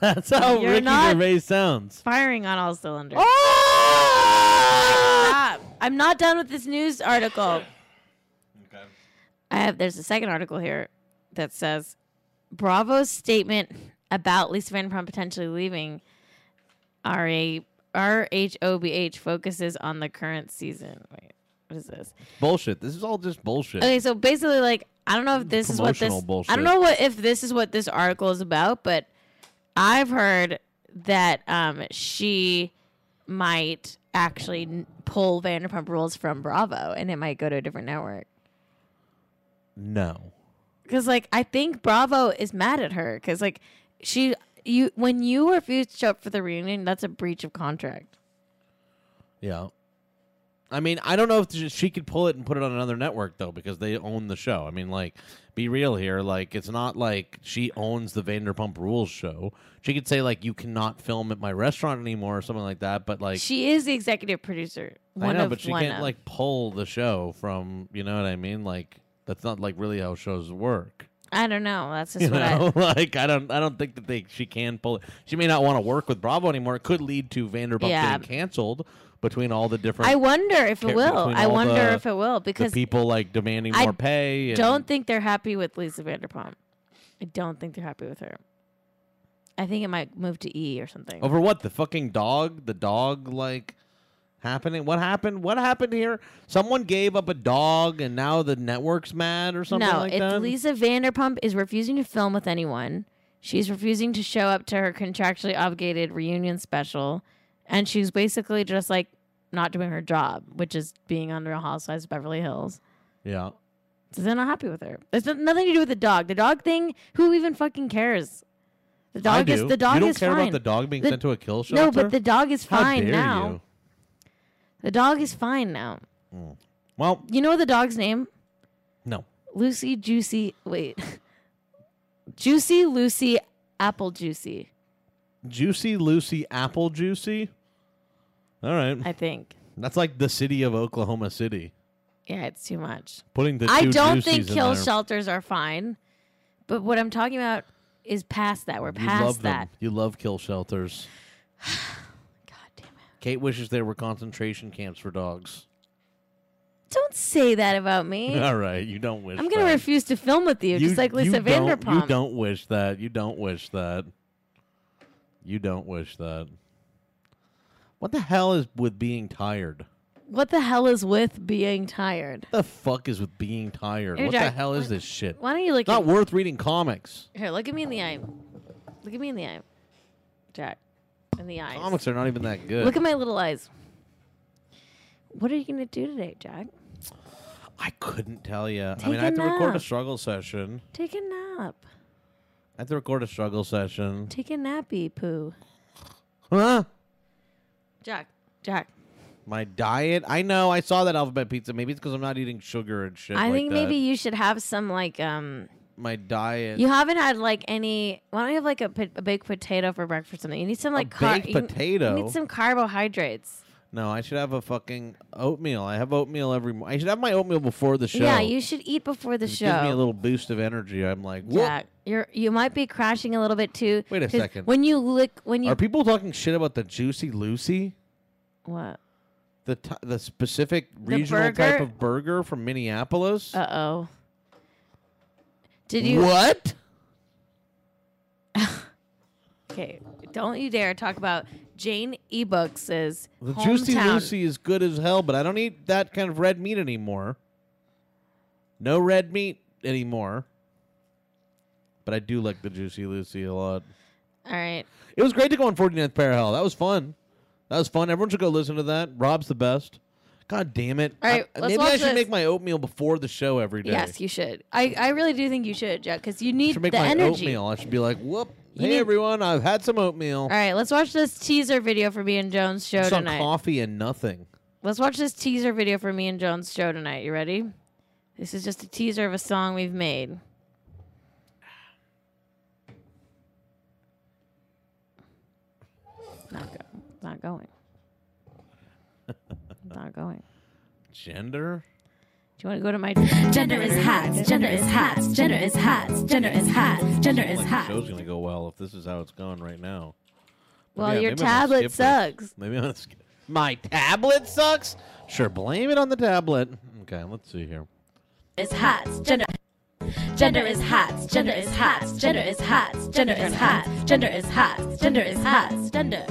A: That's how
B: You're
A: Ricky
B: not-
A: Gervais sounds.
B: firing on all cylinders. Stop. I'm not done with this news article. Okay. I have there's a second article here that says Bravo's statement about Lisa Vanderpump potentially leaving R A R H O B H focuses on the current season. Wait, what is this?
A: Bullshit. This is all just bullshit.
B: Okay, so basically, like, I don't know if this is what this.
A: Promotional bullshit.
B: I don't know what if this is what this article is about, but I've heard that um, she might actually n- pull Vanderpump Rules from Bravo, and it might go to a different network.
A: No.
B: Because like I think Bravo is mad at her because like she you when you refuse to show up for the reunion, that's a breach of contract.
A: Yeah. I mean, I don't know if sh- she could pull it and put it on another network though, because they own the show. I mean, like, be real here. Like, it's not like she owns the Vanderpump Rules show. She could say like, you cannot film at my restaurant anymore or something like that. But like,
B: She is the executive producer.
A: I
B: One
A: know,
B: of
A: but she
B: one
A: can't
B: of.
A: like pull the show from. You know what I mean? Like, that's not like really how shows work.
B: I don't know. That's just
A: You
B: what I.
A: know, like I don't, I don't think that they she can pull it. She may not want to work with Bravo anymore. It could lead to Vanderpump
B: Yeah.
A: getting canceled between all the different.
B: I wonder if
A: ca-
B: it will.
A: between
B: I
A: all
B: wonder
A: the-
B: if it will because
A: the people like demanding
B: I
A: more pay. And,
B: don't think they're happy with Lisa Vanderpump. I don't think they're happy with her. I think it might move to E or something.
A: over what the fucking dog? The dog like happening. What happened? What happened here? Someone gave up a dog, and now the network's mad or something
B: no,
A: like
B: it's
A: that.
B: Lisa Vanderpump is refusing to film with anyone. She's refusing to show up to her contractually obligated reunion special, and she's basically just like not doing her job, which is being on Real Housewives of Beverly Hills.
A: yeah.
B: So they're not happy with her. It's no- nothing to do with the dog. The dog thing. Who even fucking cares? The
A: I
B: dog
A: do.
B: is the dog
A: You don't
B: is
A: care
B: fine.
A: about the dog being
B: The-
A: sent to a kill shelter.
B: No, but the dog is
A: How
B: fine
A: dare
B: now.
A: you.
B: The dog is fine now.
A: Mm. Well,
B: You know the dog's name?
A: no.
B: Lucy Juicy. Wait. Juicy Lucy Apple Juicy.
A: Juicy Lucy Apple Juicy. All right.
B: I think.
A: That's like the city of Oklahoma City.
B: Yeah, it's too much.
A: Putting the
B: I
A: two
B: don't
A: Juicies
B: think
A: in
B: kill
A: there.
B: shelters are fine, but what I'm talking about is past that. We're
A: You love
B: past that.
A: them. You love kill shelters. God damn it. Kate wishes there were concentration camps for dogs.
B: Don't say that about me.
A: All right, you don't wish.
B: I'm gonna
A: that.
B: refuse to film with you, just like Lisa
A: don't-
B: Vanderpump.
A: You don't wish that. You don't wish that. You don't wish that. What the hell is with being tired?
B: What the hell is with being tired?
A: The fuck is with being tired?
B: Here,
A: what the
B: Jack,
A: hell is this shit?
B: why don't you look
A: It's Not
B: at-
A: worth reading comics.
B: Here, look at me in the eye. Look at me in the eye, Jack. In the eyes.
A: Comics are not even that good.
B: Look at my little eyes. What are you gonna do today, Jack?
A: I couldn't tell you. I
B: Take
A: mean, I
B: a
A: had to record a
B: nap.
A: struggle session.
B: Take a nap.
A: I had to record a struggle session.
B: Take a nappy poo.
A: Huh?
B: Jack. Jack.
A: My diet. I know. I saw that alphabet pizza. Maybe it's because I'm not eating sugar and shit.
B: I
A: like
B: think maybe
A: that.
B: you should have some like um.
A: my diet.
B: You haven't had like any. Why don't you have like a, pot- a baked potato for breakfast? or Something. You need some like car-
A: baked
B: you-
A: potato?
B: You need some carbohydrates.
A: No, I should have a fucking oatmeal. I have oatmeal every. Mo- I should have my oatmeal before the show.
B: Yeah, you should eat before the
A: It
B: show.
A: Gives me a little boost of energy. I'm like, what?
B: Jack, you're you might be crashing a little bit too.
A: Wait a
B: 'cause
A: second.
B: When you look, when you
A: Are people talking shit about the juicy Lucy?
B: What?
A: The t- the specific regional type
B: burger?
A: of burger from Minneapolis.
B: Uh oh. Did you
A: What?
B: Okay, don't you dare talk about Jane Ebooks'
A: The
B: hometown.
A: Juicy Lucy is good as hell, but I don't eat that kind of red meat anymore. No red meat anymore. But I do like the Juicy Lucy a lot.
B: All right.
A: It was great to go on 49th Parallel. That was fun. That was fun. Everyone should go listen to that. Rob's the best. God damn it.
B: All right,
A: I-
B: let's
A: maybe I
B: watch
A: should
B: this.
A: make my oatmeal before the show every day.
B: Yes, you should. I, I really do think you should, Jack, because you
A: I
B: need
A: should make
B: the
A: my
B: energy.
A: oatmeal. I should be like, whoop.
B: You
A: hey,
B: need-
A: everyone. I've had some oatmeal.
B: All right, let's watch this teaser video for me and Jones' show
A: Just on
B: tonight.
A: coffee and nothing.
B: Let's watch this teaser video for me and Jones' show tonight. You ready? This is just a teaser of a song we've made. Not, go- not going. not going.
A: Gender?
B: Do you want to go to my
S: Gender is hot. Gender is hot. Gender is hot. Gender is hot. Gender is
A: like
S: hot.
A: The show's gonna go well if this is how it's going right now. Maybe
B: Well,
A: I- maybe
B: your
A: I'm gonna
B: tablet
A: skip this.
B: sucks.
A: Maybe I'm gonna skip. My tablet sucks. Sure, blame it on the tablet. Okay, let's see here.
S: Is hot. Gender. Gender is hot. Gender is hot. Gender is hot. Gender is hot. Gender is hot. Gender is hot. Gender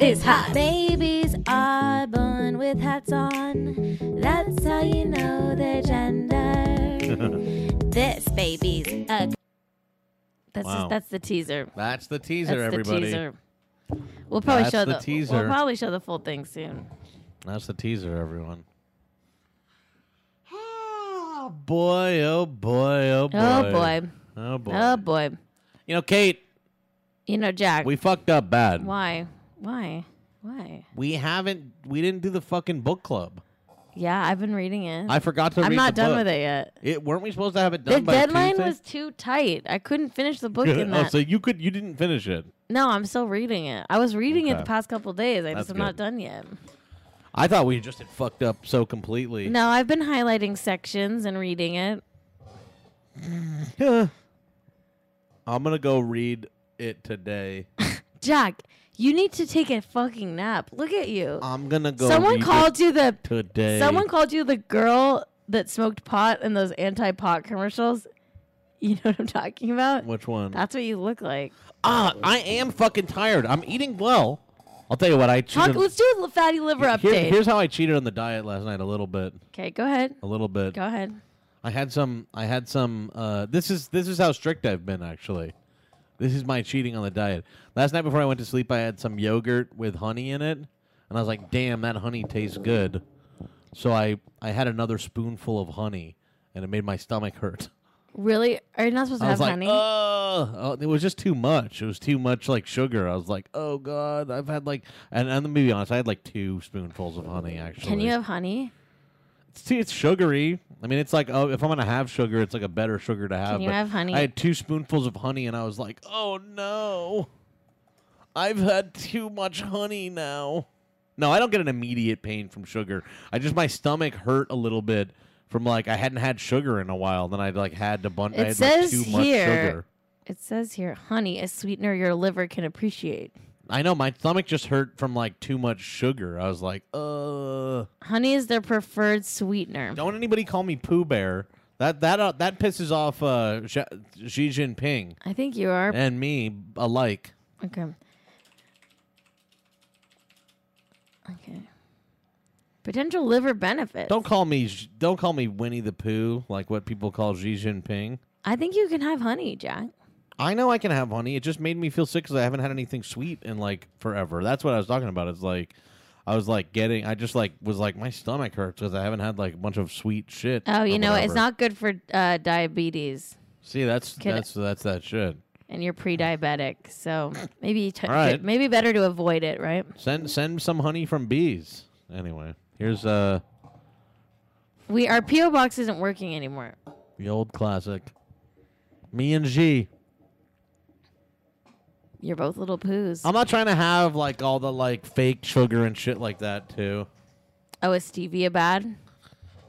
S: is hot.
F: Babies are born with hats on. That's how you know their gender.
B: This baby's a. That's
A: Wow.
B: just, that's the teaser.
A: That's the teaser,
B: That's the
A: everybody.
B: teaser. We'll probably
A: That's
B: show
A: the
B: the,
A: teaser.
B: We'll probably show the full thing soon.
A: That's the teaser, everyone. Oh boy! Oh boy! Oh boy!
B: Oh boy.
A: Oh boy!
B: Oh boy.
A: You know, Kate,
B: You know, Jack.
A: we fucked up bad.
B: Why? Why? Why?
A: We haven't. We didn't do the fucking book club.
B: Yeah, I've been reading it.
A: I forgot to.
B: I'm
A: read
B: not
A: the
B: done
A: book.
B: with it yet.
A: It weren't we supposed to have it done
B: The
A: by
B: deadline
A: Tuesday?
B: was too tight. I couldn't finish the book
A: Good.
B: in
A: Oh,
B: that.
A: so you could you didn't finish it.
B: no, I'm still reading it. I was reading it
A: Okay.
B: the past couple days. I
A: That's
B: just am not
A: good.
B: done yet.
A: I thought we just had fucked up so completely.
B: No, I've been highlighting sections and reading it.
A: I'm gonna go read it today.
B: Jack, you need to take a fucking nap. Look at you.
A: I'm gonna go.
B: Someone
A: read
B: called
A: it
B: you the
A: today.
B: Someone called you the girl that smoked pot in those anti-pot commercials. You know what I'm talking about?
A: Which one?
B: That's what you look like.
A: ah, I am fucking tired. I'm eating well. I'll tell you what. I
B: Talk,
A: cheated.
B: let's do a fatty liver
A: Here-
B: update.
A: here's how I cheated on the diet last night. A little bit.
B: okay, go ahead.
A: A little bit.
B: Go ahead.
A: I had some. I had some. Uh, this is this is how strict I've been actually. This is my cheating on the diet. Last night before I went to sleep, I had some yogurt with honey in it, and I was like, "Damn, that honey tastes good." So I I had another spoonful of honey, and it made my stomach hurt.
B: Really? Are you not supposed to
A: I was
B: have
A: like,
B: honey?
A: "Ugh." "Oh, it was just too much. It was too much like sugar." I was like, "Oh God, I've had like," and, and let me be honest, I had like two spoonfuls of honey actually.
B: Can you have honey?
A: It's, see, it's sugary. I mean, it's like oh, if I'm gonna have sugar, it's like a better sugar to have.
B: you
A: but
B: have honey?
A: I had two spoonfuls of honey, and I was like, "Oh no, I've had too much honey now." No, I don't get an immediate pain from sugar. I just my stomach hurt a little bit from like I hadn't had sugar in a while. Then I like had to bun. I
B: It
A: had
B: says
A: like, too much
B: here.
A: sugar.
B: It says here, honey, a sweetener your liver can appreciate.
A: I know my stomach just hurt from like too much sugar. I was like, "Uh,
B: Honey is their preferred sweetener.
A: don't anybody call me Pooh Bear." That that uh, that pisses off uh, Xi Xi Jinping.
B: I think you are.
A: and me alike.
B: Okay. Okay. Potential liver benefits.
A: Don't call me Sh- don't call me Winnie the Pooh, like what people call Xi Jinping.
B: I think you can have honey, Jack.
A: I know I can have honey. It just made me feel sick because I haven't had anything sweet in like forever. That's what I was talking about. It's like I was like getting. I just like was like my stomach hurts because I haven't had like a bunch of sweet shit.
B: Oh,
A: or
B: you know, what? it's
A: whatever.
B: not good for uh, diabetes,
A: See, that's
B: Kid-
A: that's that's that shit.
B: and you're pre-diabetic, so maybe you t-
A: All right.
B: t- maybe better to avoid it, right?
A: Send send some honey from bees. Anyway, here's uh
B: We our PO box isn't working anymore.
A: the old classic. Me and G.
B: You're both little poos.
A: I'm not trying to have like all the like fake sugar and shit like that too.
B: oh, is stevia bad?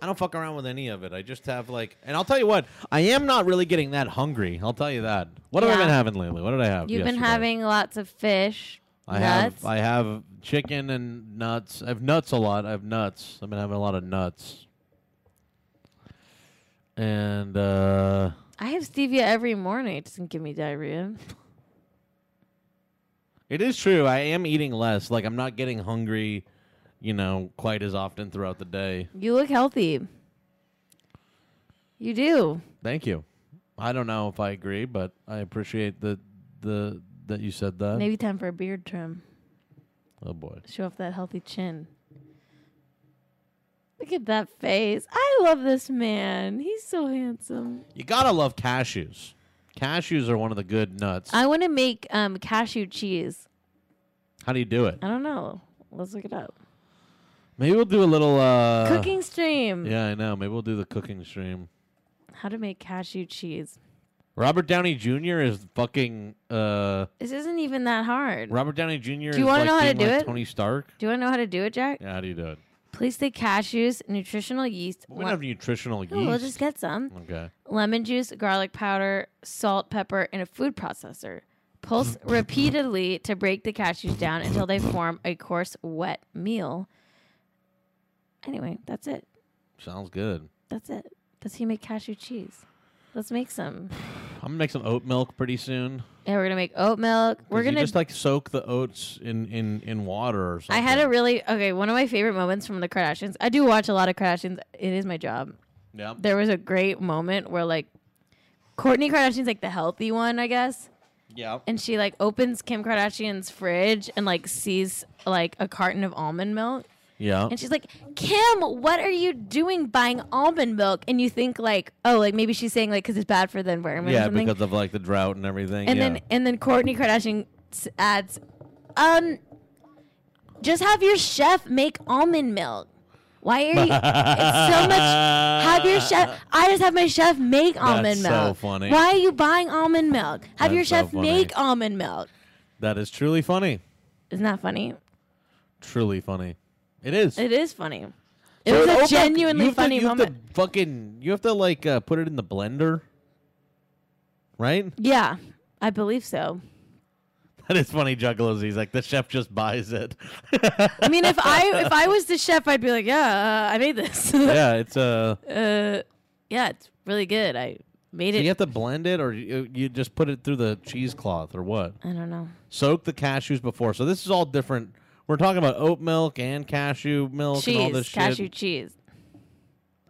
A: I don't fuck around with any of it. I just have like, and I'll tell you what, I am not really getting that hungry. I'll tell you that. What have I
B: Yeah.
A: been having lately? What did I have?
B: You've been
A: yesterday?
B: having lots of fish.
A: I
B: Nuts?
A: have I have chicken and nuts. I have nuts a lot. I have nuts. I've been having a lot of nuts. And uh
B: I have stevia every morning. It doesn't give me diarrhea.
A: It is true. I am eating less. Like I'm not getting hungry, you know, quite as often throughout the day.
B: You look healthy. You do.
A: Thank you. I don't know if I agree, but I appreciate the the that you said that.
B: Maybe time for a beard trim.
A: Oh boy.
B: Show off that healthy chin. Look at that face. I love this man. He's so handsome.
A: You gotta love cashews. Cashews are one of the good nuts.
B: I want to make um, cashew cheese.
A: How do you do it?
B: I don't know. Let's look it up.
A: Maybe we'll do a little uh
B: Cooking stream.
A: Yeah, I know. Maybe we'll do the cooking stream.
B: How to make cashew cheese.
A: Robert Downey Jr. is fucking uh
B: This isn't even that hard.
A: Robert Downey Jr.
B: Do
A: is
B: you wanna
A: like
B: know how to
A: being
B: do
A: like
B: it?
A: Tony Stark.
B: Do you want to know how to do it, Jack?
A: Yeah, how do you do it?
B: Please take cashews, nutritional yeast.
A: We don't have nutritional yeast.
B: Oh, we'll just get some.
A: Okay.
B: lemon juice, garlic powder, salt, pepper, and a food processor. Pulse repeatedly to break the cashews down until they form a coarse, wet meal. Anyway, that's it.
A: Sounds good.
B: That's it. Does he make cashew cheese? Let's make some.
A: I'm gonna make some oat milk pretty soon.
B: Yeah, we're gonna make oat milk.
A: 'Cause
B: We're
A: you
B: gonna.
A: just like soak the oats in in in water or
B: I
A: something.
B: had a really okay. One of my favorite moments from the Kardashians. I do watch a lot of Kardashians. It is my job.
A: Yeah.
B: There was a great moment where like, Courtney Kardashian's like the healthy one, I guess.
A: yeah.
B: and she like opens Kim Kardashian's fridge and like sees like a carton of almond milk.
A: Yeah.
B: And she's like, Kim, what are you doing buying almond milk? And you think like, oh, like maybe she's saying like because it's bad for the environment. or
A: yeah,
B: something.
A: because of like the drought and everything.
B: and
A: yeah.
B: then and then Courtney Kardashian s- adds, um, just have your chef make almond milk. Why are you? it's so much. Have your chef. I just have my chef make
A: That's
B: almond
A: so
B: milk.
A: funny.
B: Why are you buying almond milk? Have your
A: That's so
B: chef
A: funny.
B: make almond milk.
A: That is truly funny.
B: Isn't that funny?
A: Truly funny. It is.
B: It is funny. It
A: So
B: was
A: oat
B: a
A: milk,
B: genuinely
A: you have to-
B: funny
A: you have to
B: moment.
A: fucking you have to like uh, put it in the blender. Right?
B: Yeah, I believe so.
A: That is funny, Juggalos. He's like the chef just buys it.
B: I mean, if I if I was the chef, I'd be like, yeah, uh, I made this.
A: yeah, it's uh
B: Uh, yeah, it's really good. I made
A: so
B: it.
A: you have to blend it or you, you just put it through the cheesecloth or what?
B: I don't know.
A: Soak the cashews before. So this is all different. We're talking about oat milk and cashew milk and all
B: cheese,
A: this
B: cashew
A: shit.
B: cheese.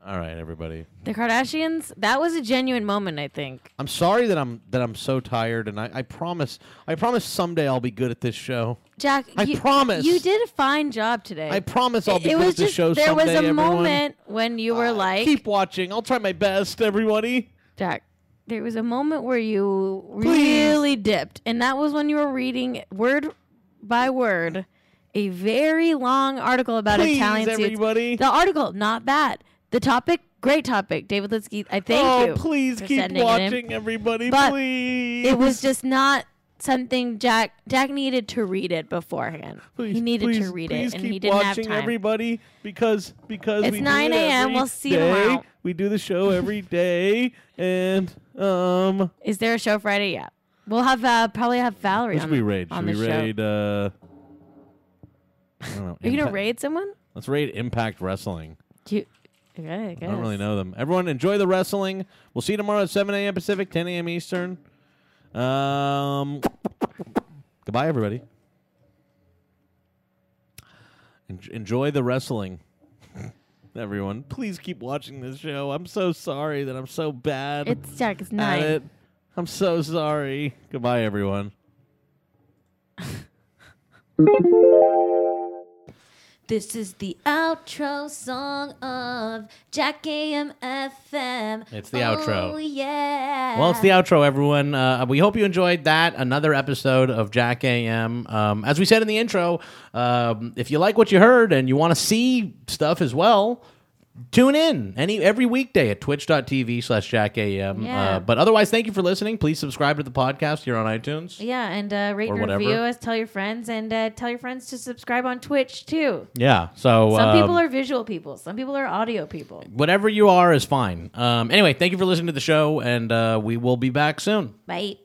A: All right, everybody.
B: The Kardashians. That was a genuine moment. I think.
A: I'm sorry that I'm that I'm so tired and I, I promise I promise someday I'll be good at this show.
B: Jack,
A: I
B: you,
A: promise.
B: you did a fine job today.
A: I promise I'll
B: It-
A: be
B: it
A: good
B: was
A: at this
B: just,
A: show
B: There was
A: someday,
B: a
A: everyone. Uh,
B: moment when you were like,
A: Keep watching. I'll try my best, everybody.
B: Jack, there was a moment where you really dipped, and that was when you were reading word by word a very long article about
A: Please,
B: Italian sweets.
A: everybody.
B: The article, not bad. The topic, great topic. David Litsky, I thank
A: oh,
B: you.
A: please
B: for
A: keep
B: sending it in.
A: watching, everybody.
B: But
A: please.
B: It was just not something Jack Jack needed to read it beforehand. he needed
A: please,
B: to read
A: please
B: it, and
A: keep
B: he didn't have
A: watching
B: time.
A: everybody because because
B: It's
A: we do it
B: 9 a.m.,
A: every
B: we'll see you
A: day.
B: tomorrow.
A: We do the show every day, and um,
B: Is there a show Friday? Yeah, we'll have uh, probably have Valerie
A: what should
B: on,
A: we raid?
B: on
A: Should we
B: the show.
A: raid? Uh, I don't know.
B: Are you gonna
A: Impact-
B: raid someone?
A: Let's raid Impact Wrestling.
B: Do you, okay, I
A: I
B: guess.
A: don't really know them. Everyone, enjoy the wrestling. We'll see you tomorrow at 7 a.m. Pacific, 10 a.m. Eastern. Um, goodbye, everybody. En- enjoy the wrestling, everyone. Please keep watching this show. I'm so sorry that I'm so bad.
B: It's Jack. It's
A: at
B: nine.
A: it. I'm so sorry. Goodbye, everyone.
S: This is the outro song of Jack AM FM.
A: It's the outro.
S: Oh, yeah.
A: Well, it's the outro, everyone. Uh, we hope you enjoyed that. Another episode of Jack AM. Um, as we said in the intro, um, if you like what you heard and you want to see stuff as well, tune in any every weekday at twitch.tv slash jack am
B: Yeah.
A: uh, but otherwise thank you for listening please subscribe to the podcast here on itunes
B: Yeah, and uh, rate
A: Or
B: and
A: whatever.
B: review us. Tell your friends, and uh, tell your friends to subscribe on Twitch too.
A: yeah so
B: Some
A: um,
B: people are visual people. Some people are audio people.
A: whatever you are is fine um, anyway thank you for listening to the show and uh, we will be back soon
B: Bye.